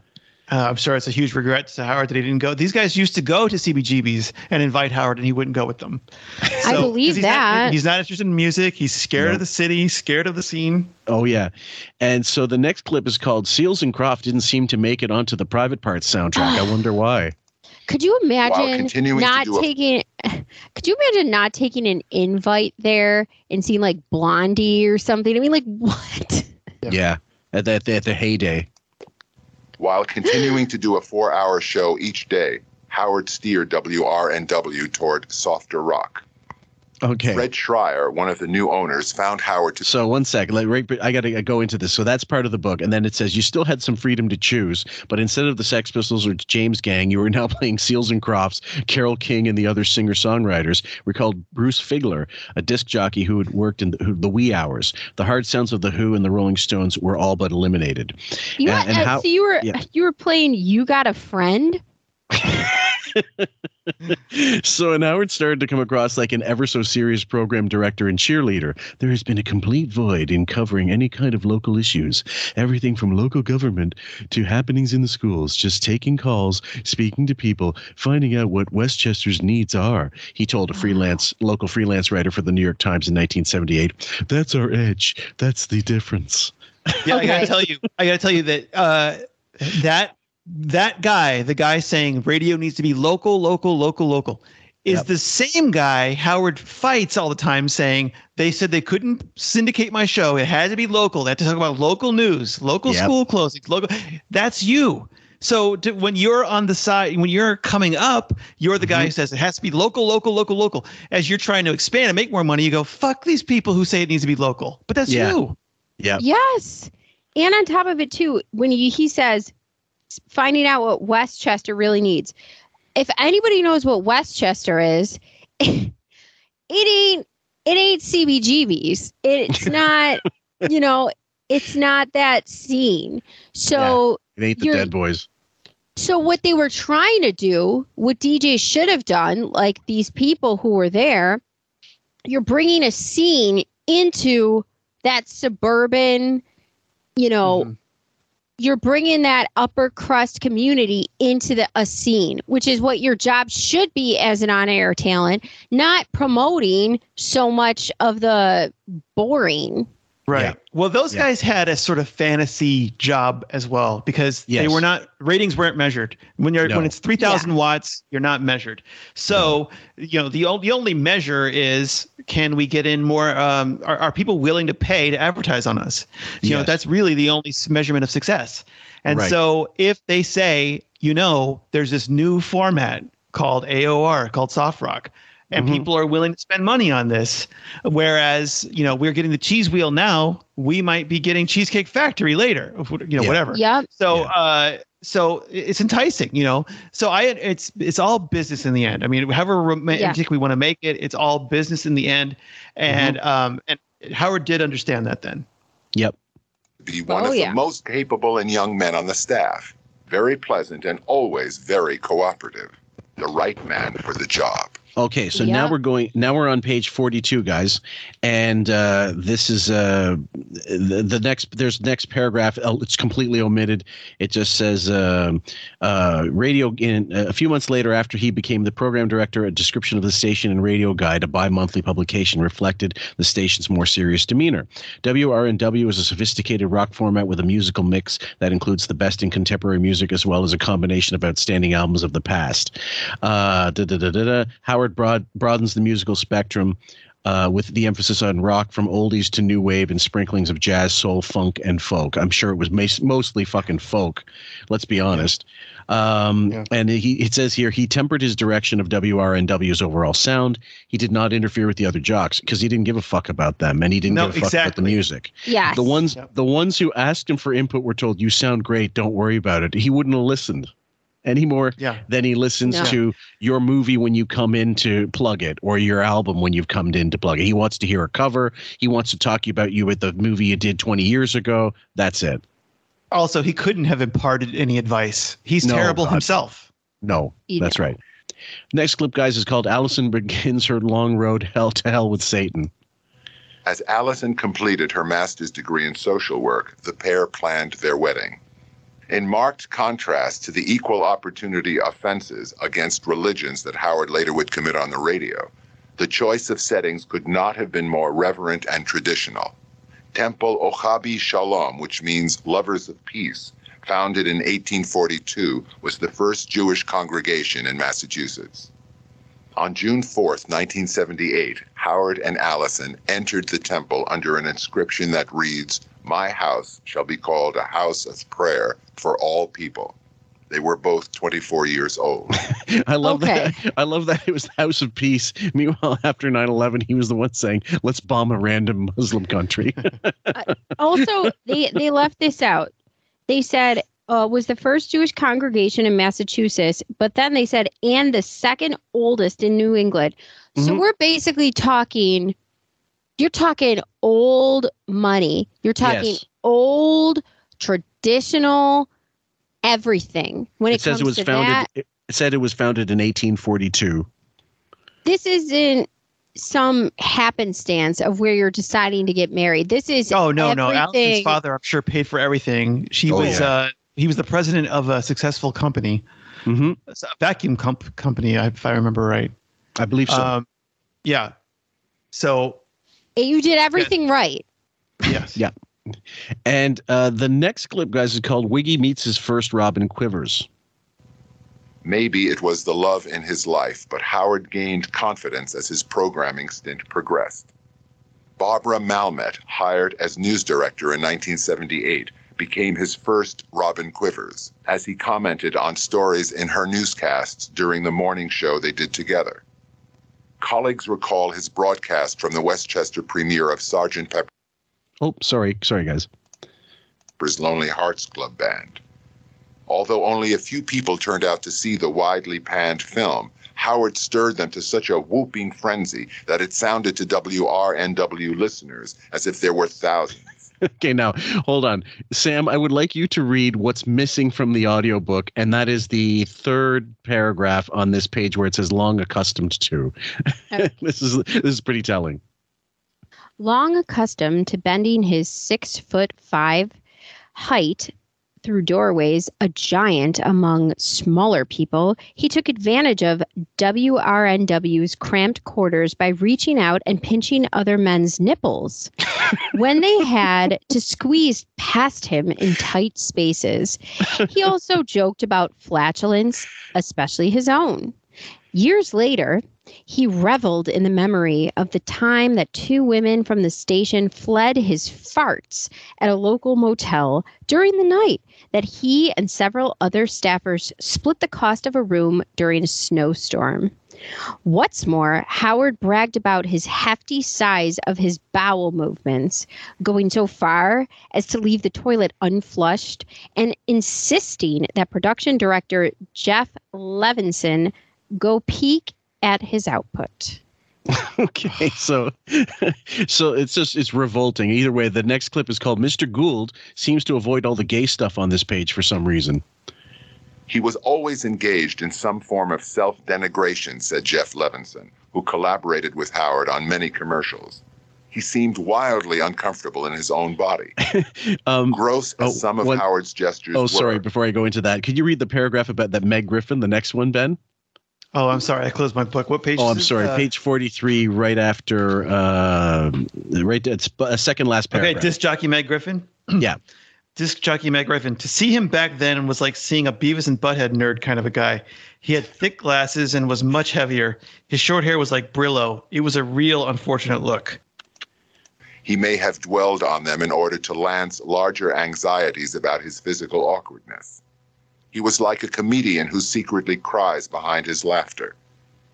Speaker 12: Uh, I'm sorry, it's a huge regret to Howard that he didn't go. These guys used to go to CBGBs and invite Howard, and he wouldn't go with them.
Speaker 10: I
Speaker 12: So-
Speaker 10: believe
Speaker 12: 'cause he's
Speaker 10: that.
Speaker 12: Not, he's not interested in music. He's scared of the city, scared of the scene.
Speaker 1: Oh yeah, and so the next clip is called "Seals and Croft didn't seem to make it onto the Private Parts soundtrack." I wonder why.
Speaker 10: Could you imagine
Speaker 1: continuing to
Speaker 10: not
Speaker 1: do a-
Speaker 10: taking? Could you imagine not taking an invite there and seeing like Blondie or something? I mean, like what?
Speaker 1: Yeah, at that at the heyday.
Speaker 19: While continuing to do a four hour show each day, Howard steered WRNW toward softer rock.
Speaker 1: Okay.
Speaker 19: Fred Schreier, one of the new owners, found Howard to
Speaker 1: So one sec, like right, but I gotta go into this. So that's part of the book, and then it says you still had some freedom to choose, but instead of the Sex Pistols or James Gang, you were now playing Seals and Crofts, Carol King, and the other singer-songwriters. Recalled Bruce Figler, a disc jockey who had worked in the, who, the wee hours. The hard sounds of the Who and the Rolling Stones were all but eliminated.
Speaker 10: You got-
Speaker 1: And- and
Speaker 10: uh,
Speaker 1: how-
Speaker 10: so you were
Speaker 1: yeah.
Speaker 10: you were playing. You got a friend.
Speaker 1: so and Howard started to come across like an ever so serious program director and cheerleader. There has been a complete void in covering any kind of local issues. Everything from local government to happenings in the schools, just taking calls, speaking to people, finding out what Westchester's needs are. He told a freelance local freelance writer for the New York Times in 1978. That's our edge. That's the difference.
Speaker 12: Yeah, I gotta tell you, I gotta tell you that uh, that that guy, the guy saying radio needs to be local, local, local, local, is the same guy Howard fights all the time, saying they said they couldn't syndicate my show; it had to be local. They had to talk about local news, local
Speaker 1: Yep.
Speaker 12: school closings, local. That's you. So to, when you're on the side, when you're coming up, you're the
Speaker 1: Mm-hmm.
Speaker 12: guy who says it has to be local, local, local, local. As you're trying to expand and make more money, you go fuck these people who say it needs to be local, but that's
Speaker 1: Yeah.
Speaker 12: you.
Speaker 1: Yeah.
Speaker 10: Yes. And on top of it too, when he, he says finding out what Westchester really needs. If anybody knows what Westchester is, it ain't it ain't CBGBs. It's not, you know, it's not that scene. So
Speaker 1: It ain't the
Speaker 10: you're-
Speaker 1: dead boys.
Speaker 10: so what they were trying to do, what DJ should have done, like these people who were there, you're bringing a scene into that suburban, you know, you're bringing that upper crust community into the a scene, which is what your job should be as an on-air talent, not promoting so much of the boring.
Speaker 12: Right. Well, those guys had a sort of fantasy job as well because they were not ratings weren't measured. When you're when it's 3000 watts, you're not measured. So, you know, the, o- the only measure is can we get in more um, are, are people willing to pay to advertise on us? You know,
Speaker 1: Yes.
Speaker 12: that's really the only s- measurement of success. And
Speaker 1: Right.
Speaker 12: so if they say, you know, there's this new format called AOR, called soft rock, and
Speaker 1: Mm-hmm.
Speaker 12: people are willing to spend money on this. Whereas, you know, we're getting the cheese wheel now, we might be getting Cheesecake Factory later, or what- you know,
Speaker 1: Yeah.
Speaker 12: whatever.
Speaker 10: Yep.
Speaker 12: So, uh, so it's enticing, you know. So I, it's it's all business in the end. I mean, however romantic we want to make it, it's all business in the end.
Speaker 1: Mm-hmm.
Speaker 12: And um, and Howard did understand that then.
Speaker 1: Yep.
Speaker 19: be one
Speaker 12: Oh,
Speaker 19: of
Speaker 12: yeah.
Speaker 19: the most capable and young men on the staff, very pleasant and always very cooperative, the right man for the job.
Speaker 1: Okay, so
Speaker 19: Yeah.
Speaker 1: now we're going. Now we're on page forty-two, guys, and uh, this is uh, the, the next. There's next paragraph. uh, It's completely omitted. It just says um uh, radio. In a few months later, after he became the program director, a description of the station and radio guide, a bi-monthly publication, reflected the station's more serious demeanor. WRNW is a sophisticated rock format with a musical mix that includes the best in contemporary music as well as a combination of outstanding albums of the past. Uh, da, da, da, da, da. Howard broad, broadens the musical spectrum uh, with the emphasis on rock from oldies to new wave and sprinklings of jazz, soul, funk, and folk. I'm sure it was mas- mostly fucking folk, let's be honest. Um, And he, it says here he tempered his direction of WRNW's overall sound. He did not interfere with the other jocks because he didn't give a fuck about them and he didn't
Speaker 12: No,
Speaker 1: give a fuck about the
Speaker 12: exactly.
Speaker 1: music.
Speaker 10: Yes.
Speaker 1: The ones the ones who asked him for input were told, "You sound great. Don't worry about it." He wouldn't have listened. anymore
Speaker 12: yeah.
Speaker 1: than he listens
Speaker 12: No.
Speaker 1: to your movie when you come in to plug it or your album when you've come in to plug it. He wants to hear a cover. He wants to talk about you at the movie you did 20 years ago. That's it.
Speaker 12: Also, he couldn't have imparted any advice. He's
Speaker 1: No,
Speaker 12: terrible
Speaker 1: God.
Speaker 12: himself.
Speaker 1: No,
Speaker 12: You
Speaker 1: that's
Speaker 12: know.
Speaker 1: right. Next clip, guys, is called Allison Begins Her Long Road Hell to Hell with Satan.
Speaker 19: As Allison completed her master's degree in social work, the pair planned their wedding. In marked contrast to the equal opportunity offenses against religions that Howard later would commit on the radio, the choice of settings could not have been more reverent and traditional. Temple Ochabi Shalom, which means lovers of peace, founded in 1842, was the first Jewish congregation in Massachusetts. On June 4, 1978, Howard and Allison entered the temple under an inscription that reads, My house shall be called a house of prayer for all people. They were both 24 years old.
Speaker 1: I love that. I love that it was the House of Peace. Meanwhile, after 9 11, he was the one saying, let's bomb a random Muslim country.
Speaker 10: also they they left this out they said uh, was the first jewish congregation in massachusetts but then they said and the second oldest in new england so
Speaker 20: Mhm.
Speaker 10: we're basically talking you're talking old money you're talking
Speaker 1: Yes.
Speaker 10: old traditional everything when it,
Speaker 1: it says
Speaker 10: comes
Speaker 1: it was
Speaker 10: to
Speaker 1: founded.
Speaker 10: that
Speaker 1: It said it was founded in 1842.
Speaker 10: this isn't some happenstance of where you're deciding to get married this is
Speaker 12: Oh no, no. Allison's
Speaker 10: everything.
Speaker 12: father, I'm sure, paid for everything. She
Speaker 1: Oh,
Speaker 12: was
Speaker 1: yeah.
Speaker 12: uh, he was the president of a successful company,
Speaker 1: mm-hmm.
Speaker 12: a vacuum comp- company, if I remember right. Um,
Speaker 1: I believe so.
Speaker 12: yeah. So
Speaker 10: you did everything right
Speaker 12: Yes.
Speaker 1: Yeah. And uh, the next clip, guys, is called Wiggy Meets His First Robin Quivers.
Speaker 19: Maybe it was the love in his life, but Howard gained confidence as his programming stint progressed. Barbara Malmet, hired as news director in 1978, became his first Robin Quivers, as he commented on stories in her newscasts during the morning show they did together. Colleagues recall his broadcast from the Westchester premiere of Sergeant Pepper's
Speaker 1: Oh, sorry. Sorry, guys.
Speaker 19: Lonely Hearts Club Band. Although only a few people turned out to see the widely panned film, Howard stirred them to such a whooping frenzy that it sounded to WRNW listeners as if there were thousands.
Speaker 1: okay, now hold on. Sam, I would like you to read what's missing from the audiobook, and that is the third paragraph on this page where it says long accustomed to. this is this is pretty telling.
Speaker 10: long accustomed to bending his six foot five height through doorways, a giant among smaller people, he took advantage of WRNW's cramped quarters by reaching out and pinching other men's nipples when they had to squeeze past him in tight spaces. He also joked about flatulence, especially his own. Years later, he reveled in the memory of the time that two women from the station fled his farts at a local motel during the night, that he and several other staffers split the cost of a room during a snowstorm. What's more, Howard bragged about his hefty size of his bowel movements, going so far as to leave the toilet unflushed and insisting that production director Jeff Levinson go peek at his output.
Speaker 1: okay, so so it's just it's revolting. Either way, the next clip is called Mr. Gould seems to avoid all the gay stuff on this page for some reason.
Speaker 19: He was always engaged in some form of self denigration, said Jeff Levinson, who collaborated with Howard on many commercials. He seemed wildly uncomfortable in his own body. Gross as some of Howard's gestures
Speaker 1: Um, Oh,
Speaker 19: were.
Speaker 1: sorry. Before I go into that, could you read the paragraph about that Meg Griffin, the next one, Ben?
Speaker 12: Oh, I'm sorry. I closed my book. What page?
Speaker 1: Oh,
Speaker 12: is
Speaker 1: I'm
Speaker 12: this?
Speaker 1: sorry.
Speaker 12: Uh,
Speaker 1: page 43, right after, uh, right, it's a second last
Speaker 12: Okay,
Speaker 1: paragraph.
Speaker 12: disc jockey Meg Griffin.
Speaker 1: yeah.
Speaker 12: Disc jockey Meg Griffin. To see him back then was like seeing a Beavis and Butthead nerd kind of a guy. He had thick glasses and was much heavier. His short hair was like Brillo. It was a real unfortunate look.
Speaker 19: He may have dwelled on them in order to lance larger anxieties about his physical awkwardness. He was like a comedian who secretly cries behind his laughter.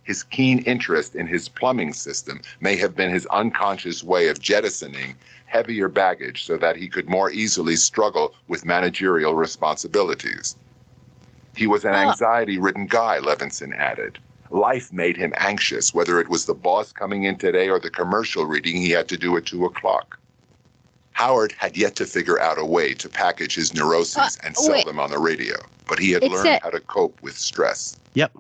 Speaker 19: His keen interest in his plumbing system may have been his unconscious way of jettisoning heavier baggage so that he could more easily struggle with managerial responsibilities. He was an anxiety ridden guy, Levinson added. Life made him anxious, whether it was the boss coming in today or the commercial reading he had to do at 2 o'clock. Howard had yet to figure out a way to package his neuroses
Speaker 10: Uh,
Speaker 19: and sell
Speaker 10: wait.
Speaker 19: them on the radio, but he had
Speaker 10: It's
Speaker 19: learned
Speaker 10: a-
Speaker 19: how to cope with stress.
Speaker 1: Yep.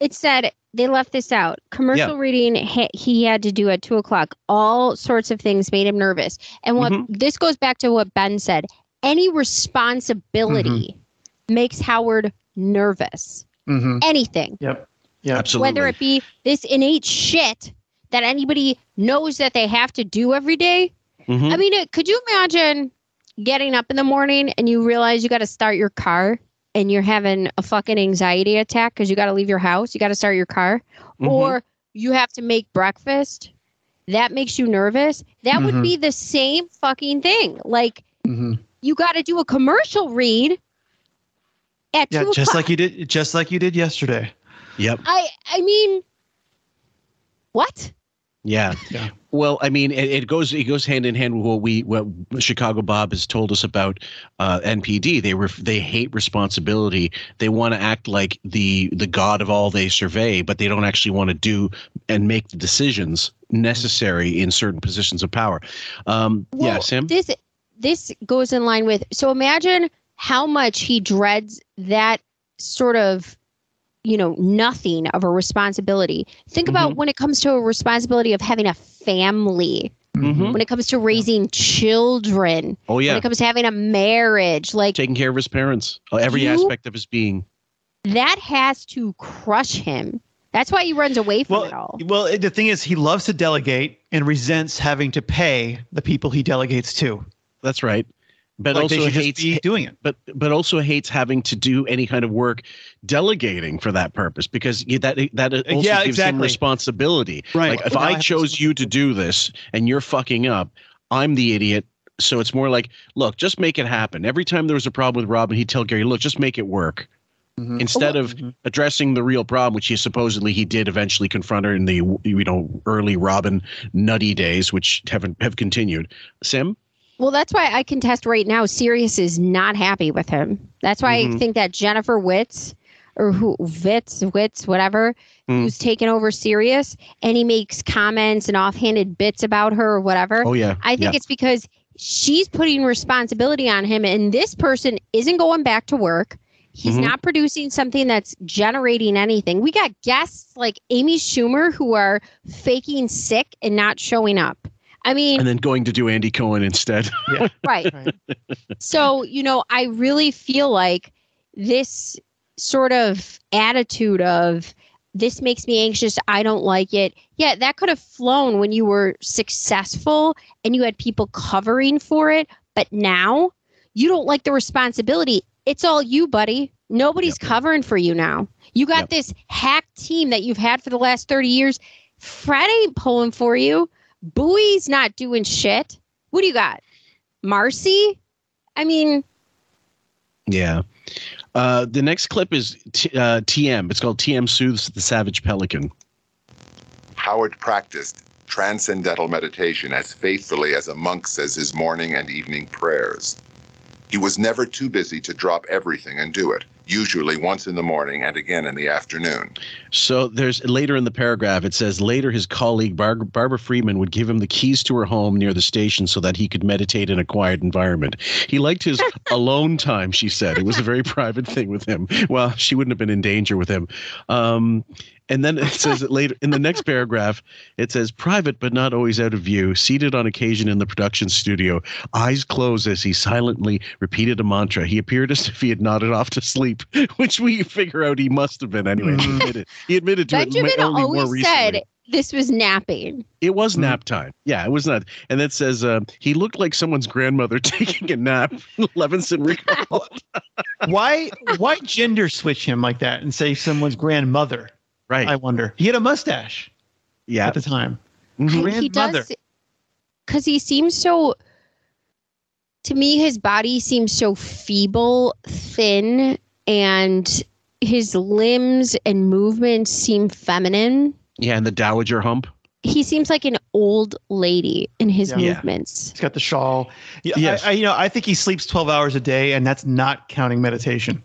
Speaker 10: It said they left this out. Commercial
Speaker 19: Yeah.
Speaker 10: reading he, he had to do at two o'clock. All sorts of things made him nervous. And what
Speaker 12: Mm-hmm.
Speaker 1: Mhm.
Speaker 10: this goes back to what Ben said. Any responsibility makes Howard nervous.
Speaker 12: Mm-hmm.
Speaker 10: Anything.
Speaker 12: Yep. Yeah. Absolutely.
Speaker 10: Whether it be this innate shit that anybody knows that they have to do every day.
Speaker 12: Mm-hmm.
Speaker 10: I mean, it, could you imagine getting up in the morning and you realize you got to start your car and you're having a fucking anxiety attack because you got to leave your house, you got to start your car,
Speaker 12: Mm-hmm.
Speaker 20: Mhm.
Speaker 10: or you have to make breakfast? That makes you nervous. That would
Speaker 20: Mhm.
Speaker 12: Mm-hmm.
Speaker 10: be the same fucking thing. Like, you got to do a commercial read at
Speaker 12: Yeah,
Speaker 10: two o'clock.
Speaker 12: just like you did, just like you did yesterday.
Speaker 1: Yep.
Speaker 10: I, I mean, what?
Speaker 1: Yeah. Well, I mean, it, it goes it goes hand in hand with what we what Chicago Bob has told us about uh, NPD. They were they hate responsibility. They want to act like the the god of all they survey, but they don't actually want to do and make the decisions necessary in certain positions of power. Um, yeah, Sam.
Speaker 10: This this goes in line with so imagine how much he dreads that sort of you know nothing of a responsibility. Think
Speaker 1: Mm-hmm.
Speaker 10: about when it comes to a responsibility of having a family.
Speaker 1: Mhm.
Speaker 10: When it comes to raising children,
Speaker 1: Oh, yeah.
Speaker 10: When it comes to having a marriage, like
Speaker 1: Taking care of his parents, uh, every
Speaker 10: You-
Speaker 1: aspect of his being.
Speaker 10: that has to crush him. That's why he runs away from it all.
Speaker 12: Well, it- the thing is, he loves to delegate and resents having to pay the people he delegates to.
Speaker 1: That's right. But
Speaker 12: Like, they
Speaker 1: also
Speaker 12: should just
Speaker 1: hates
Speaker 12: be doing it.
Speaker 1: But but also hates having to do any kind of work delegating for that purpose because you- that that also
Speaker 12: Uh, Yeah,
Speaker 1: gives
Speaker 12: exactly.
Speaker 1: him responsibility.
Speaker 12: Right.
Speaker 1: Like if
Speaker 12: Well, now I
Speaker 1: I
Speaker 12: have
Speaker 1: chose you to do this and you're fucking up, I'm the idiot. So it's more like, look, just make it happen. Every time there was a problem with Robin, he'd tell Gary, look, just make it work.
Speaker 12: Mm-hmm.
Speaker 1: Instead of addressing the real problem, which he supposedly he did eventually confront her in the you know early Robin nutty days, which haven't have continued. Sim,
Speaker 10: Well, that's why I contest right now. Sirius is not happy with him. That's why
Speaker 1: Mhm.
Speaker 10: I think that Jennifer Witz or who Vitz, Witz, whatever,
Speaker 1: Mm.
Speaker 10: who's taken over Sirius and he makes comments and offhanded bits about her or whatever.
Speaker 1: Oh, yeah.
Speaker 10: I think
Speaker 1: Yeah.
Speaker 10: it's because she's putting responsibility on him and this person isn't going back to work. He's
Speaker 1: Mhm.
Speaker 10: not producing something that's generating anything. We got guests like Amy Schumer who are faking sick and not showing up. I mean,
Speaker 1: and then going to do Andy Cohen instead. Yeah.
Speaker 10: right. So, you know, I really feel like this sort of attitude of this makes me anxious, I don't like it. Yeah, that could have flown when you were successful and you had people covering for it, but now you don't like the responsibility. It's all you, buddy. Nobody's covering for you now. You got this hack team that you've had for the last 30 years. Fred ain't pulling for you. Bowie's not doing shit. What do you got? Marcy? I mean,
Speaker 1: Yeah. Uh, the next clip is t- uh, TM. It's called TM Soothes the Savage Pelican.
Speaker 19: Howard practiced transcendental meditation as faithfully as a monk says his morning and evening prayers. He was never too busy to drop everything and do it, usually once in the morning and again in the afternoon.
Speaker 1: So there's later in the paragraph, it says later his colleague Bar- Barbara Freeman would give him the keys to her home near the station so that he could meditate in a quiet environment. He liked his alone time, she said. It was a very private thing with him. Well, she wouldn't have been in danger with him. Um, and then it says it later in the next paragraph, it says private but not always out of view, seated on occasion in the production studio, eyes closed as he silently repeated a mantra. He appeared as if he had nodded off to sleep, which we figure out he must have been anyway. He admitted, he admitted to
Speaker 10: Benjamin
Speaker 1: it ma- only more
Speaker 10: always
Speaker 1: recently.
Speaker 10: said this was napping.
Speaker 1: It was nap time. Yeah, it was not. And that says uh, he looked like someone's grandmother taking a nap. Levinson recalled.
Speaker 12: why? Why gender switch him like that and say someone's grandmother?
Speaker 1: Right.
Speaker 12: I wonder. He had a mustache.
Speaker 1: Yeah.
Speaker 12: At the time.
Speaker 10: He
Speaker 12: Grandmother.
Speaker 10: does because he seems so. To me, his body seems so feeble, thin, and his limbs and movements seem feminine.
Speaker 1: Yeah, and the dowager hump.
Speaker 10: He seems like an old lady in his
Speaker 12: Yeah. Yeah.
Speaker 10: movements.
Speaker 12: He's got the shawl. Yeah.
Speaker 1: Yes.
Speaker 12: I, I, you know, I think he sleeps twelve hours a day, and that's not counting meditation.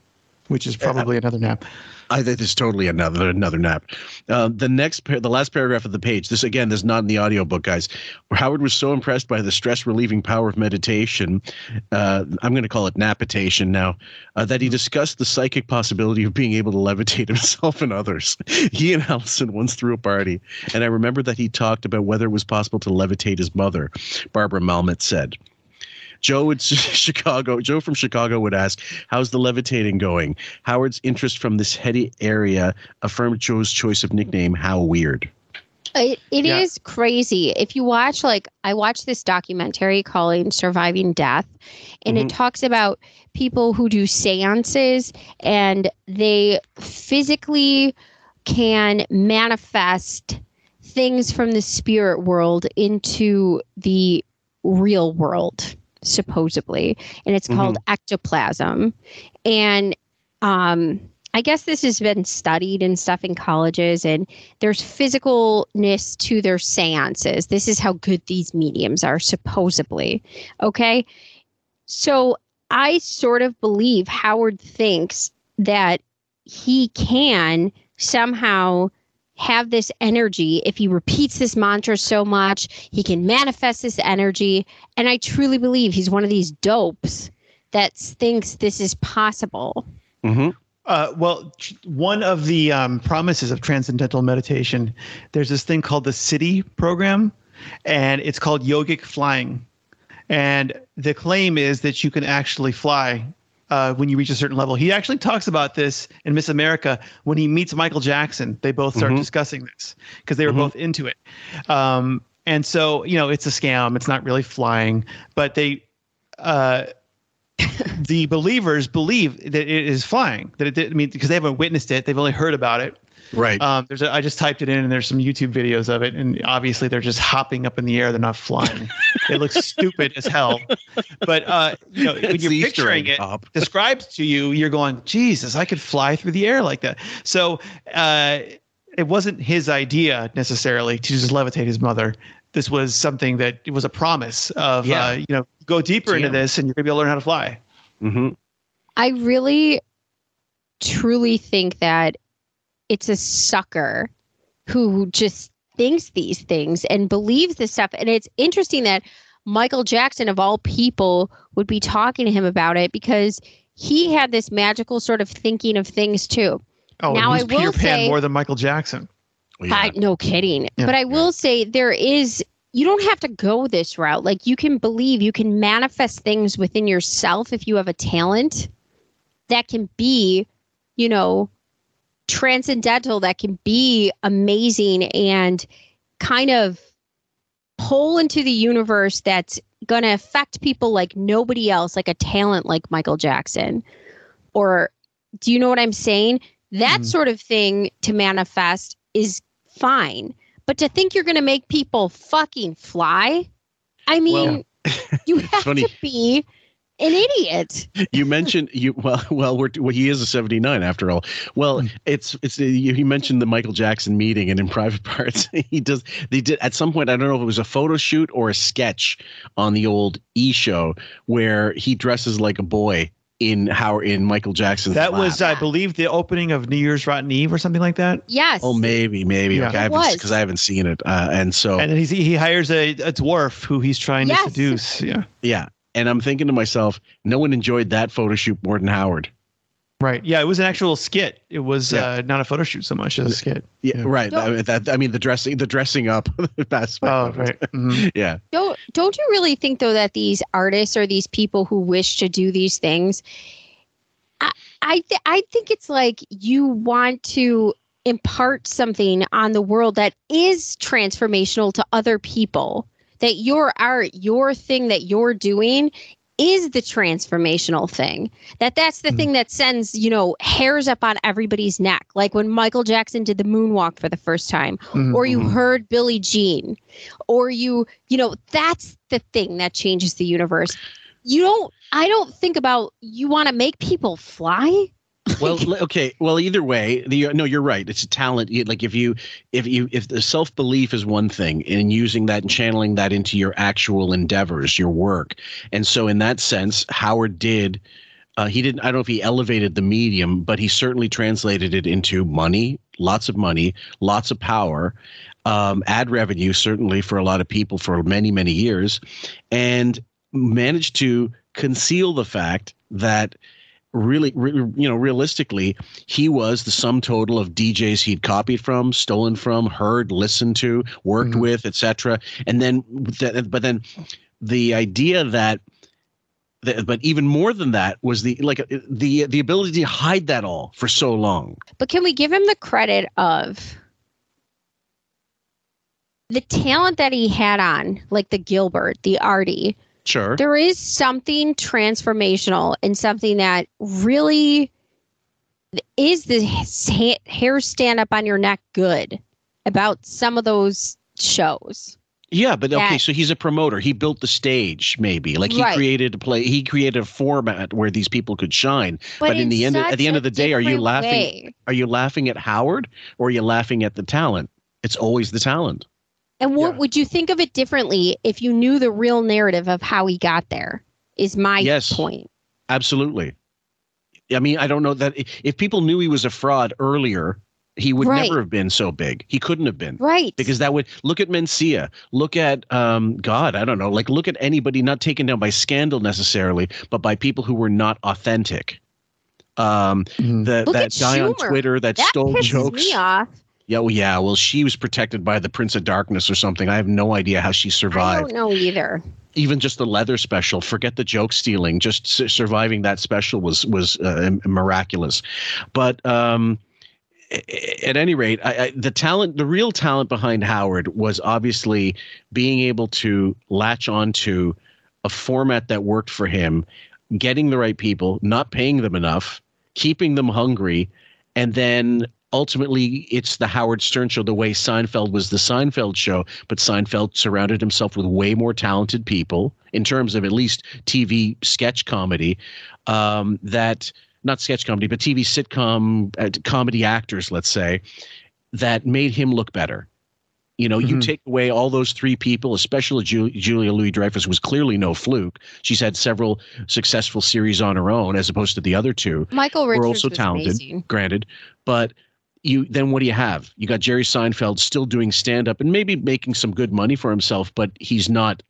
Speaker 12: which is probably another nap.
Speaker 1: I think it's totally another another nap. Uh, the next, par- the last paragraph of the page. This again, this is not in the audiobook, guys. Howard was so impressed by the stress relieving power of meditation. Uh, I'm going to call it napitation now. Uh, that he discussed the psychic possibility of being able to levitate himself and others. He and Allison once threw a party, and I remember that he talked about whether it was possible to levitate his mother. Barbara Malmet said. Joe would Chicago. Joe from Chicago would ask, "How's the levitating going?" Howard's interest from this heady area affirmed Joe's choice of nickname. How weird!
Speaker 10: It, it is
Speaker 1: Yeah.
Speaker 10: crazy. If you watch, like, I watched this documentary calling Surviving Death, and
Speaker 1: Mhm.
Speaker 10: it talks about people who do seances and they physically can manifest things from the spirit world into the real world, supposedly. And it's called ectoplasm. And um, I guess this has been studied and stuff in colleges, and there's physicalness to their seances. This is how good these mediums are, supposedly. Okay. So I sort of believe Howard thinks that he can somehow have this energy if he repeats this mantra so much he can manifest this energy and i truly believe he's one of these dopes that thinks this is possible
Speaker 12: Uh, well, tr- one of the um, promises of transcendental meditation, there's this thing called the City Program, and it's called yogic flying. And the claim is that you can actually fly uh, when you reach a certain level. He actually talks about this in Miss America when he meets Michael Jackson. They both start
Speaker 1: Mhm.
Speaker 12: discussing this because they were both into it. Um, and so, you know, it's a scam. It's not really flying, but they. Uh, the believers believe that it is flying. That it, did- I mean, because they haven't witnessed it, they've only heard about it.
Speaker 1: Right.
Speaker 12: Um, there's a, I just typed it in, and there's some YouTube videos of it, and obviously they're just hopping up in the air. They're not flying. it looks stupid as hell. But uh, you know, when
Speaker 1: It's
Speaker 12: you're
Speaker 1: the Easter
Speaker 12: picturing
Speaker 1: egg
Speaker 12: it, describes to you, you're going, Jesus, I could fly through the air like that. So uh, it wasn't his idea necessarily to just levitate his mother. This was something that it was a promise of,
Speaker 1: Yeah.
Speaker 12: uh, you know, go deeper into this, and you're gonna be able to learn how to fly.
Speaker 1: Mm-hmm.
Speaker 10: I really truly think that it's a sucker who just thinks these things and believes this stuff. And it's interesting that Michael Jackson, of all people, would be talking to him about it because he had this magical sort of thinking of things too.
Speaker 12: Oh,
Speaker 10: now I
Speaker 12: and who's
Speaker 10: will
Speaker 12: Peter Pan
Speaker 10: say,
Speaker 12: more than Michael Jackson?
Speaker 10: I, no kidding.
Speaker 12: Yeah.
Speaker 10: But I will say there is. You don't have to go this route. Like you can believe, you can manifest things within yourself if you have a talent that can be, you know, transcendental. That can be amazing and kind of pull into the universe that's going to affect people like nobody else, like a talent like Michael Jackson. Or do you know what I'm saying? That sort of thing to manifest is fine. But to think you're going to make people fucking fly, I mean, you have
Speaker 1: funny.
Speaker 10: to be an idiot.
Speaker 1: you mentioned you well well we're well, he is a 79 after all well it's it's uh, you, you mentioned the michael jackson meeting and in private parts he does they did at some point i don't know if it was a photo shoot or a sketch on the old e show where he dresses like a boy in how in michael jackson's
Speaker 12: That
Speaker 1: lap.
Speaker 12: was, I believe, the opening of New Year's Rotten Eve or something like that.
Speaker 10: Yes.
Speaker 1: oh maybe maybe
Speaker 12: Yeah.
Speaker 1: okay
Speaker 12: It was.
Speaker 1: because i haven't seen it uh, and so
Speaker 12: And then he's, he hires a, a dwarf who he's trying
Speaker 10: Yes.
Speaker 12: to seduce. Yeah.
Speaker 1: yeah and i'm thinking to myself no one enjoyed that photo shoot more than howard
Speaker 12: Right. Yeah. It was an actual skit. It was uh, not a photo shoot so much as a skit.
Speaker 1: yeah, right I, that, I mean the dressing the dressing up aspect
Speaker 12: Oh,
Speaker 1: of it.
Speaker 12: right.
Speaker 1: yeah
Speaker 10: Don't don't you really think though that these artists or these people who wish to do these things, I I, th- I think it's like you want to impart something on the world that is transformational to other people. That your art, your thing that you're doing is the transformational thing that that's the thing that sends you know hairs up on everybody's neck like when michael jackson did the moonwalk for the first time
Speaker 4: Mhm.
Speaker 10: or you heard billie jean or you you know that's the thing that changes the universe you don't i don't think about you want to make people fly
Speaker 1: well le- okay well either way the no you're right it's a talent You- like if you if you if the self-belief is one thing and using that and channeling that into your actual endeavors your work and so in that sense howard did Uh, he didn't. I don't know if he elevated the medium, but he certainly translated it into money, lots of money, lots of power, um, ad revenue, certainly for a lot of people for many, many years, and managed to conceal the fact that really, re- you know, realistically, he was the sum total of DJs he'd copied from, stolen from, heard, listened to, worked with, etc. And then, th- but then, the idea that that- but even more than that was the like uh, the the ability to hide that all for so long.
Speaker 10: But can we give him the credit of the talent that he had on, like the Gilbert, the Artie?
Speaker 1: Sure.
Speaker 10: There is something transformational and something that really is the ha- hair stand up on your neck good about some of those shows.
Speaker 1: Yeah, but okay,
Speaker 10: that-
Speaker 1: so he's a promoter. He built the stage, maybe. Like he
Speaker 10: Right.
Speaker 1: created a play. He created a format where these people could shine. But,
Speaker 10: But
Speaker 1: in
Speaker 10: in
Speaker 1: the end, at
Speaker 10: such
Speaker 1: the
Speaker 10: a
Speaker 1: end of the day, are you
Speaker 10: different
Speaker 1: laughing?
Speaker 10: way.
Speaker 1: Are you laughing at Howard or are you laughing at the talent? It's always the talent.
Speaker 10: And what would you think of it differently if you knew the real narrative of how he got there? Is my
Speaker 1: Yes.
Speaker 10: point.
Speaker 1: Absolutely. I mean, I don't know that if people knew he was a fraud earlier, he would
Speaker 10: Right.
Speaker 1: never have been so big. He couldn't have been.
Speaker 10: Right.
Speaker 1: Because that would look at Mencia, look at um, God, I don't know, like look at anybody not taken down by scandal necessarily, but by people who were not authentic. Um, the,
Speaker 10: Look
Speaker 1: that
Speaker 10: at
Speaker 1: guy on
Speaker 10: Schumer.
Speaker 1: Twitter that,
Speaker 10: that
Speaker 1: stole
Speaker 10: pisses
Speaker 1: jokes.
Speaker 10: me off.
Speaker 1: Yeah, well, yeah. Well, she was protected by the Prince of Darkness or something. I have no idea how she
Speaker 10: I
Speaker 1: survived
Speaker 10: don't know either.
Speaker 1: even just the leather special forget the joke stealing just su- surviving that special was was uh, m- miraculous but um a- a- at any rate, I, I, the talent, the real talent behind Howard was obviously being able to latch onto a format that worked for him, getting the right people, not paying them enough, keeping them hungry, and then ultimately it's the Howard Stern show the way Seinfeld was the Seinfeld show, but Seinfeld surrounded himself with way more talented people in terms of at least TV sketch comedy um, that not sketch comedy but TV sitcom uh, comedy actors let's say that made him look better. You know, you take away all those three people, especially Ju- Julia Louis Dreyfus was clearly no fluke. She's had several successful series on her own, as opposed to the other two.
Speaker 10: Michael
Speaker 1: were
Speaker 10: Richards
Speaker 1: also
Speaker 10: was
Speaker 1: talented,
Speaker 10: amazing.
Speaker 1: granted, but you then what do you have? You got Jerry Seinfeld still doing stand up and maybe making some good money for himself, but he's not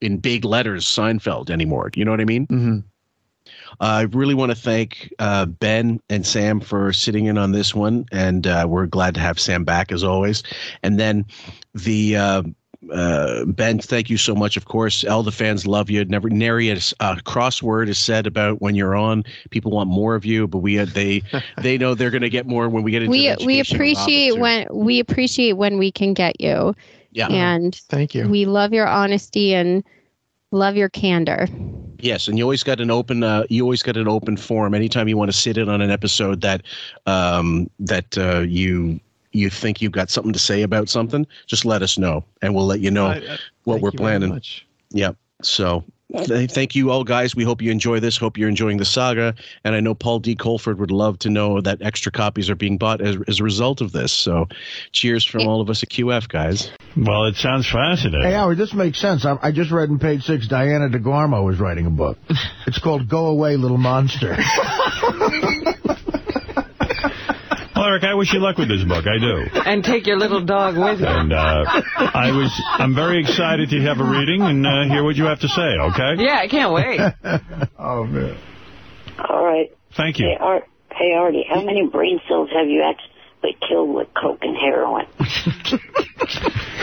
Speaker 1: in big letters Seinfeld anymore. You know what I mean?
Speaker 25: Mm-hmm.
Speaker 1: I really want to thank uh, Ben and Sam for sitting in on this one, and uh, we're glad to have Sam back as always. And then the uh, uh, Ben, thank you so much. Of course, all the fans love you. Never nary a uh, crossword is said about when you're on. People want more of you, but we uh, they they know they're going to get more when we get into
Speaker 10: We
Speaker 1: the
Speaker 10: we
Speaker 1: educational topic,
Speaker 10: appreciate
Speaker 1: too.
Speaker 10: when we appreciate when we can get you.
Speaker 1: Yeah.
Speaker 10: And
Speaker 25: thank you.
Speaker 10: We love your honesty and love your candor.
Speaker 1: Yes, and you always got an open. Uh, you always got an open forum. Anytime you want to sit in on an episode that um, that uh, you you think you've got something to say about something, just let us know, and we'll let you know
Speaker 25: I- I- thank
Speaker 1: what we're
Speaker 25: you very
Speaker 1: planning.
Speaker 25: much.
Speaker 1: Yep. So th- thank you all, guys. We hope you enjoy this. Hope you're enjoying the saga. And I know Paul D. Colford would love to know that extra copies are being bought as as a result of this. So cheers from all of us at QF, guys.
Speaker 2: Well, it sounds fascinating.
Speaker 14: Hey, Howard, this makes sense. I, I just read in page six Diana DeGarmo is writing a book. It's called Go Away, Little Monster.
Speaker 2: Well, Eric, I wish you luck with this book. I do.
Speaker 3: And take your little dog with you.
Speaker 2: And uh, I was, I'm very excited to have a reading and uh, hear what you have to say. Okay.
Speaker 3: Yeah, I can't wait.
Speaker 2: oh man.
Speaker 13: All right.
Speaker 2: Thank you.
Speaker 13: Hey, Art, hey Artie, how many brain cells have you actually killed with coke and heroin?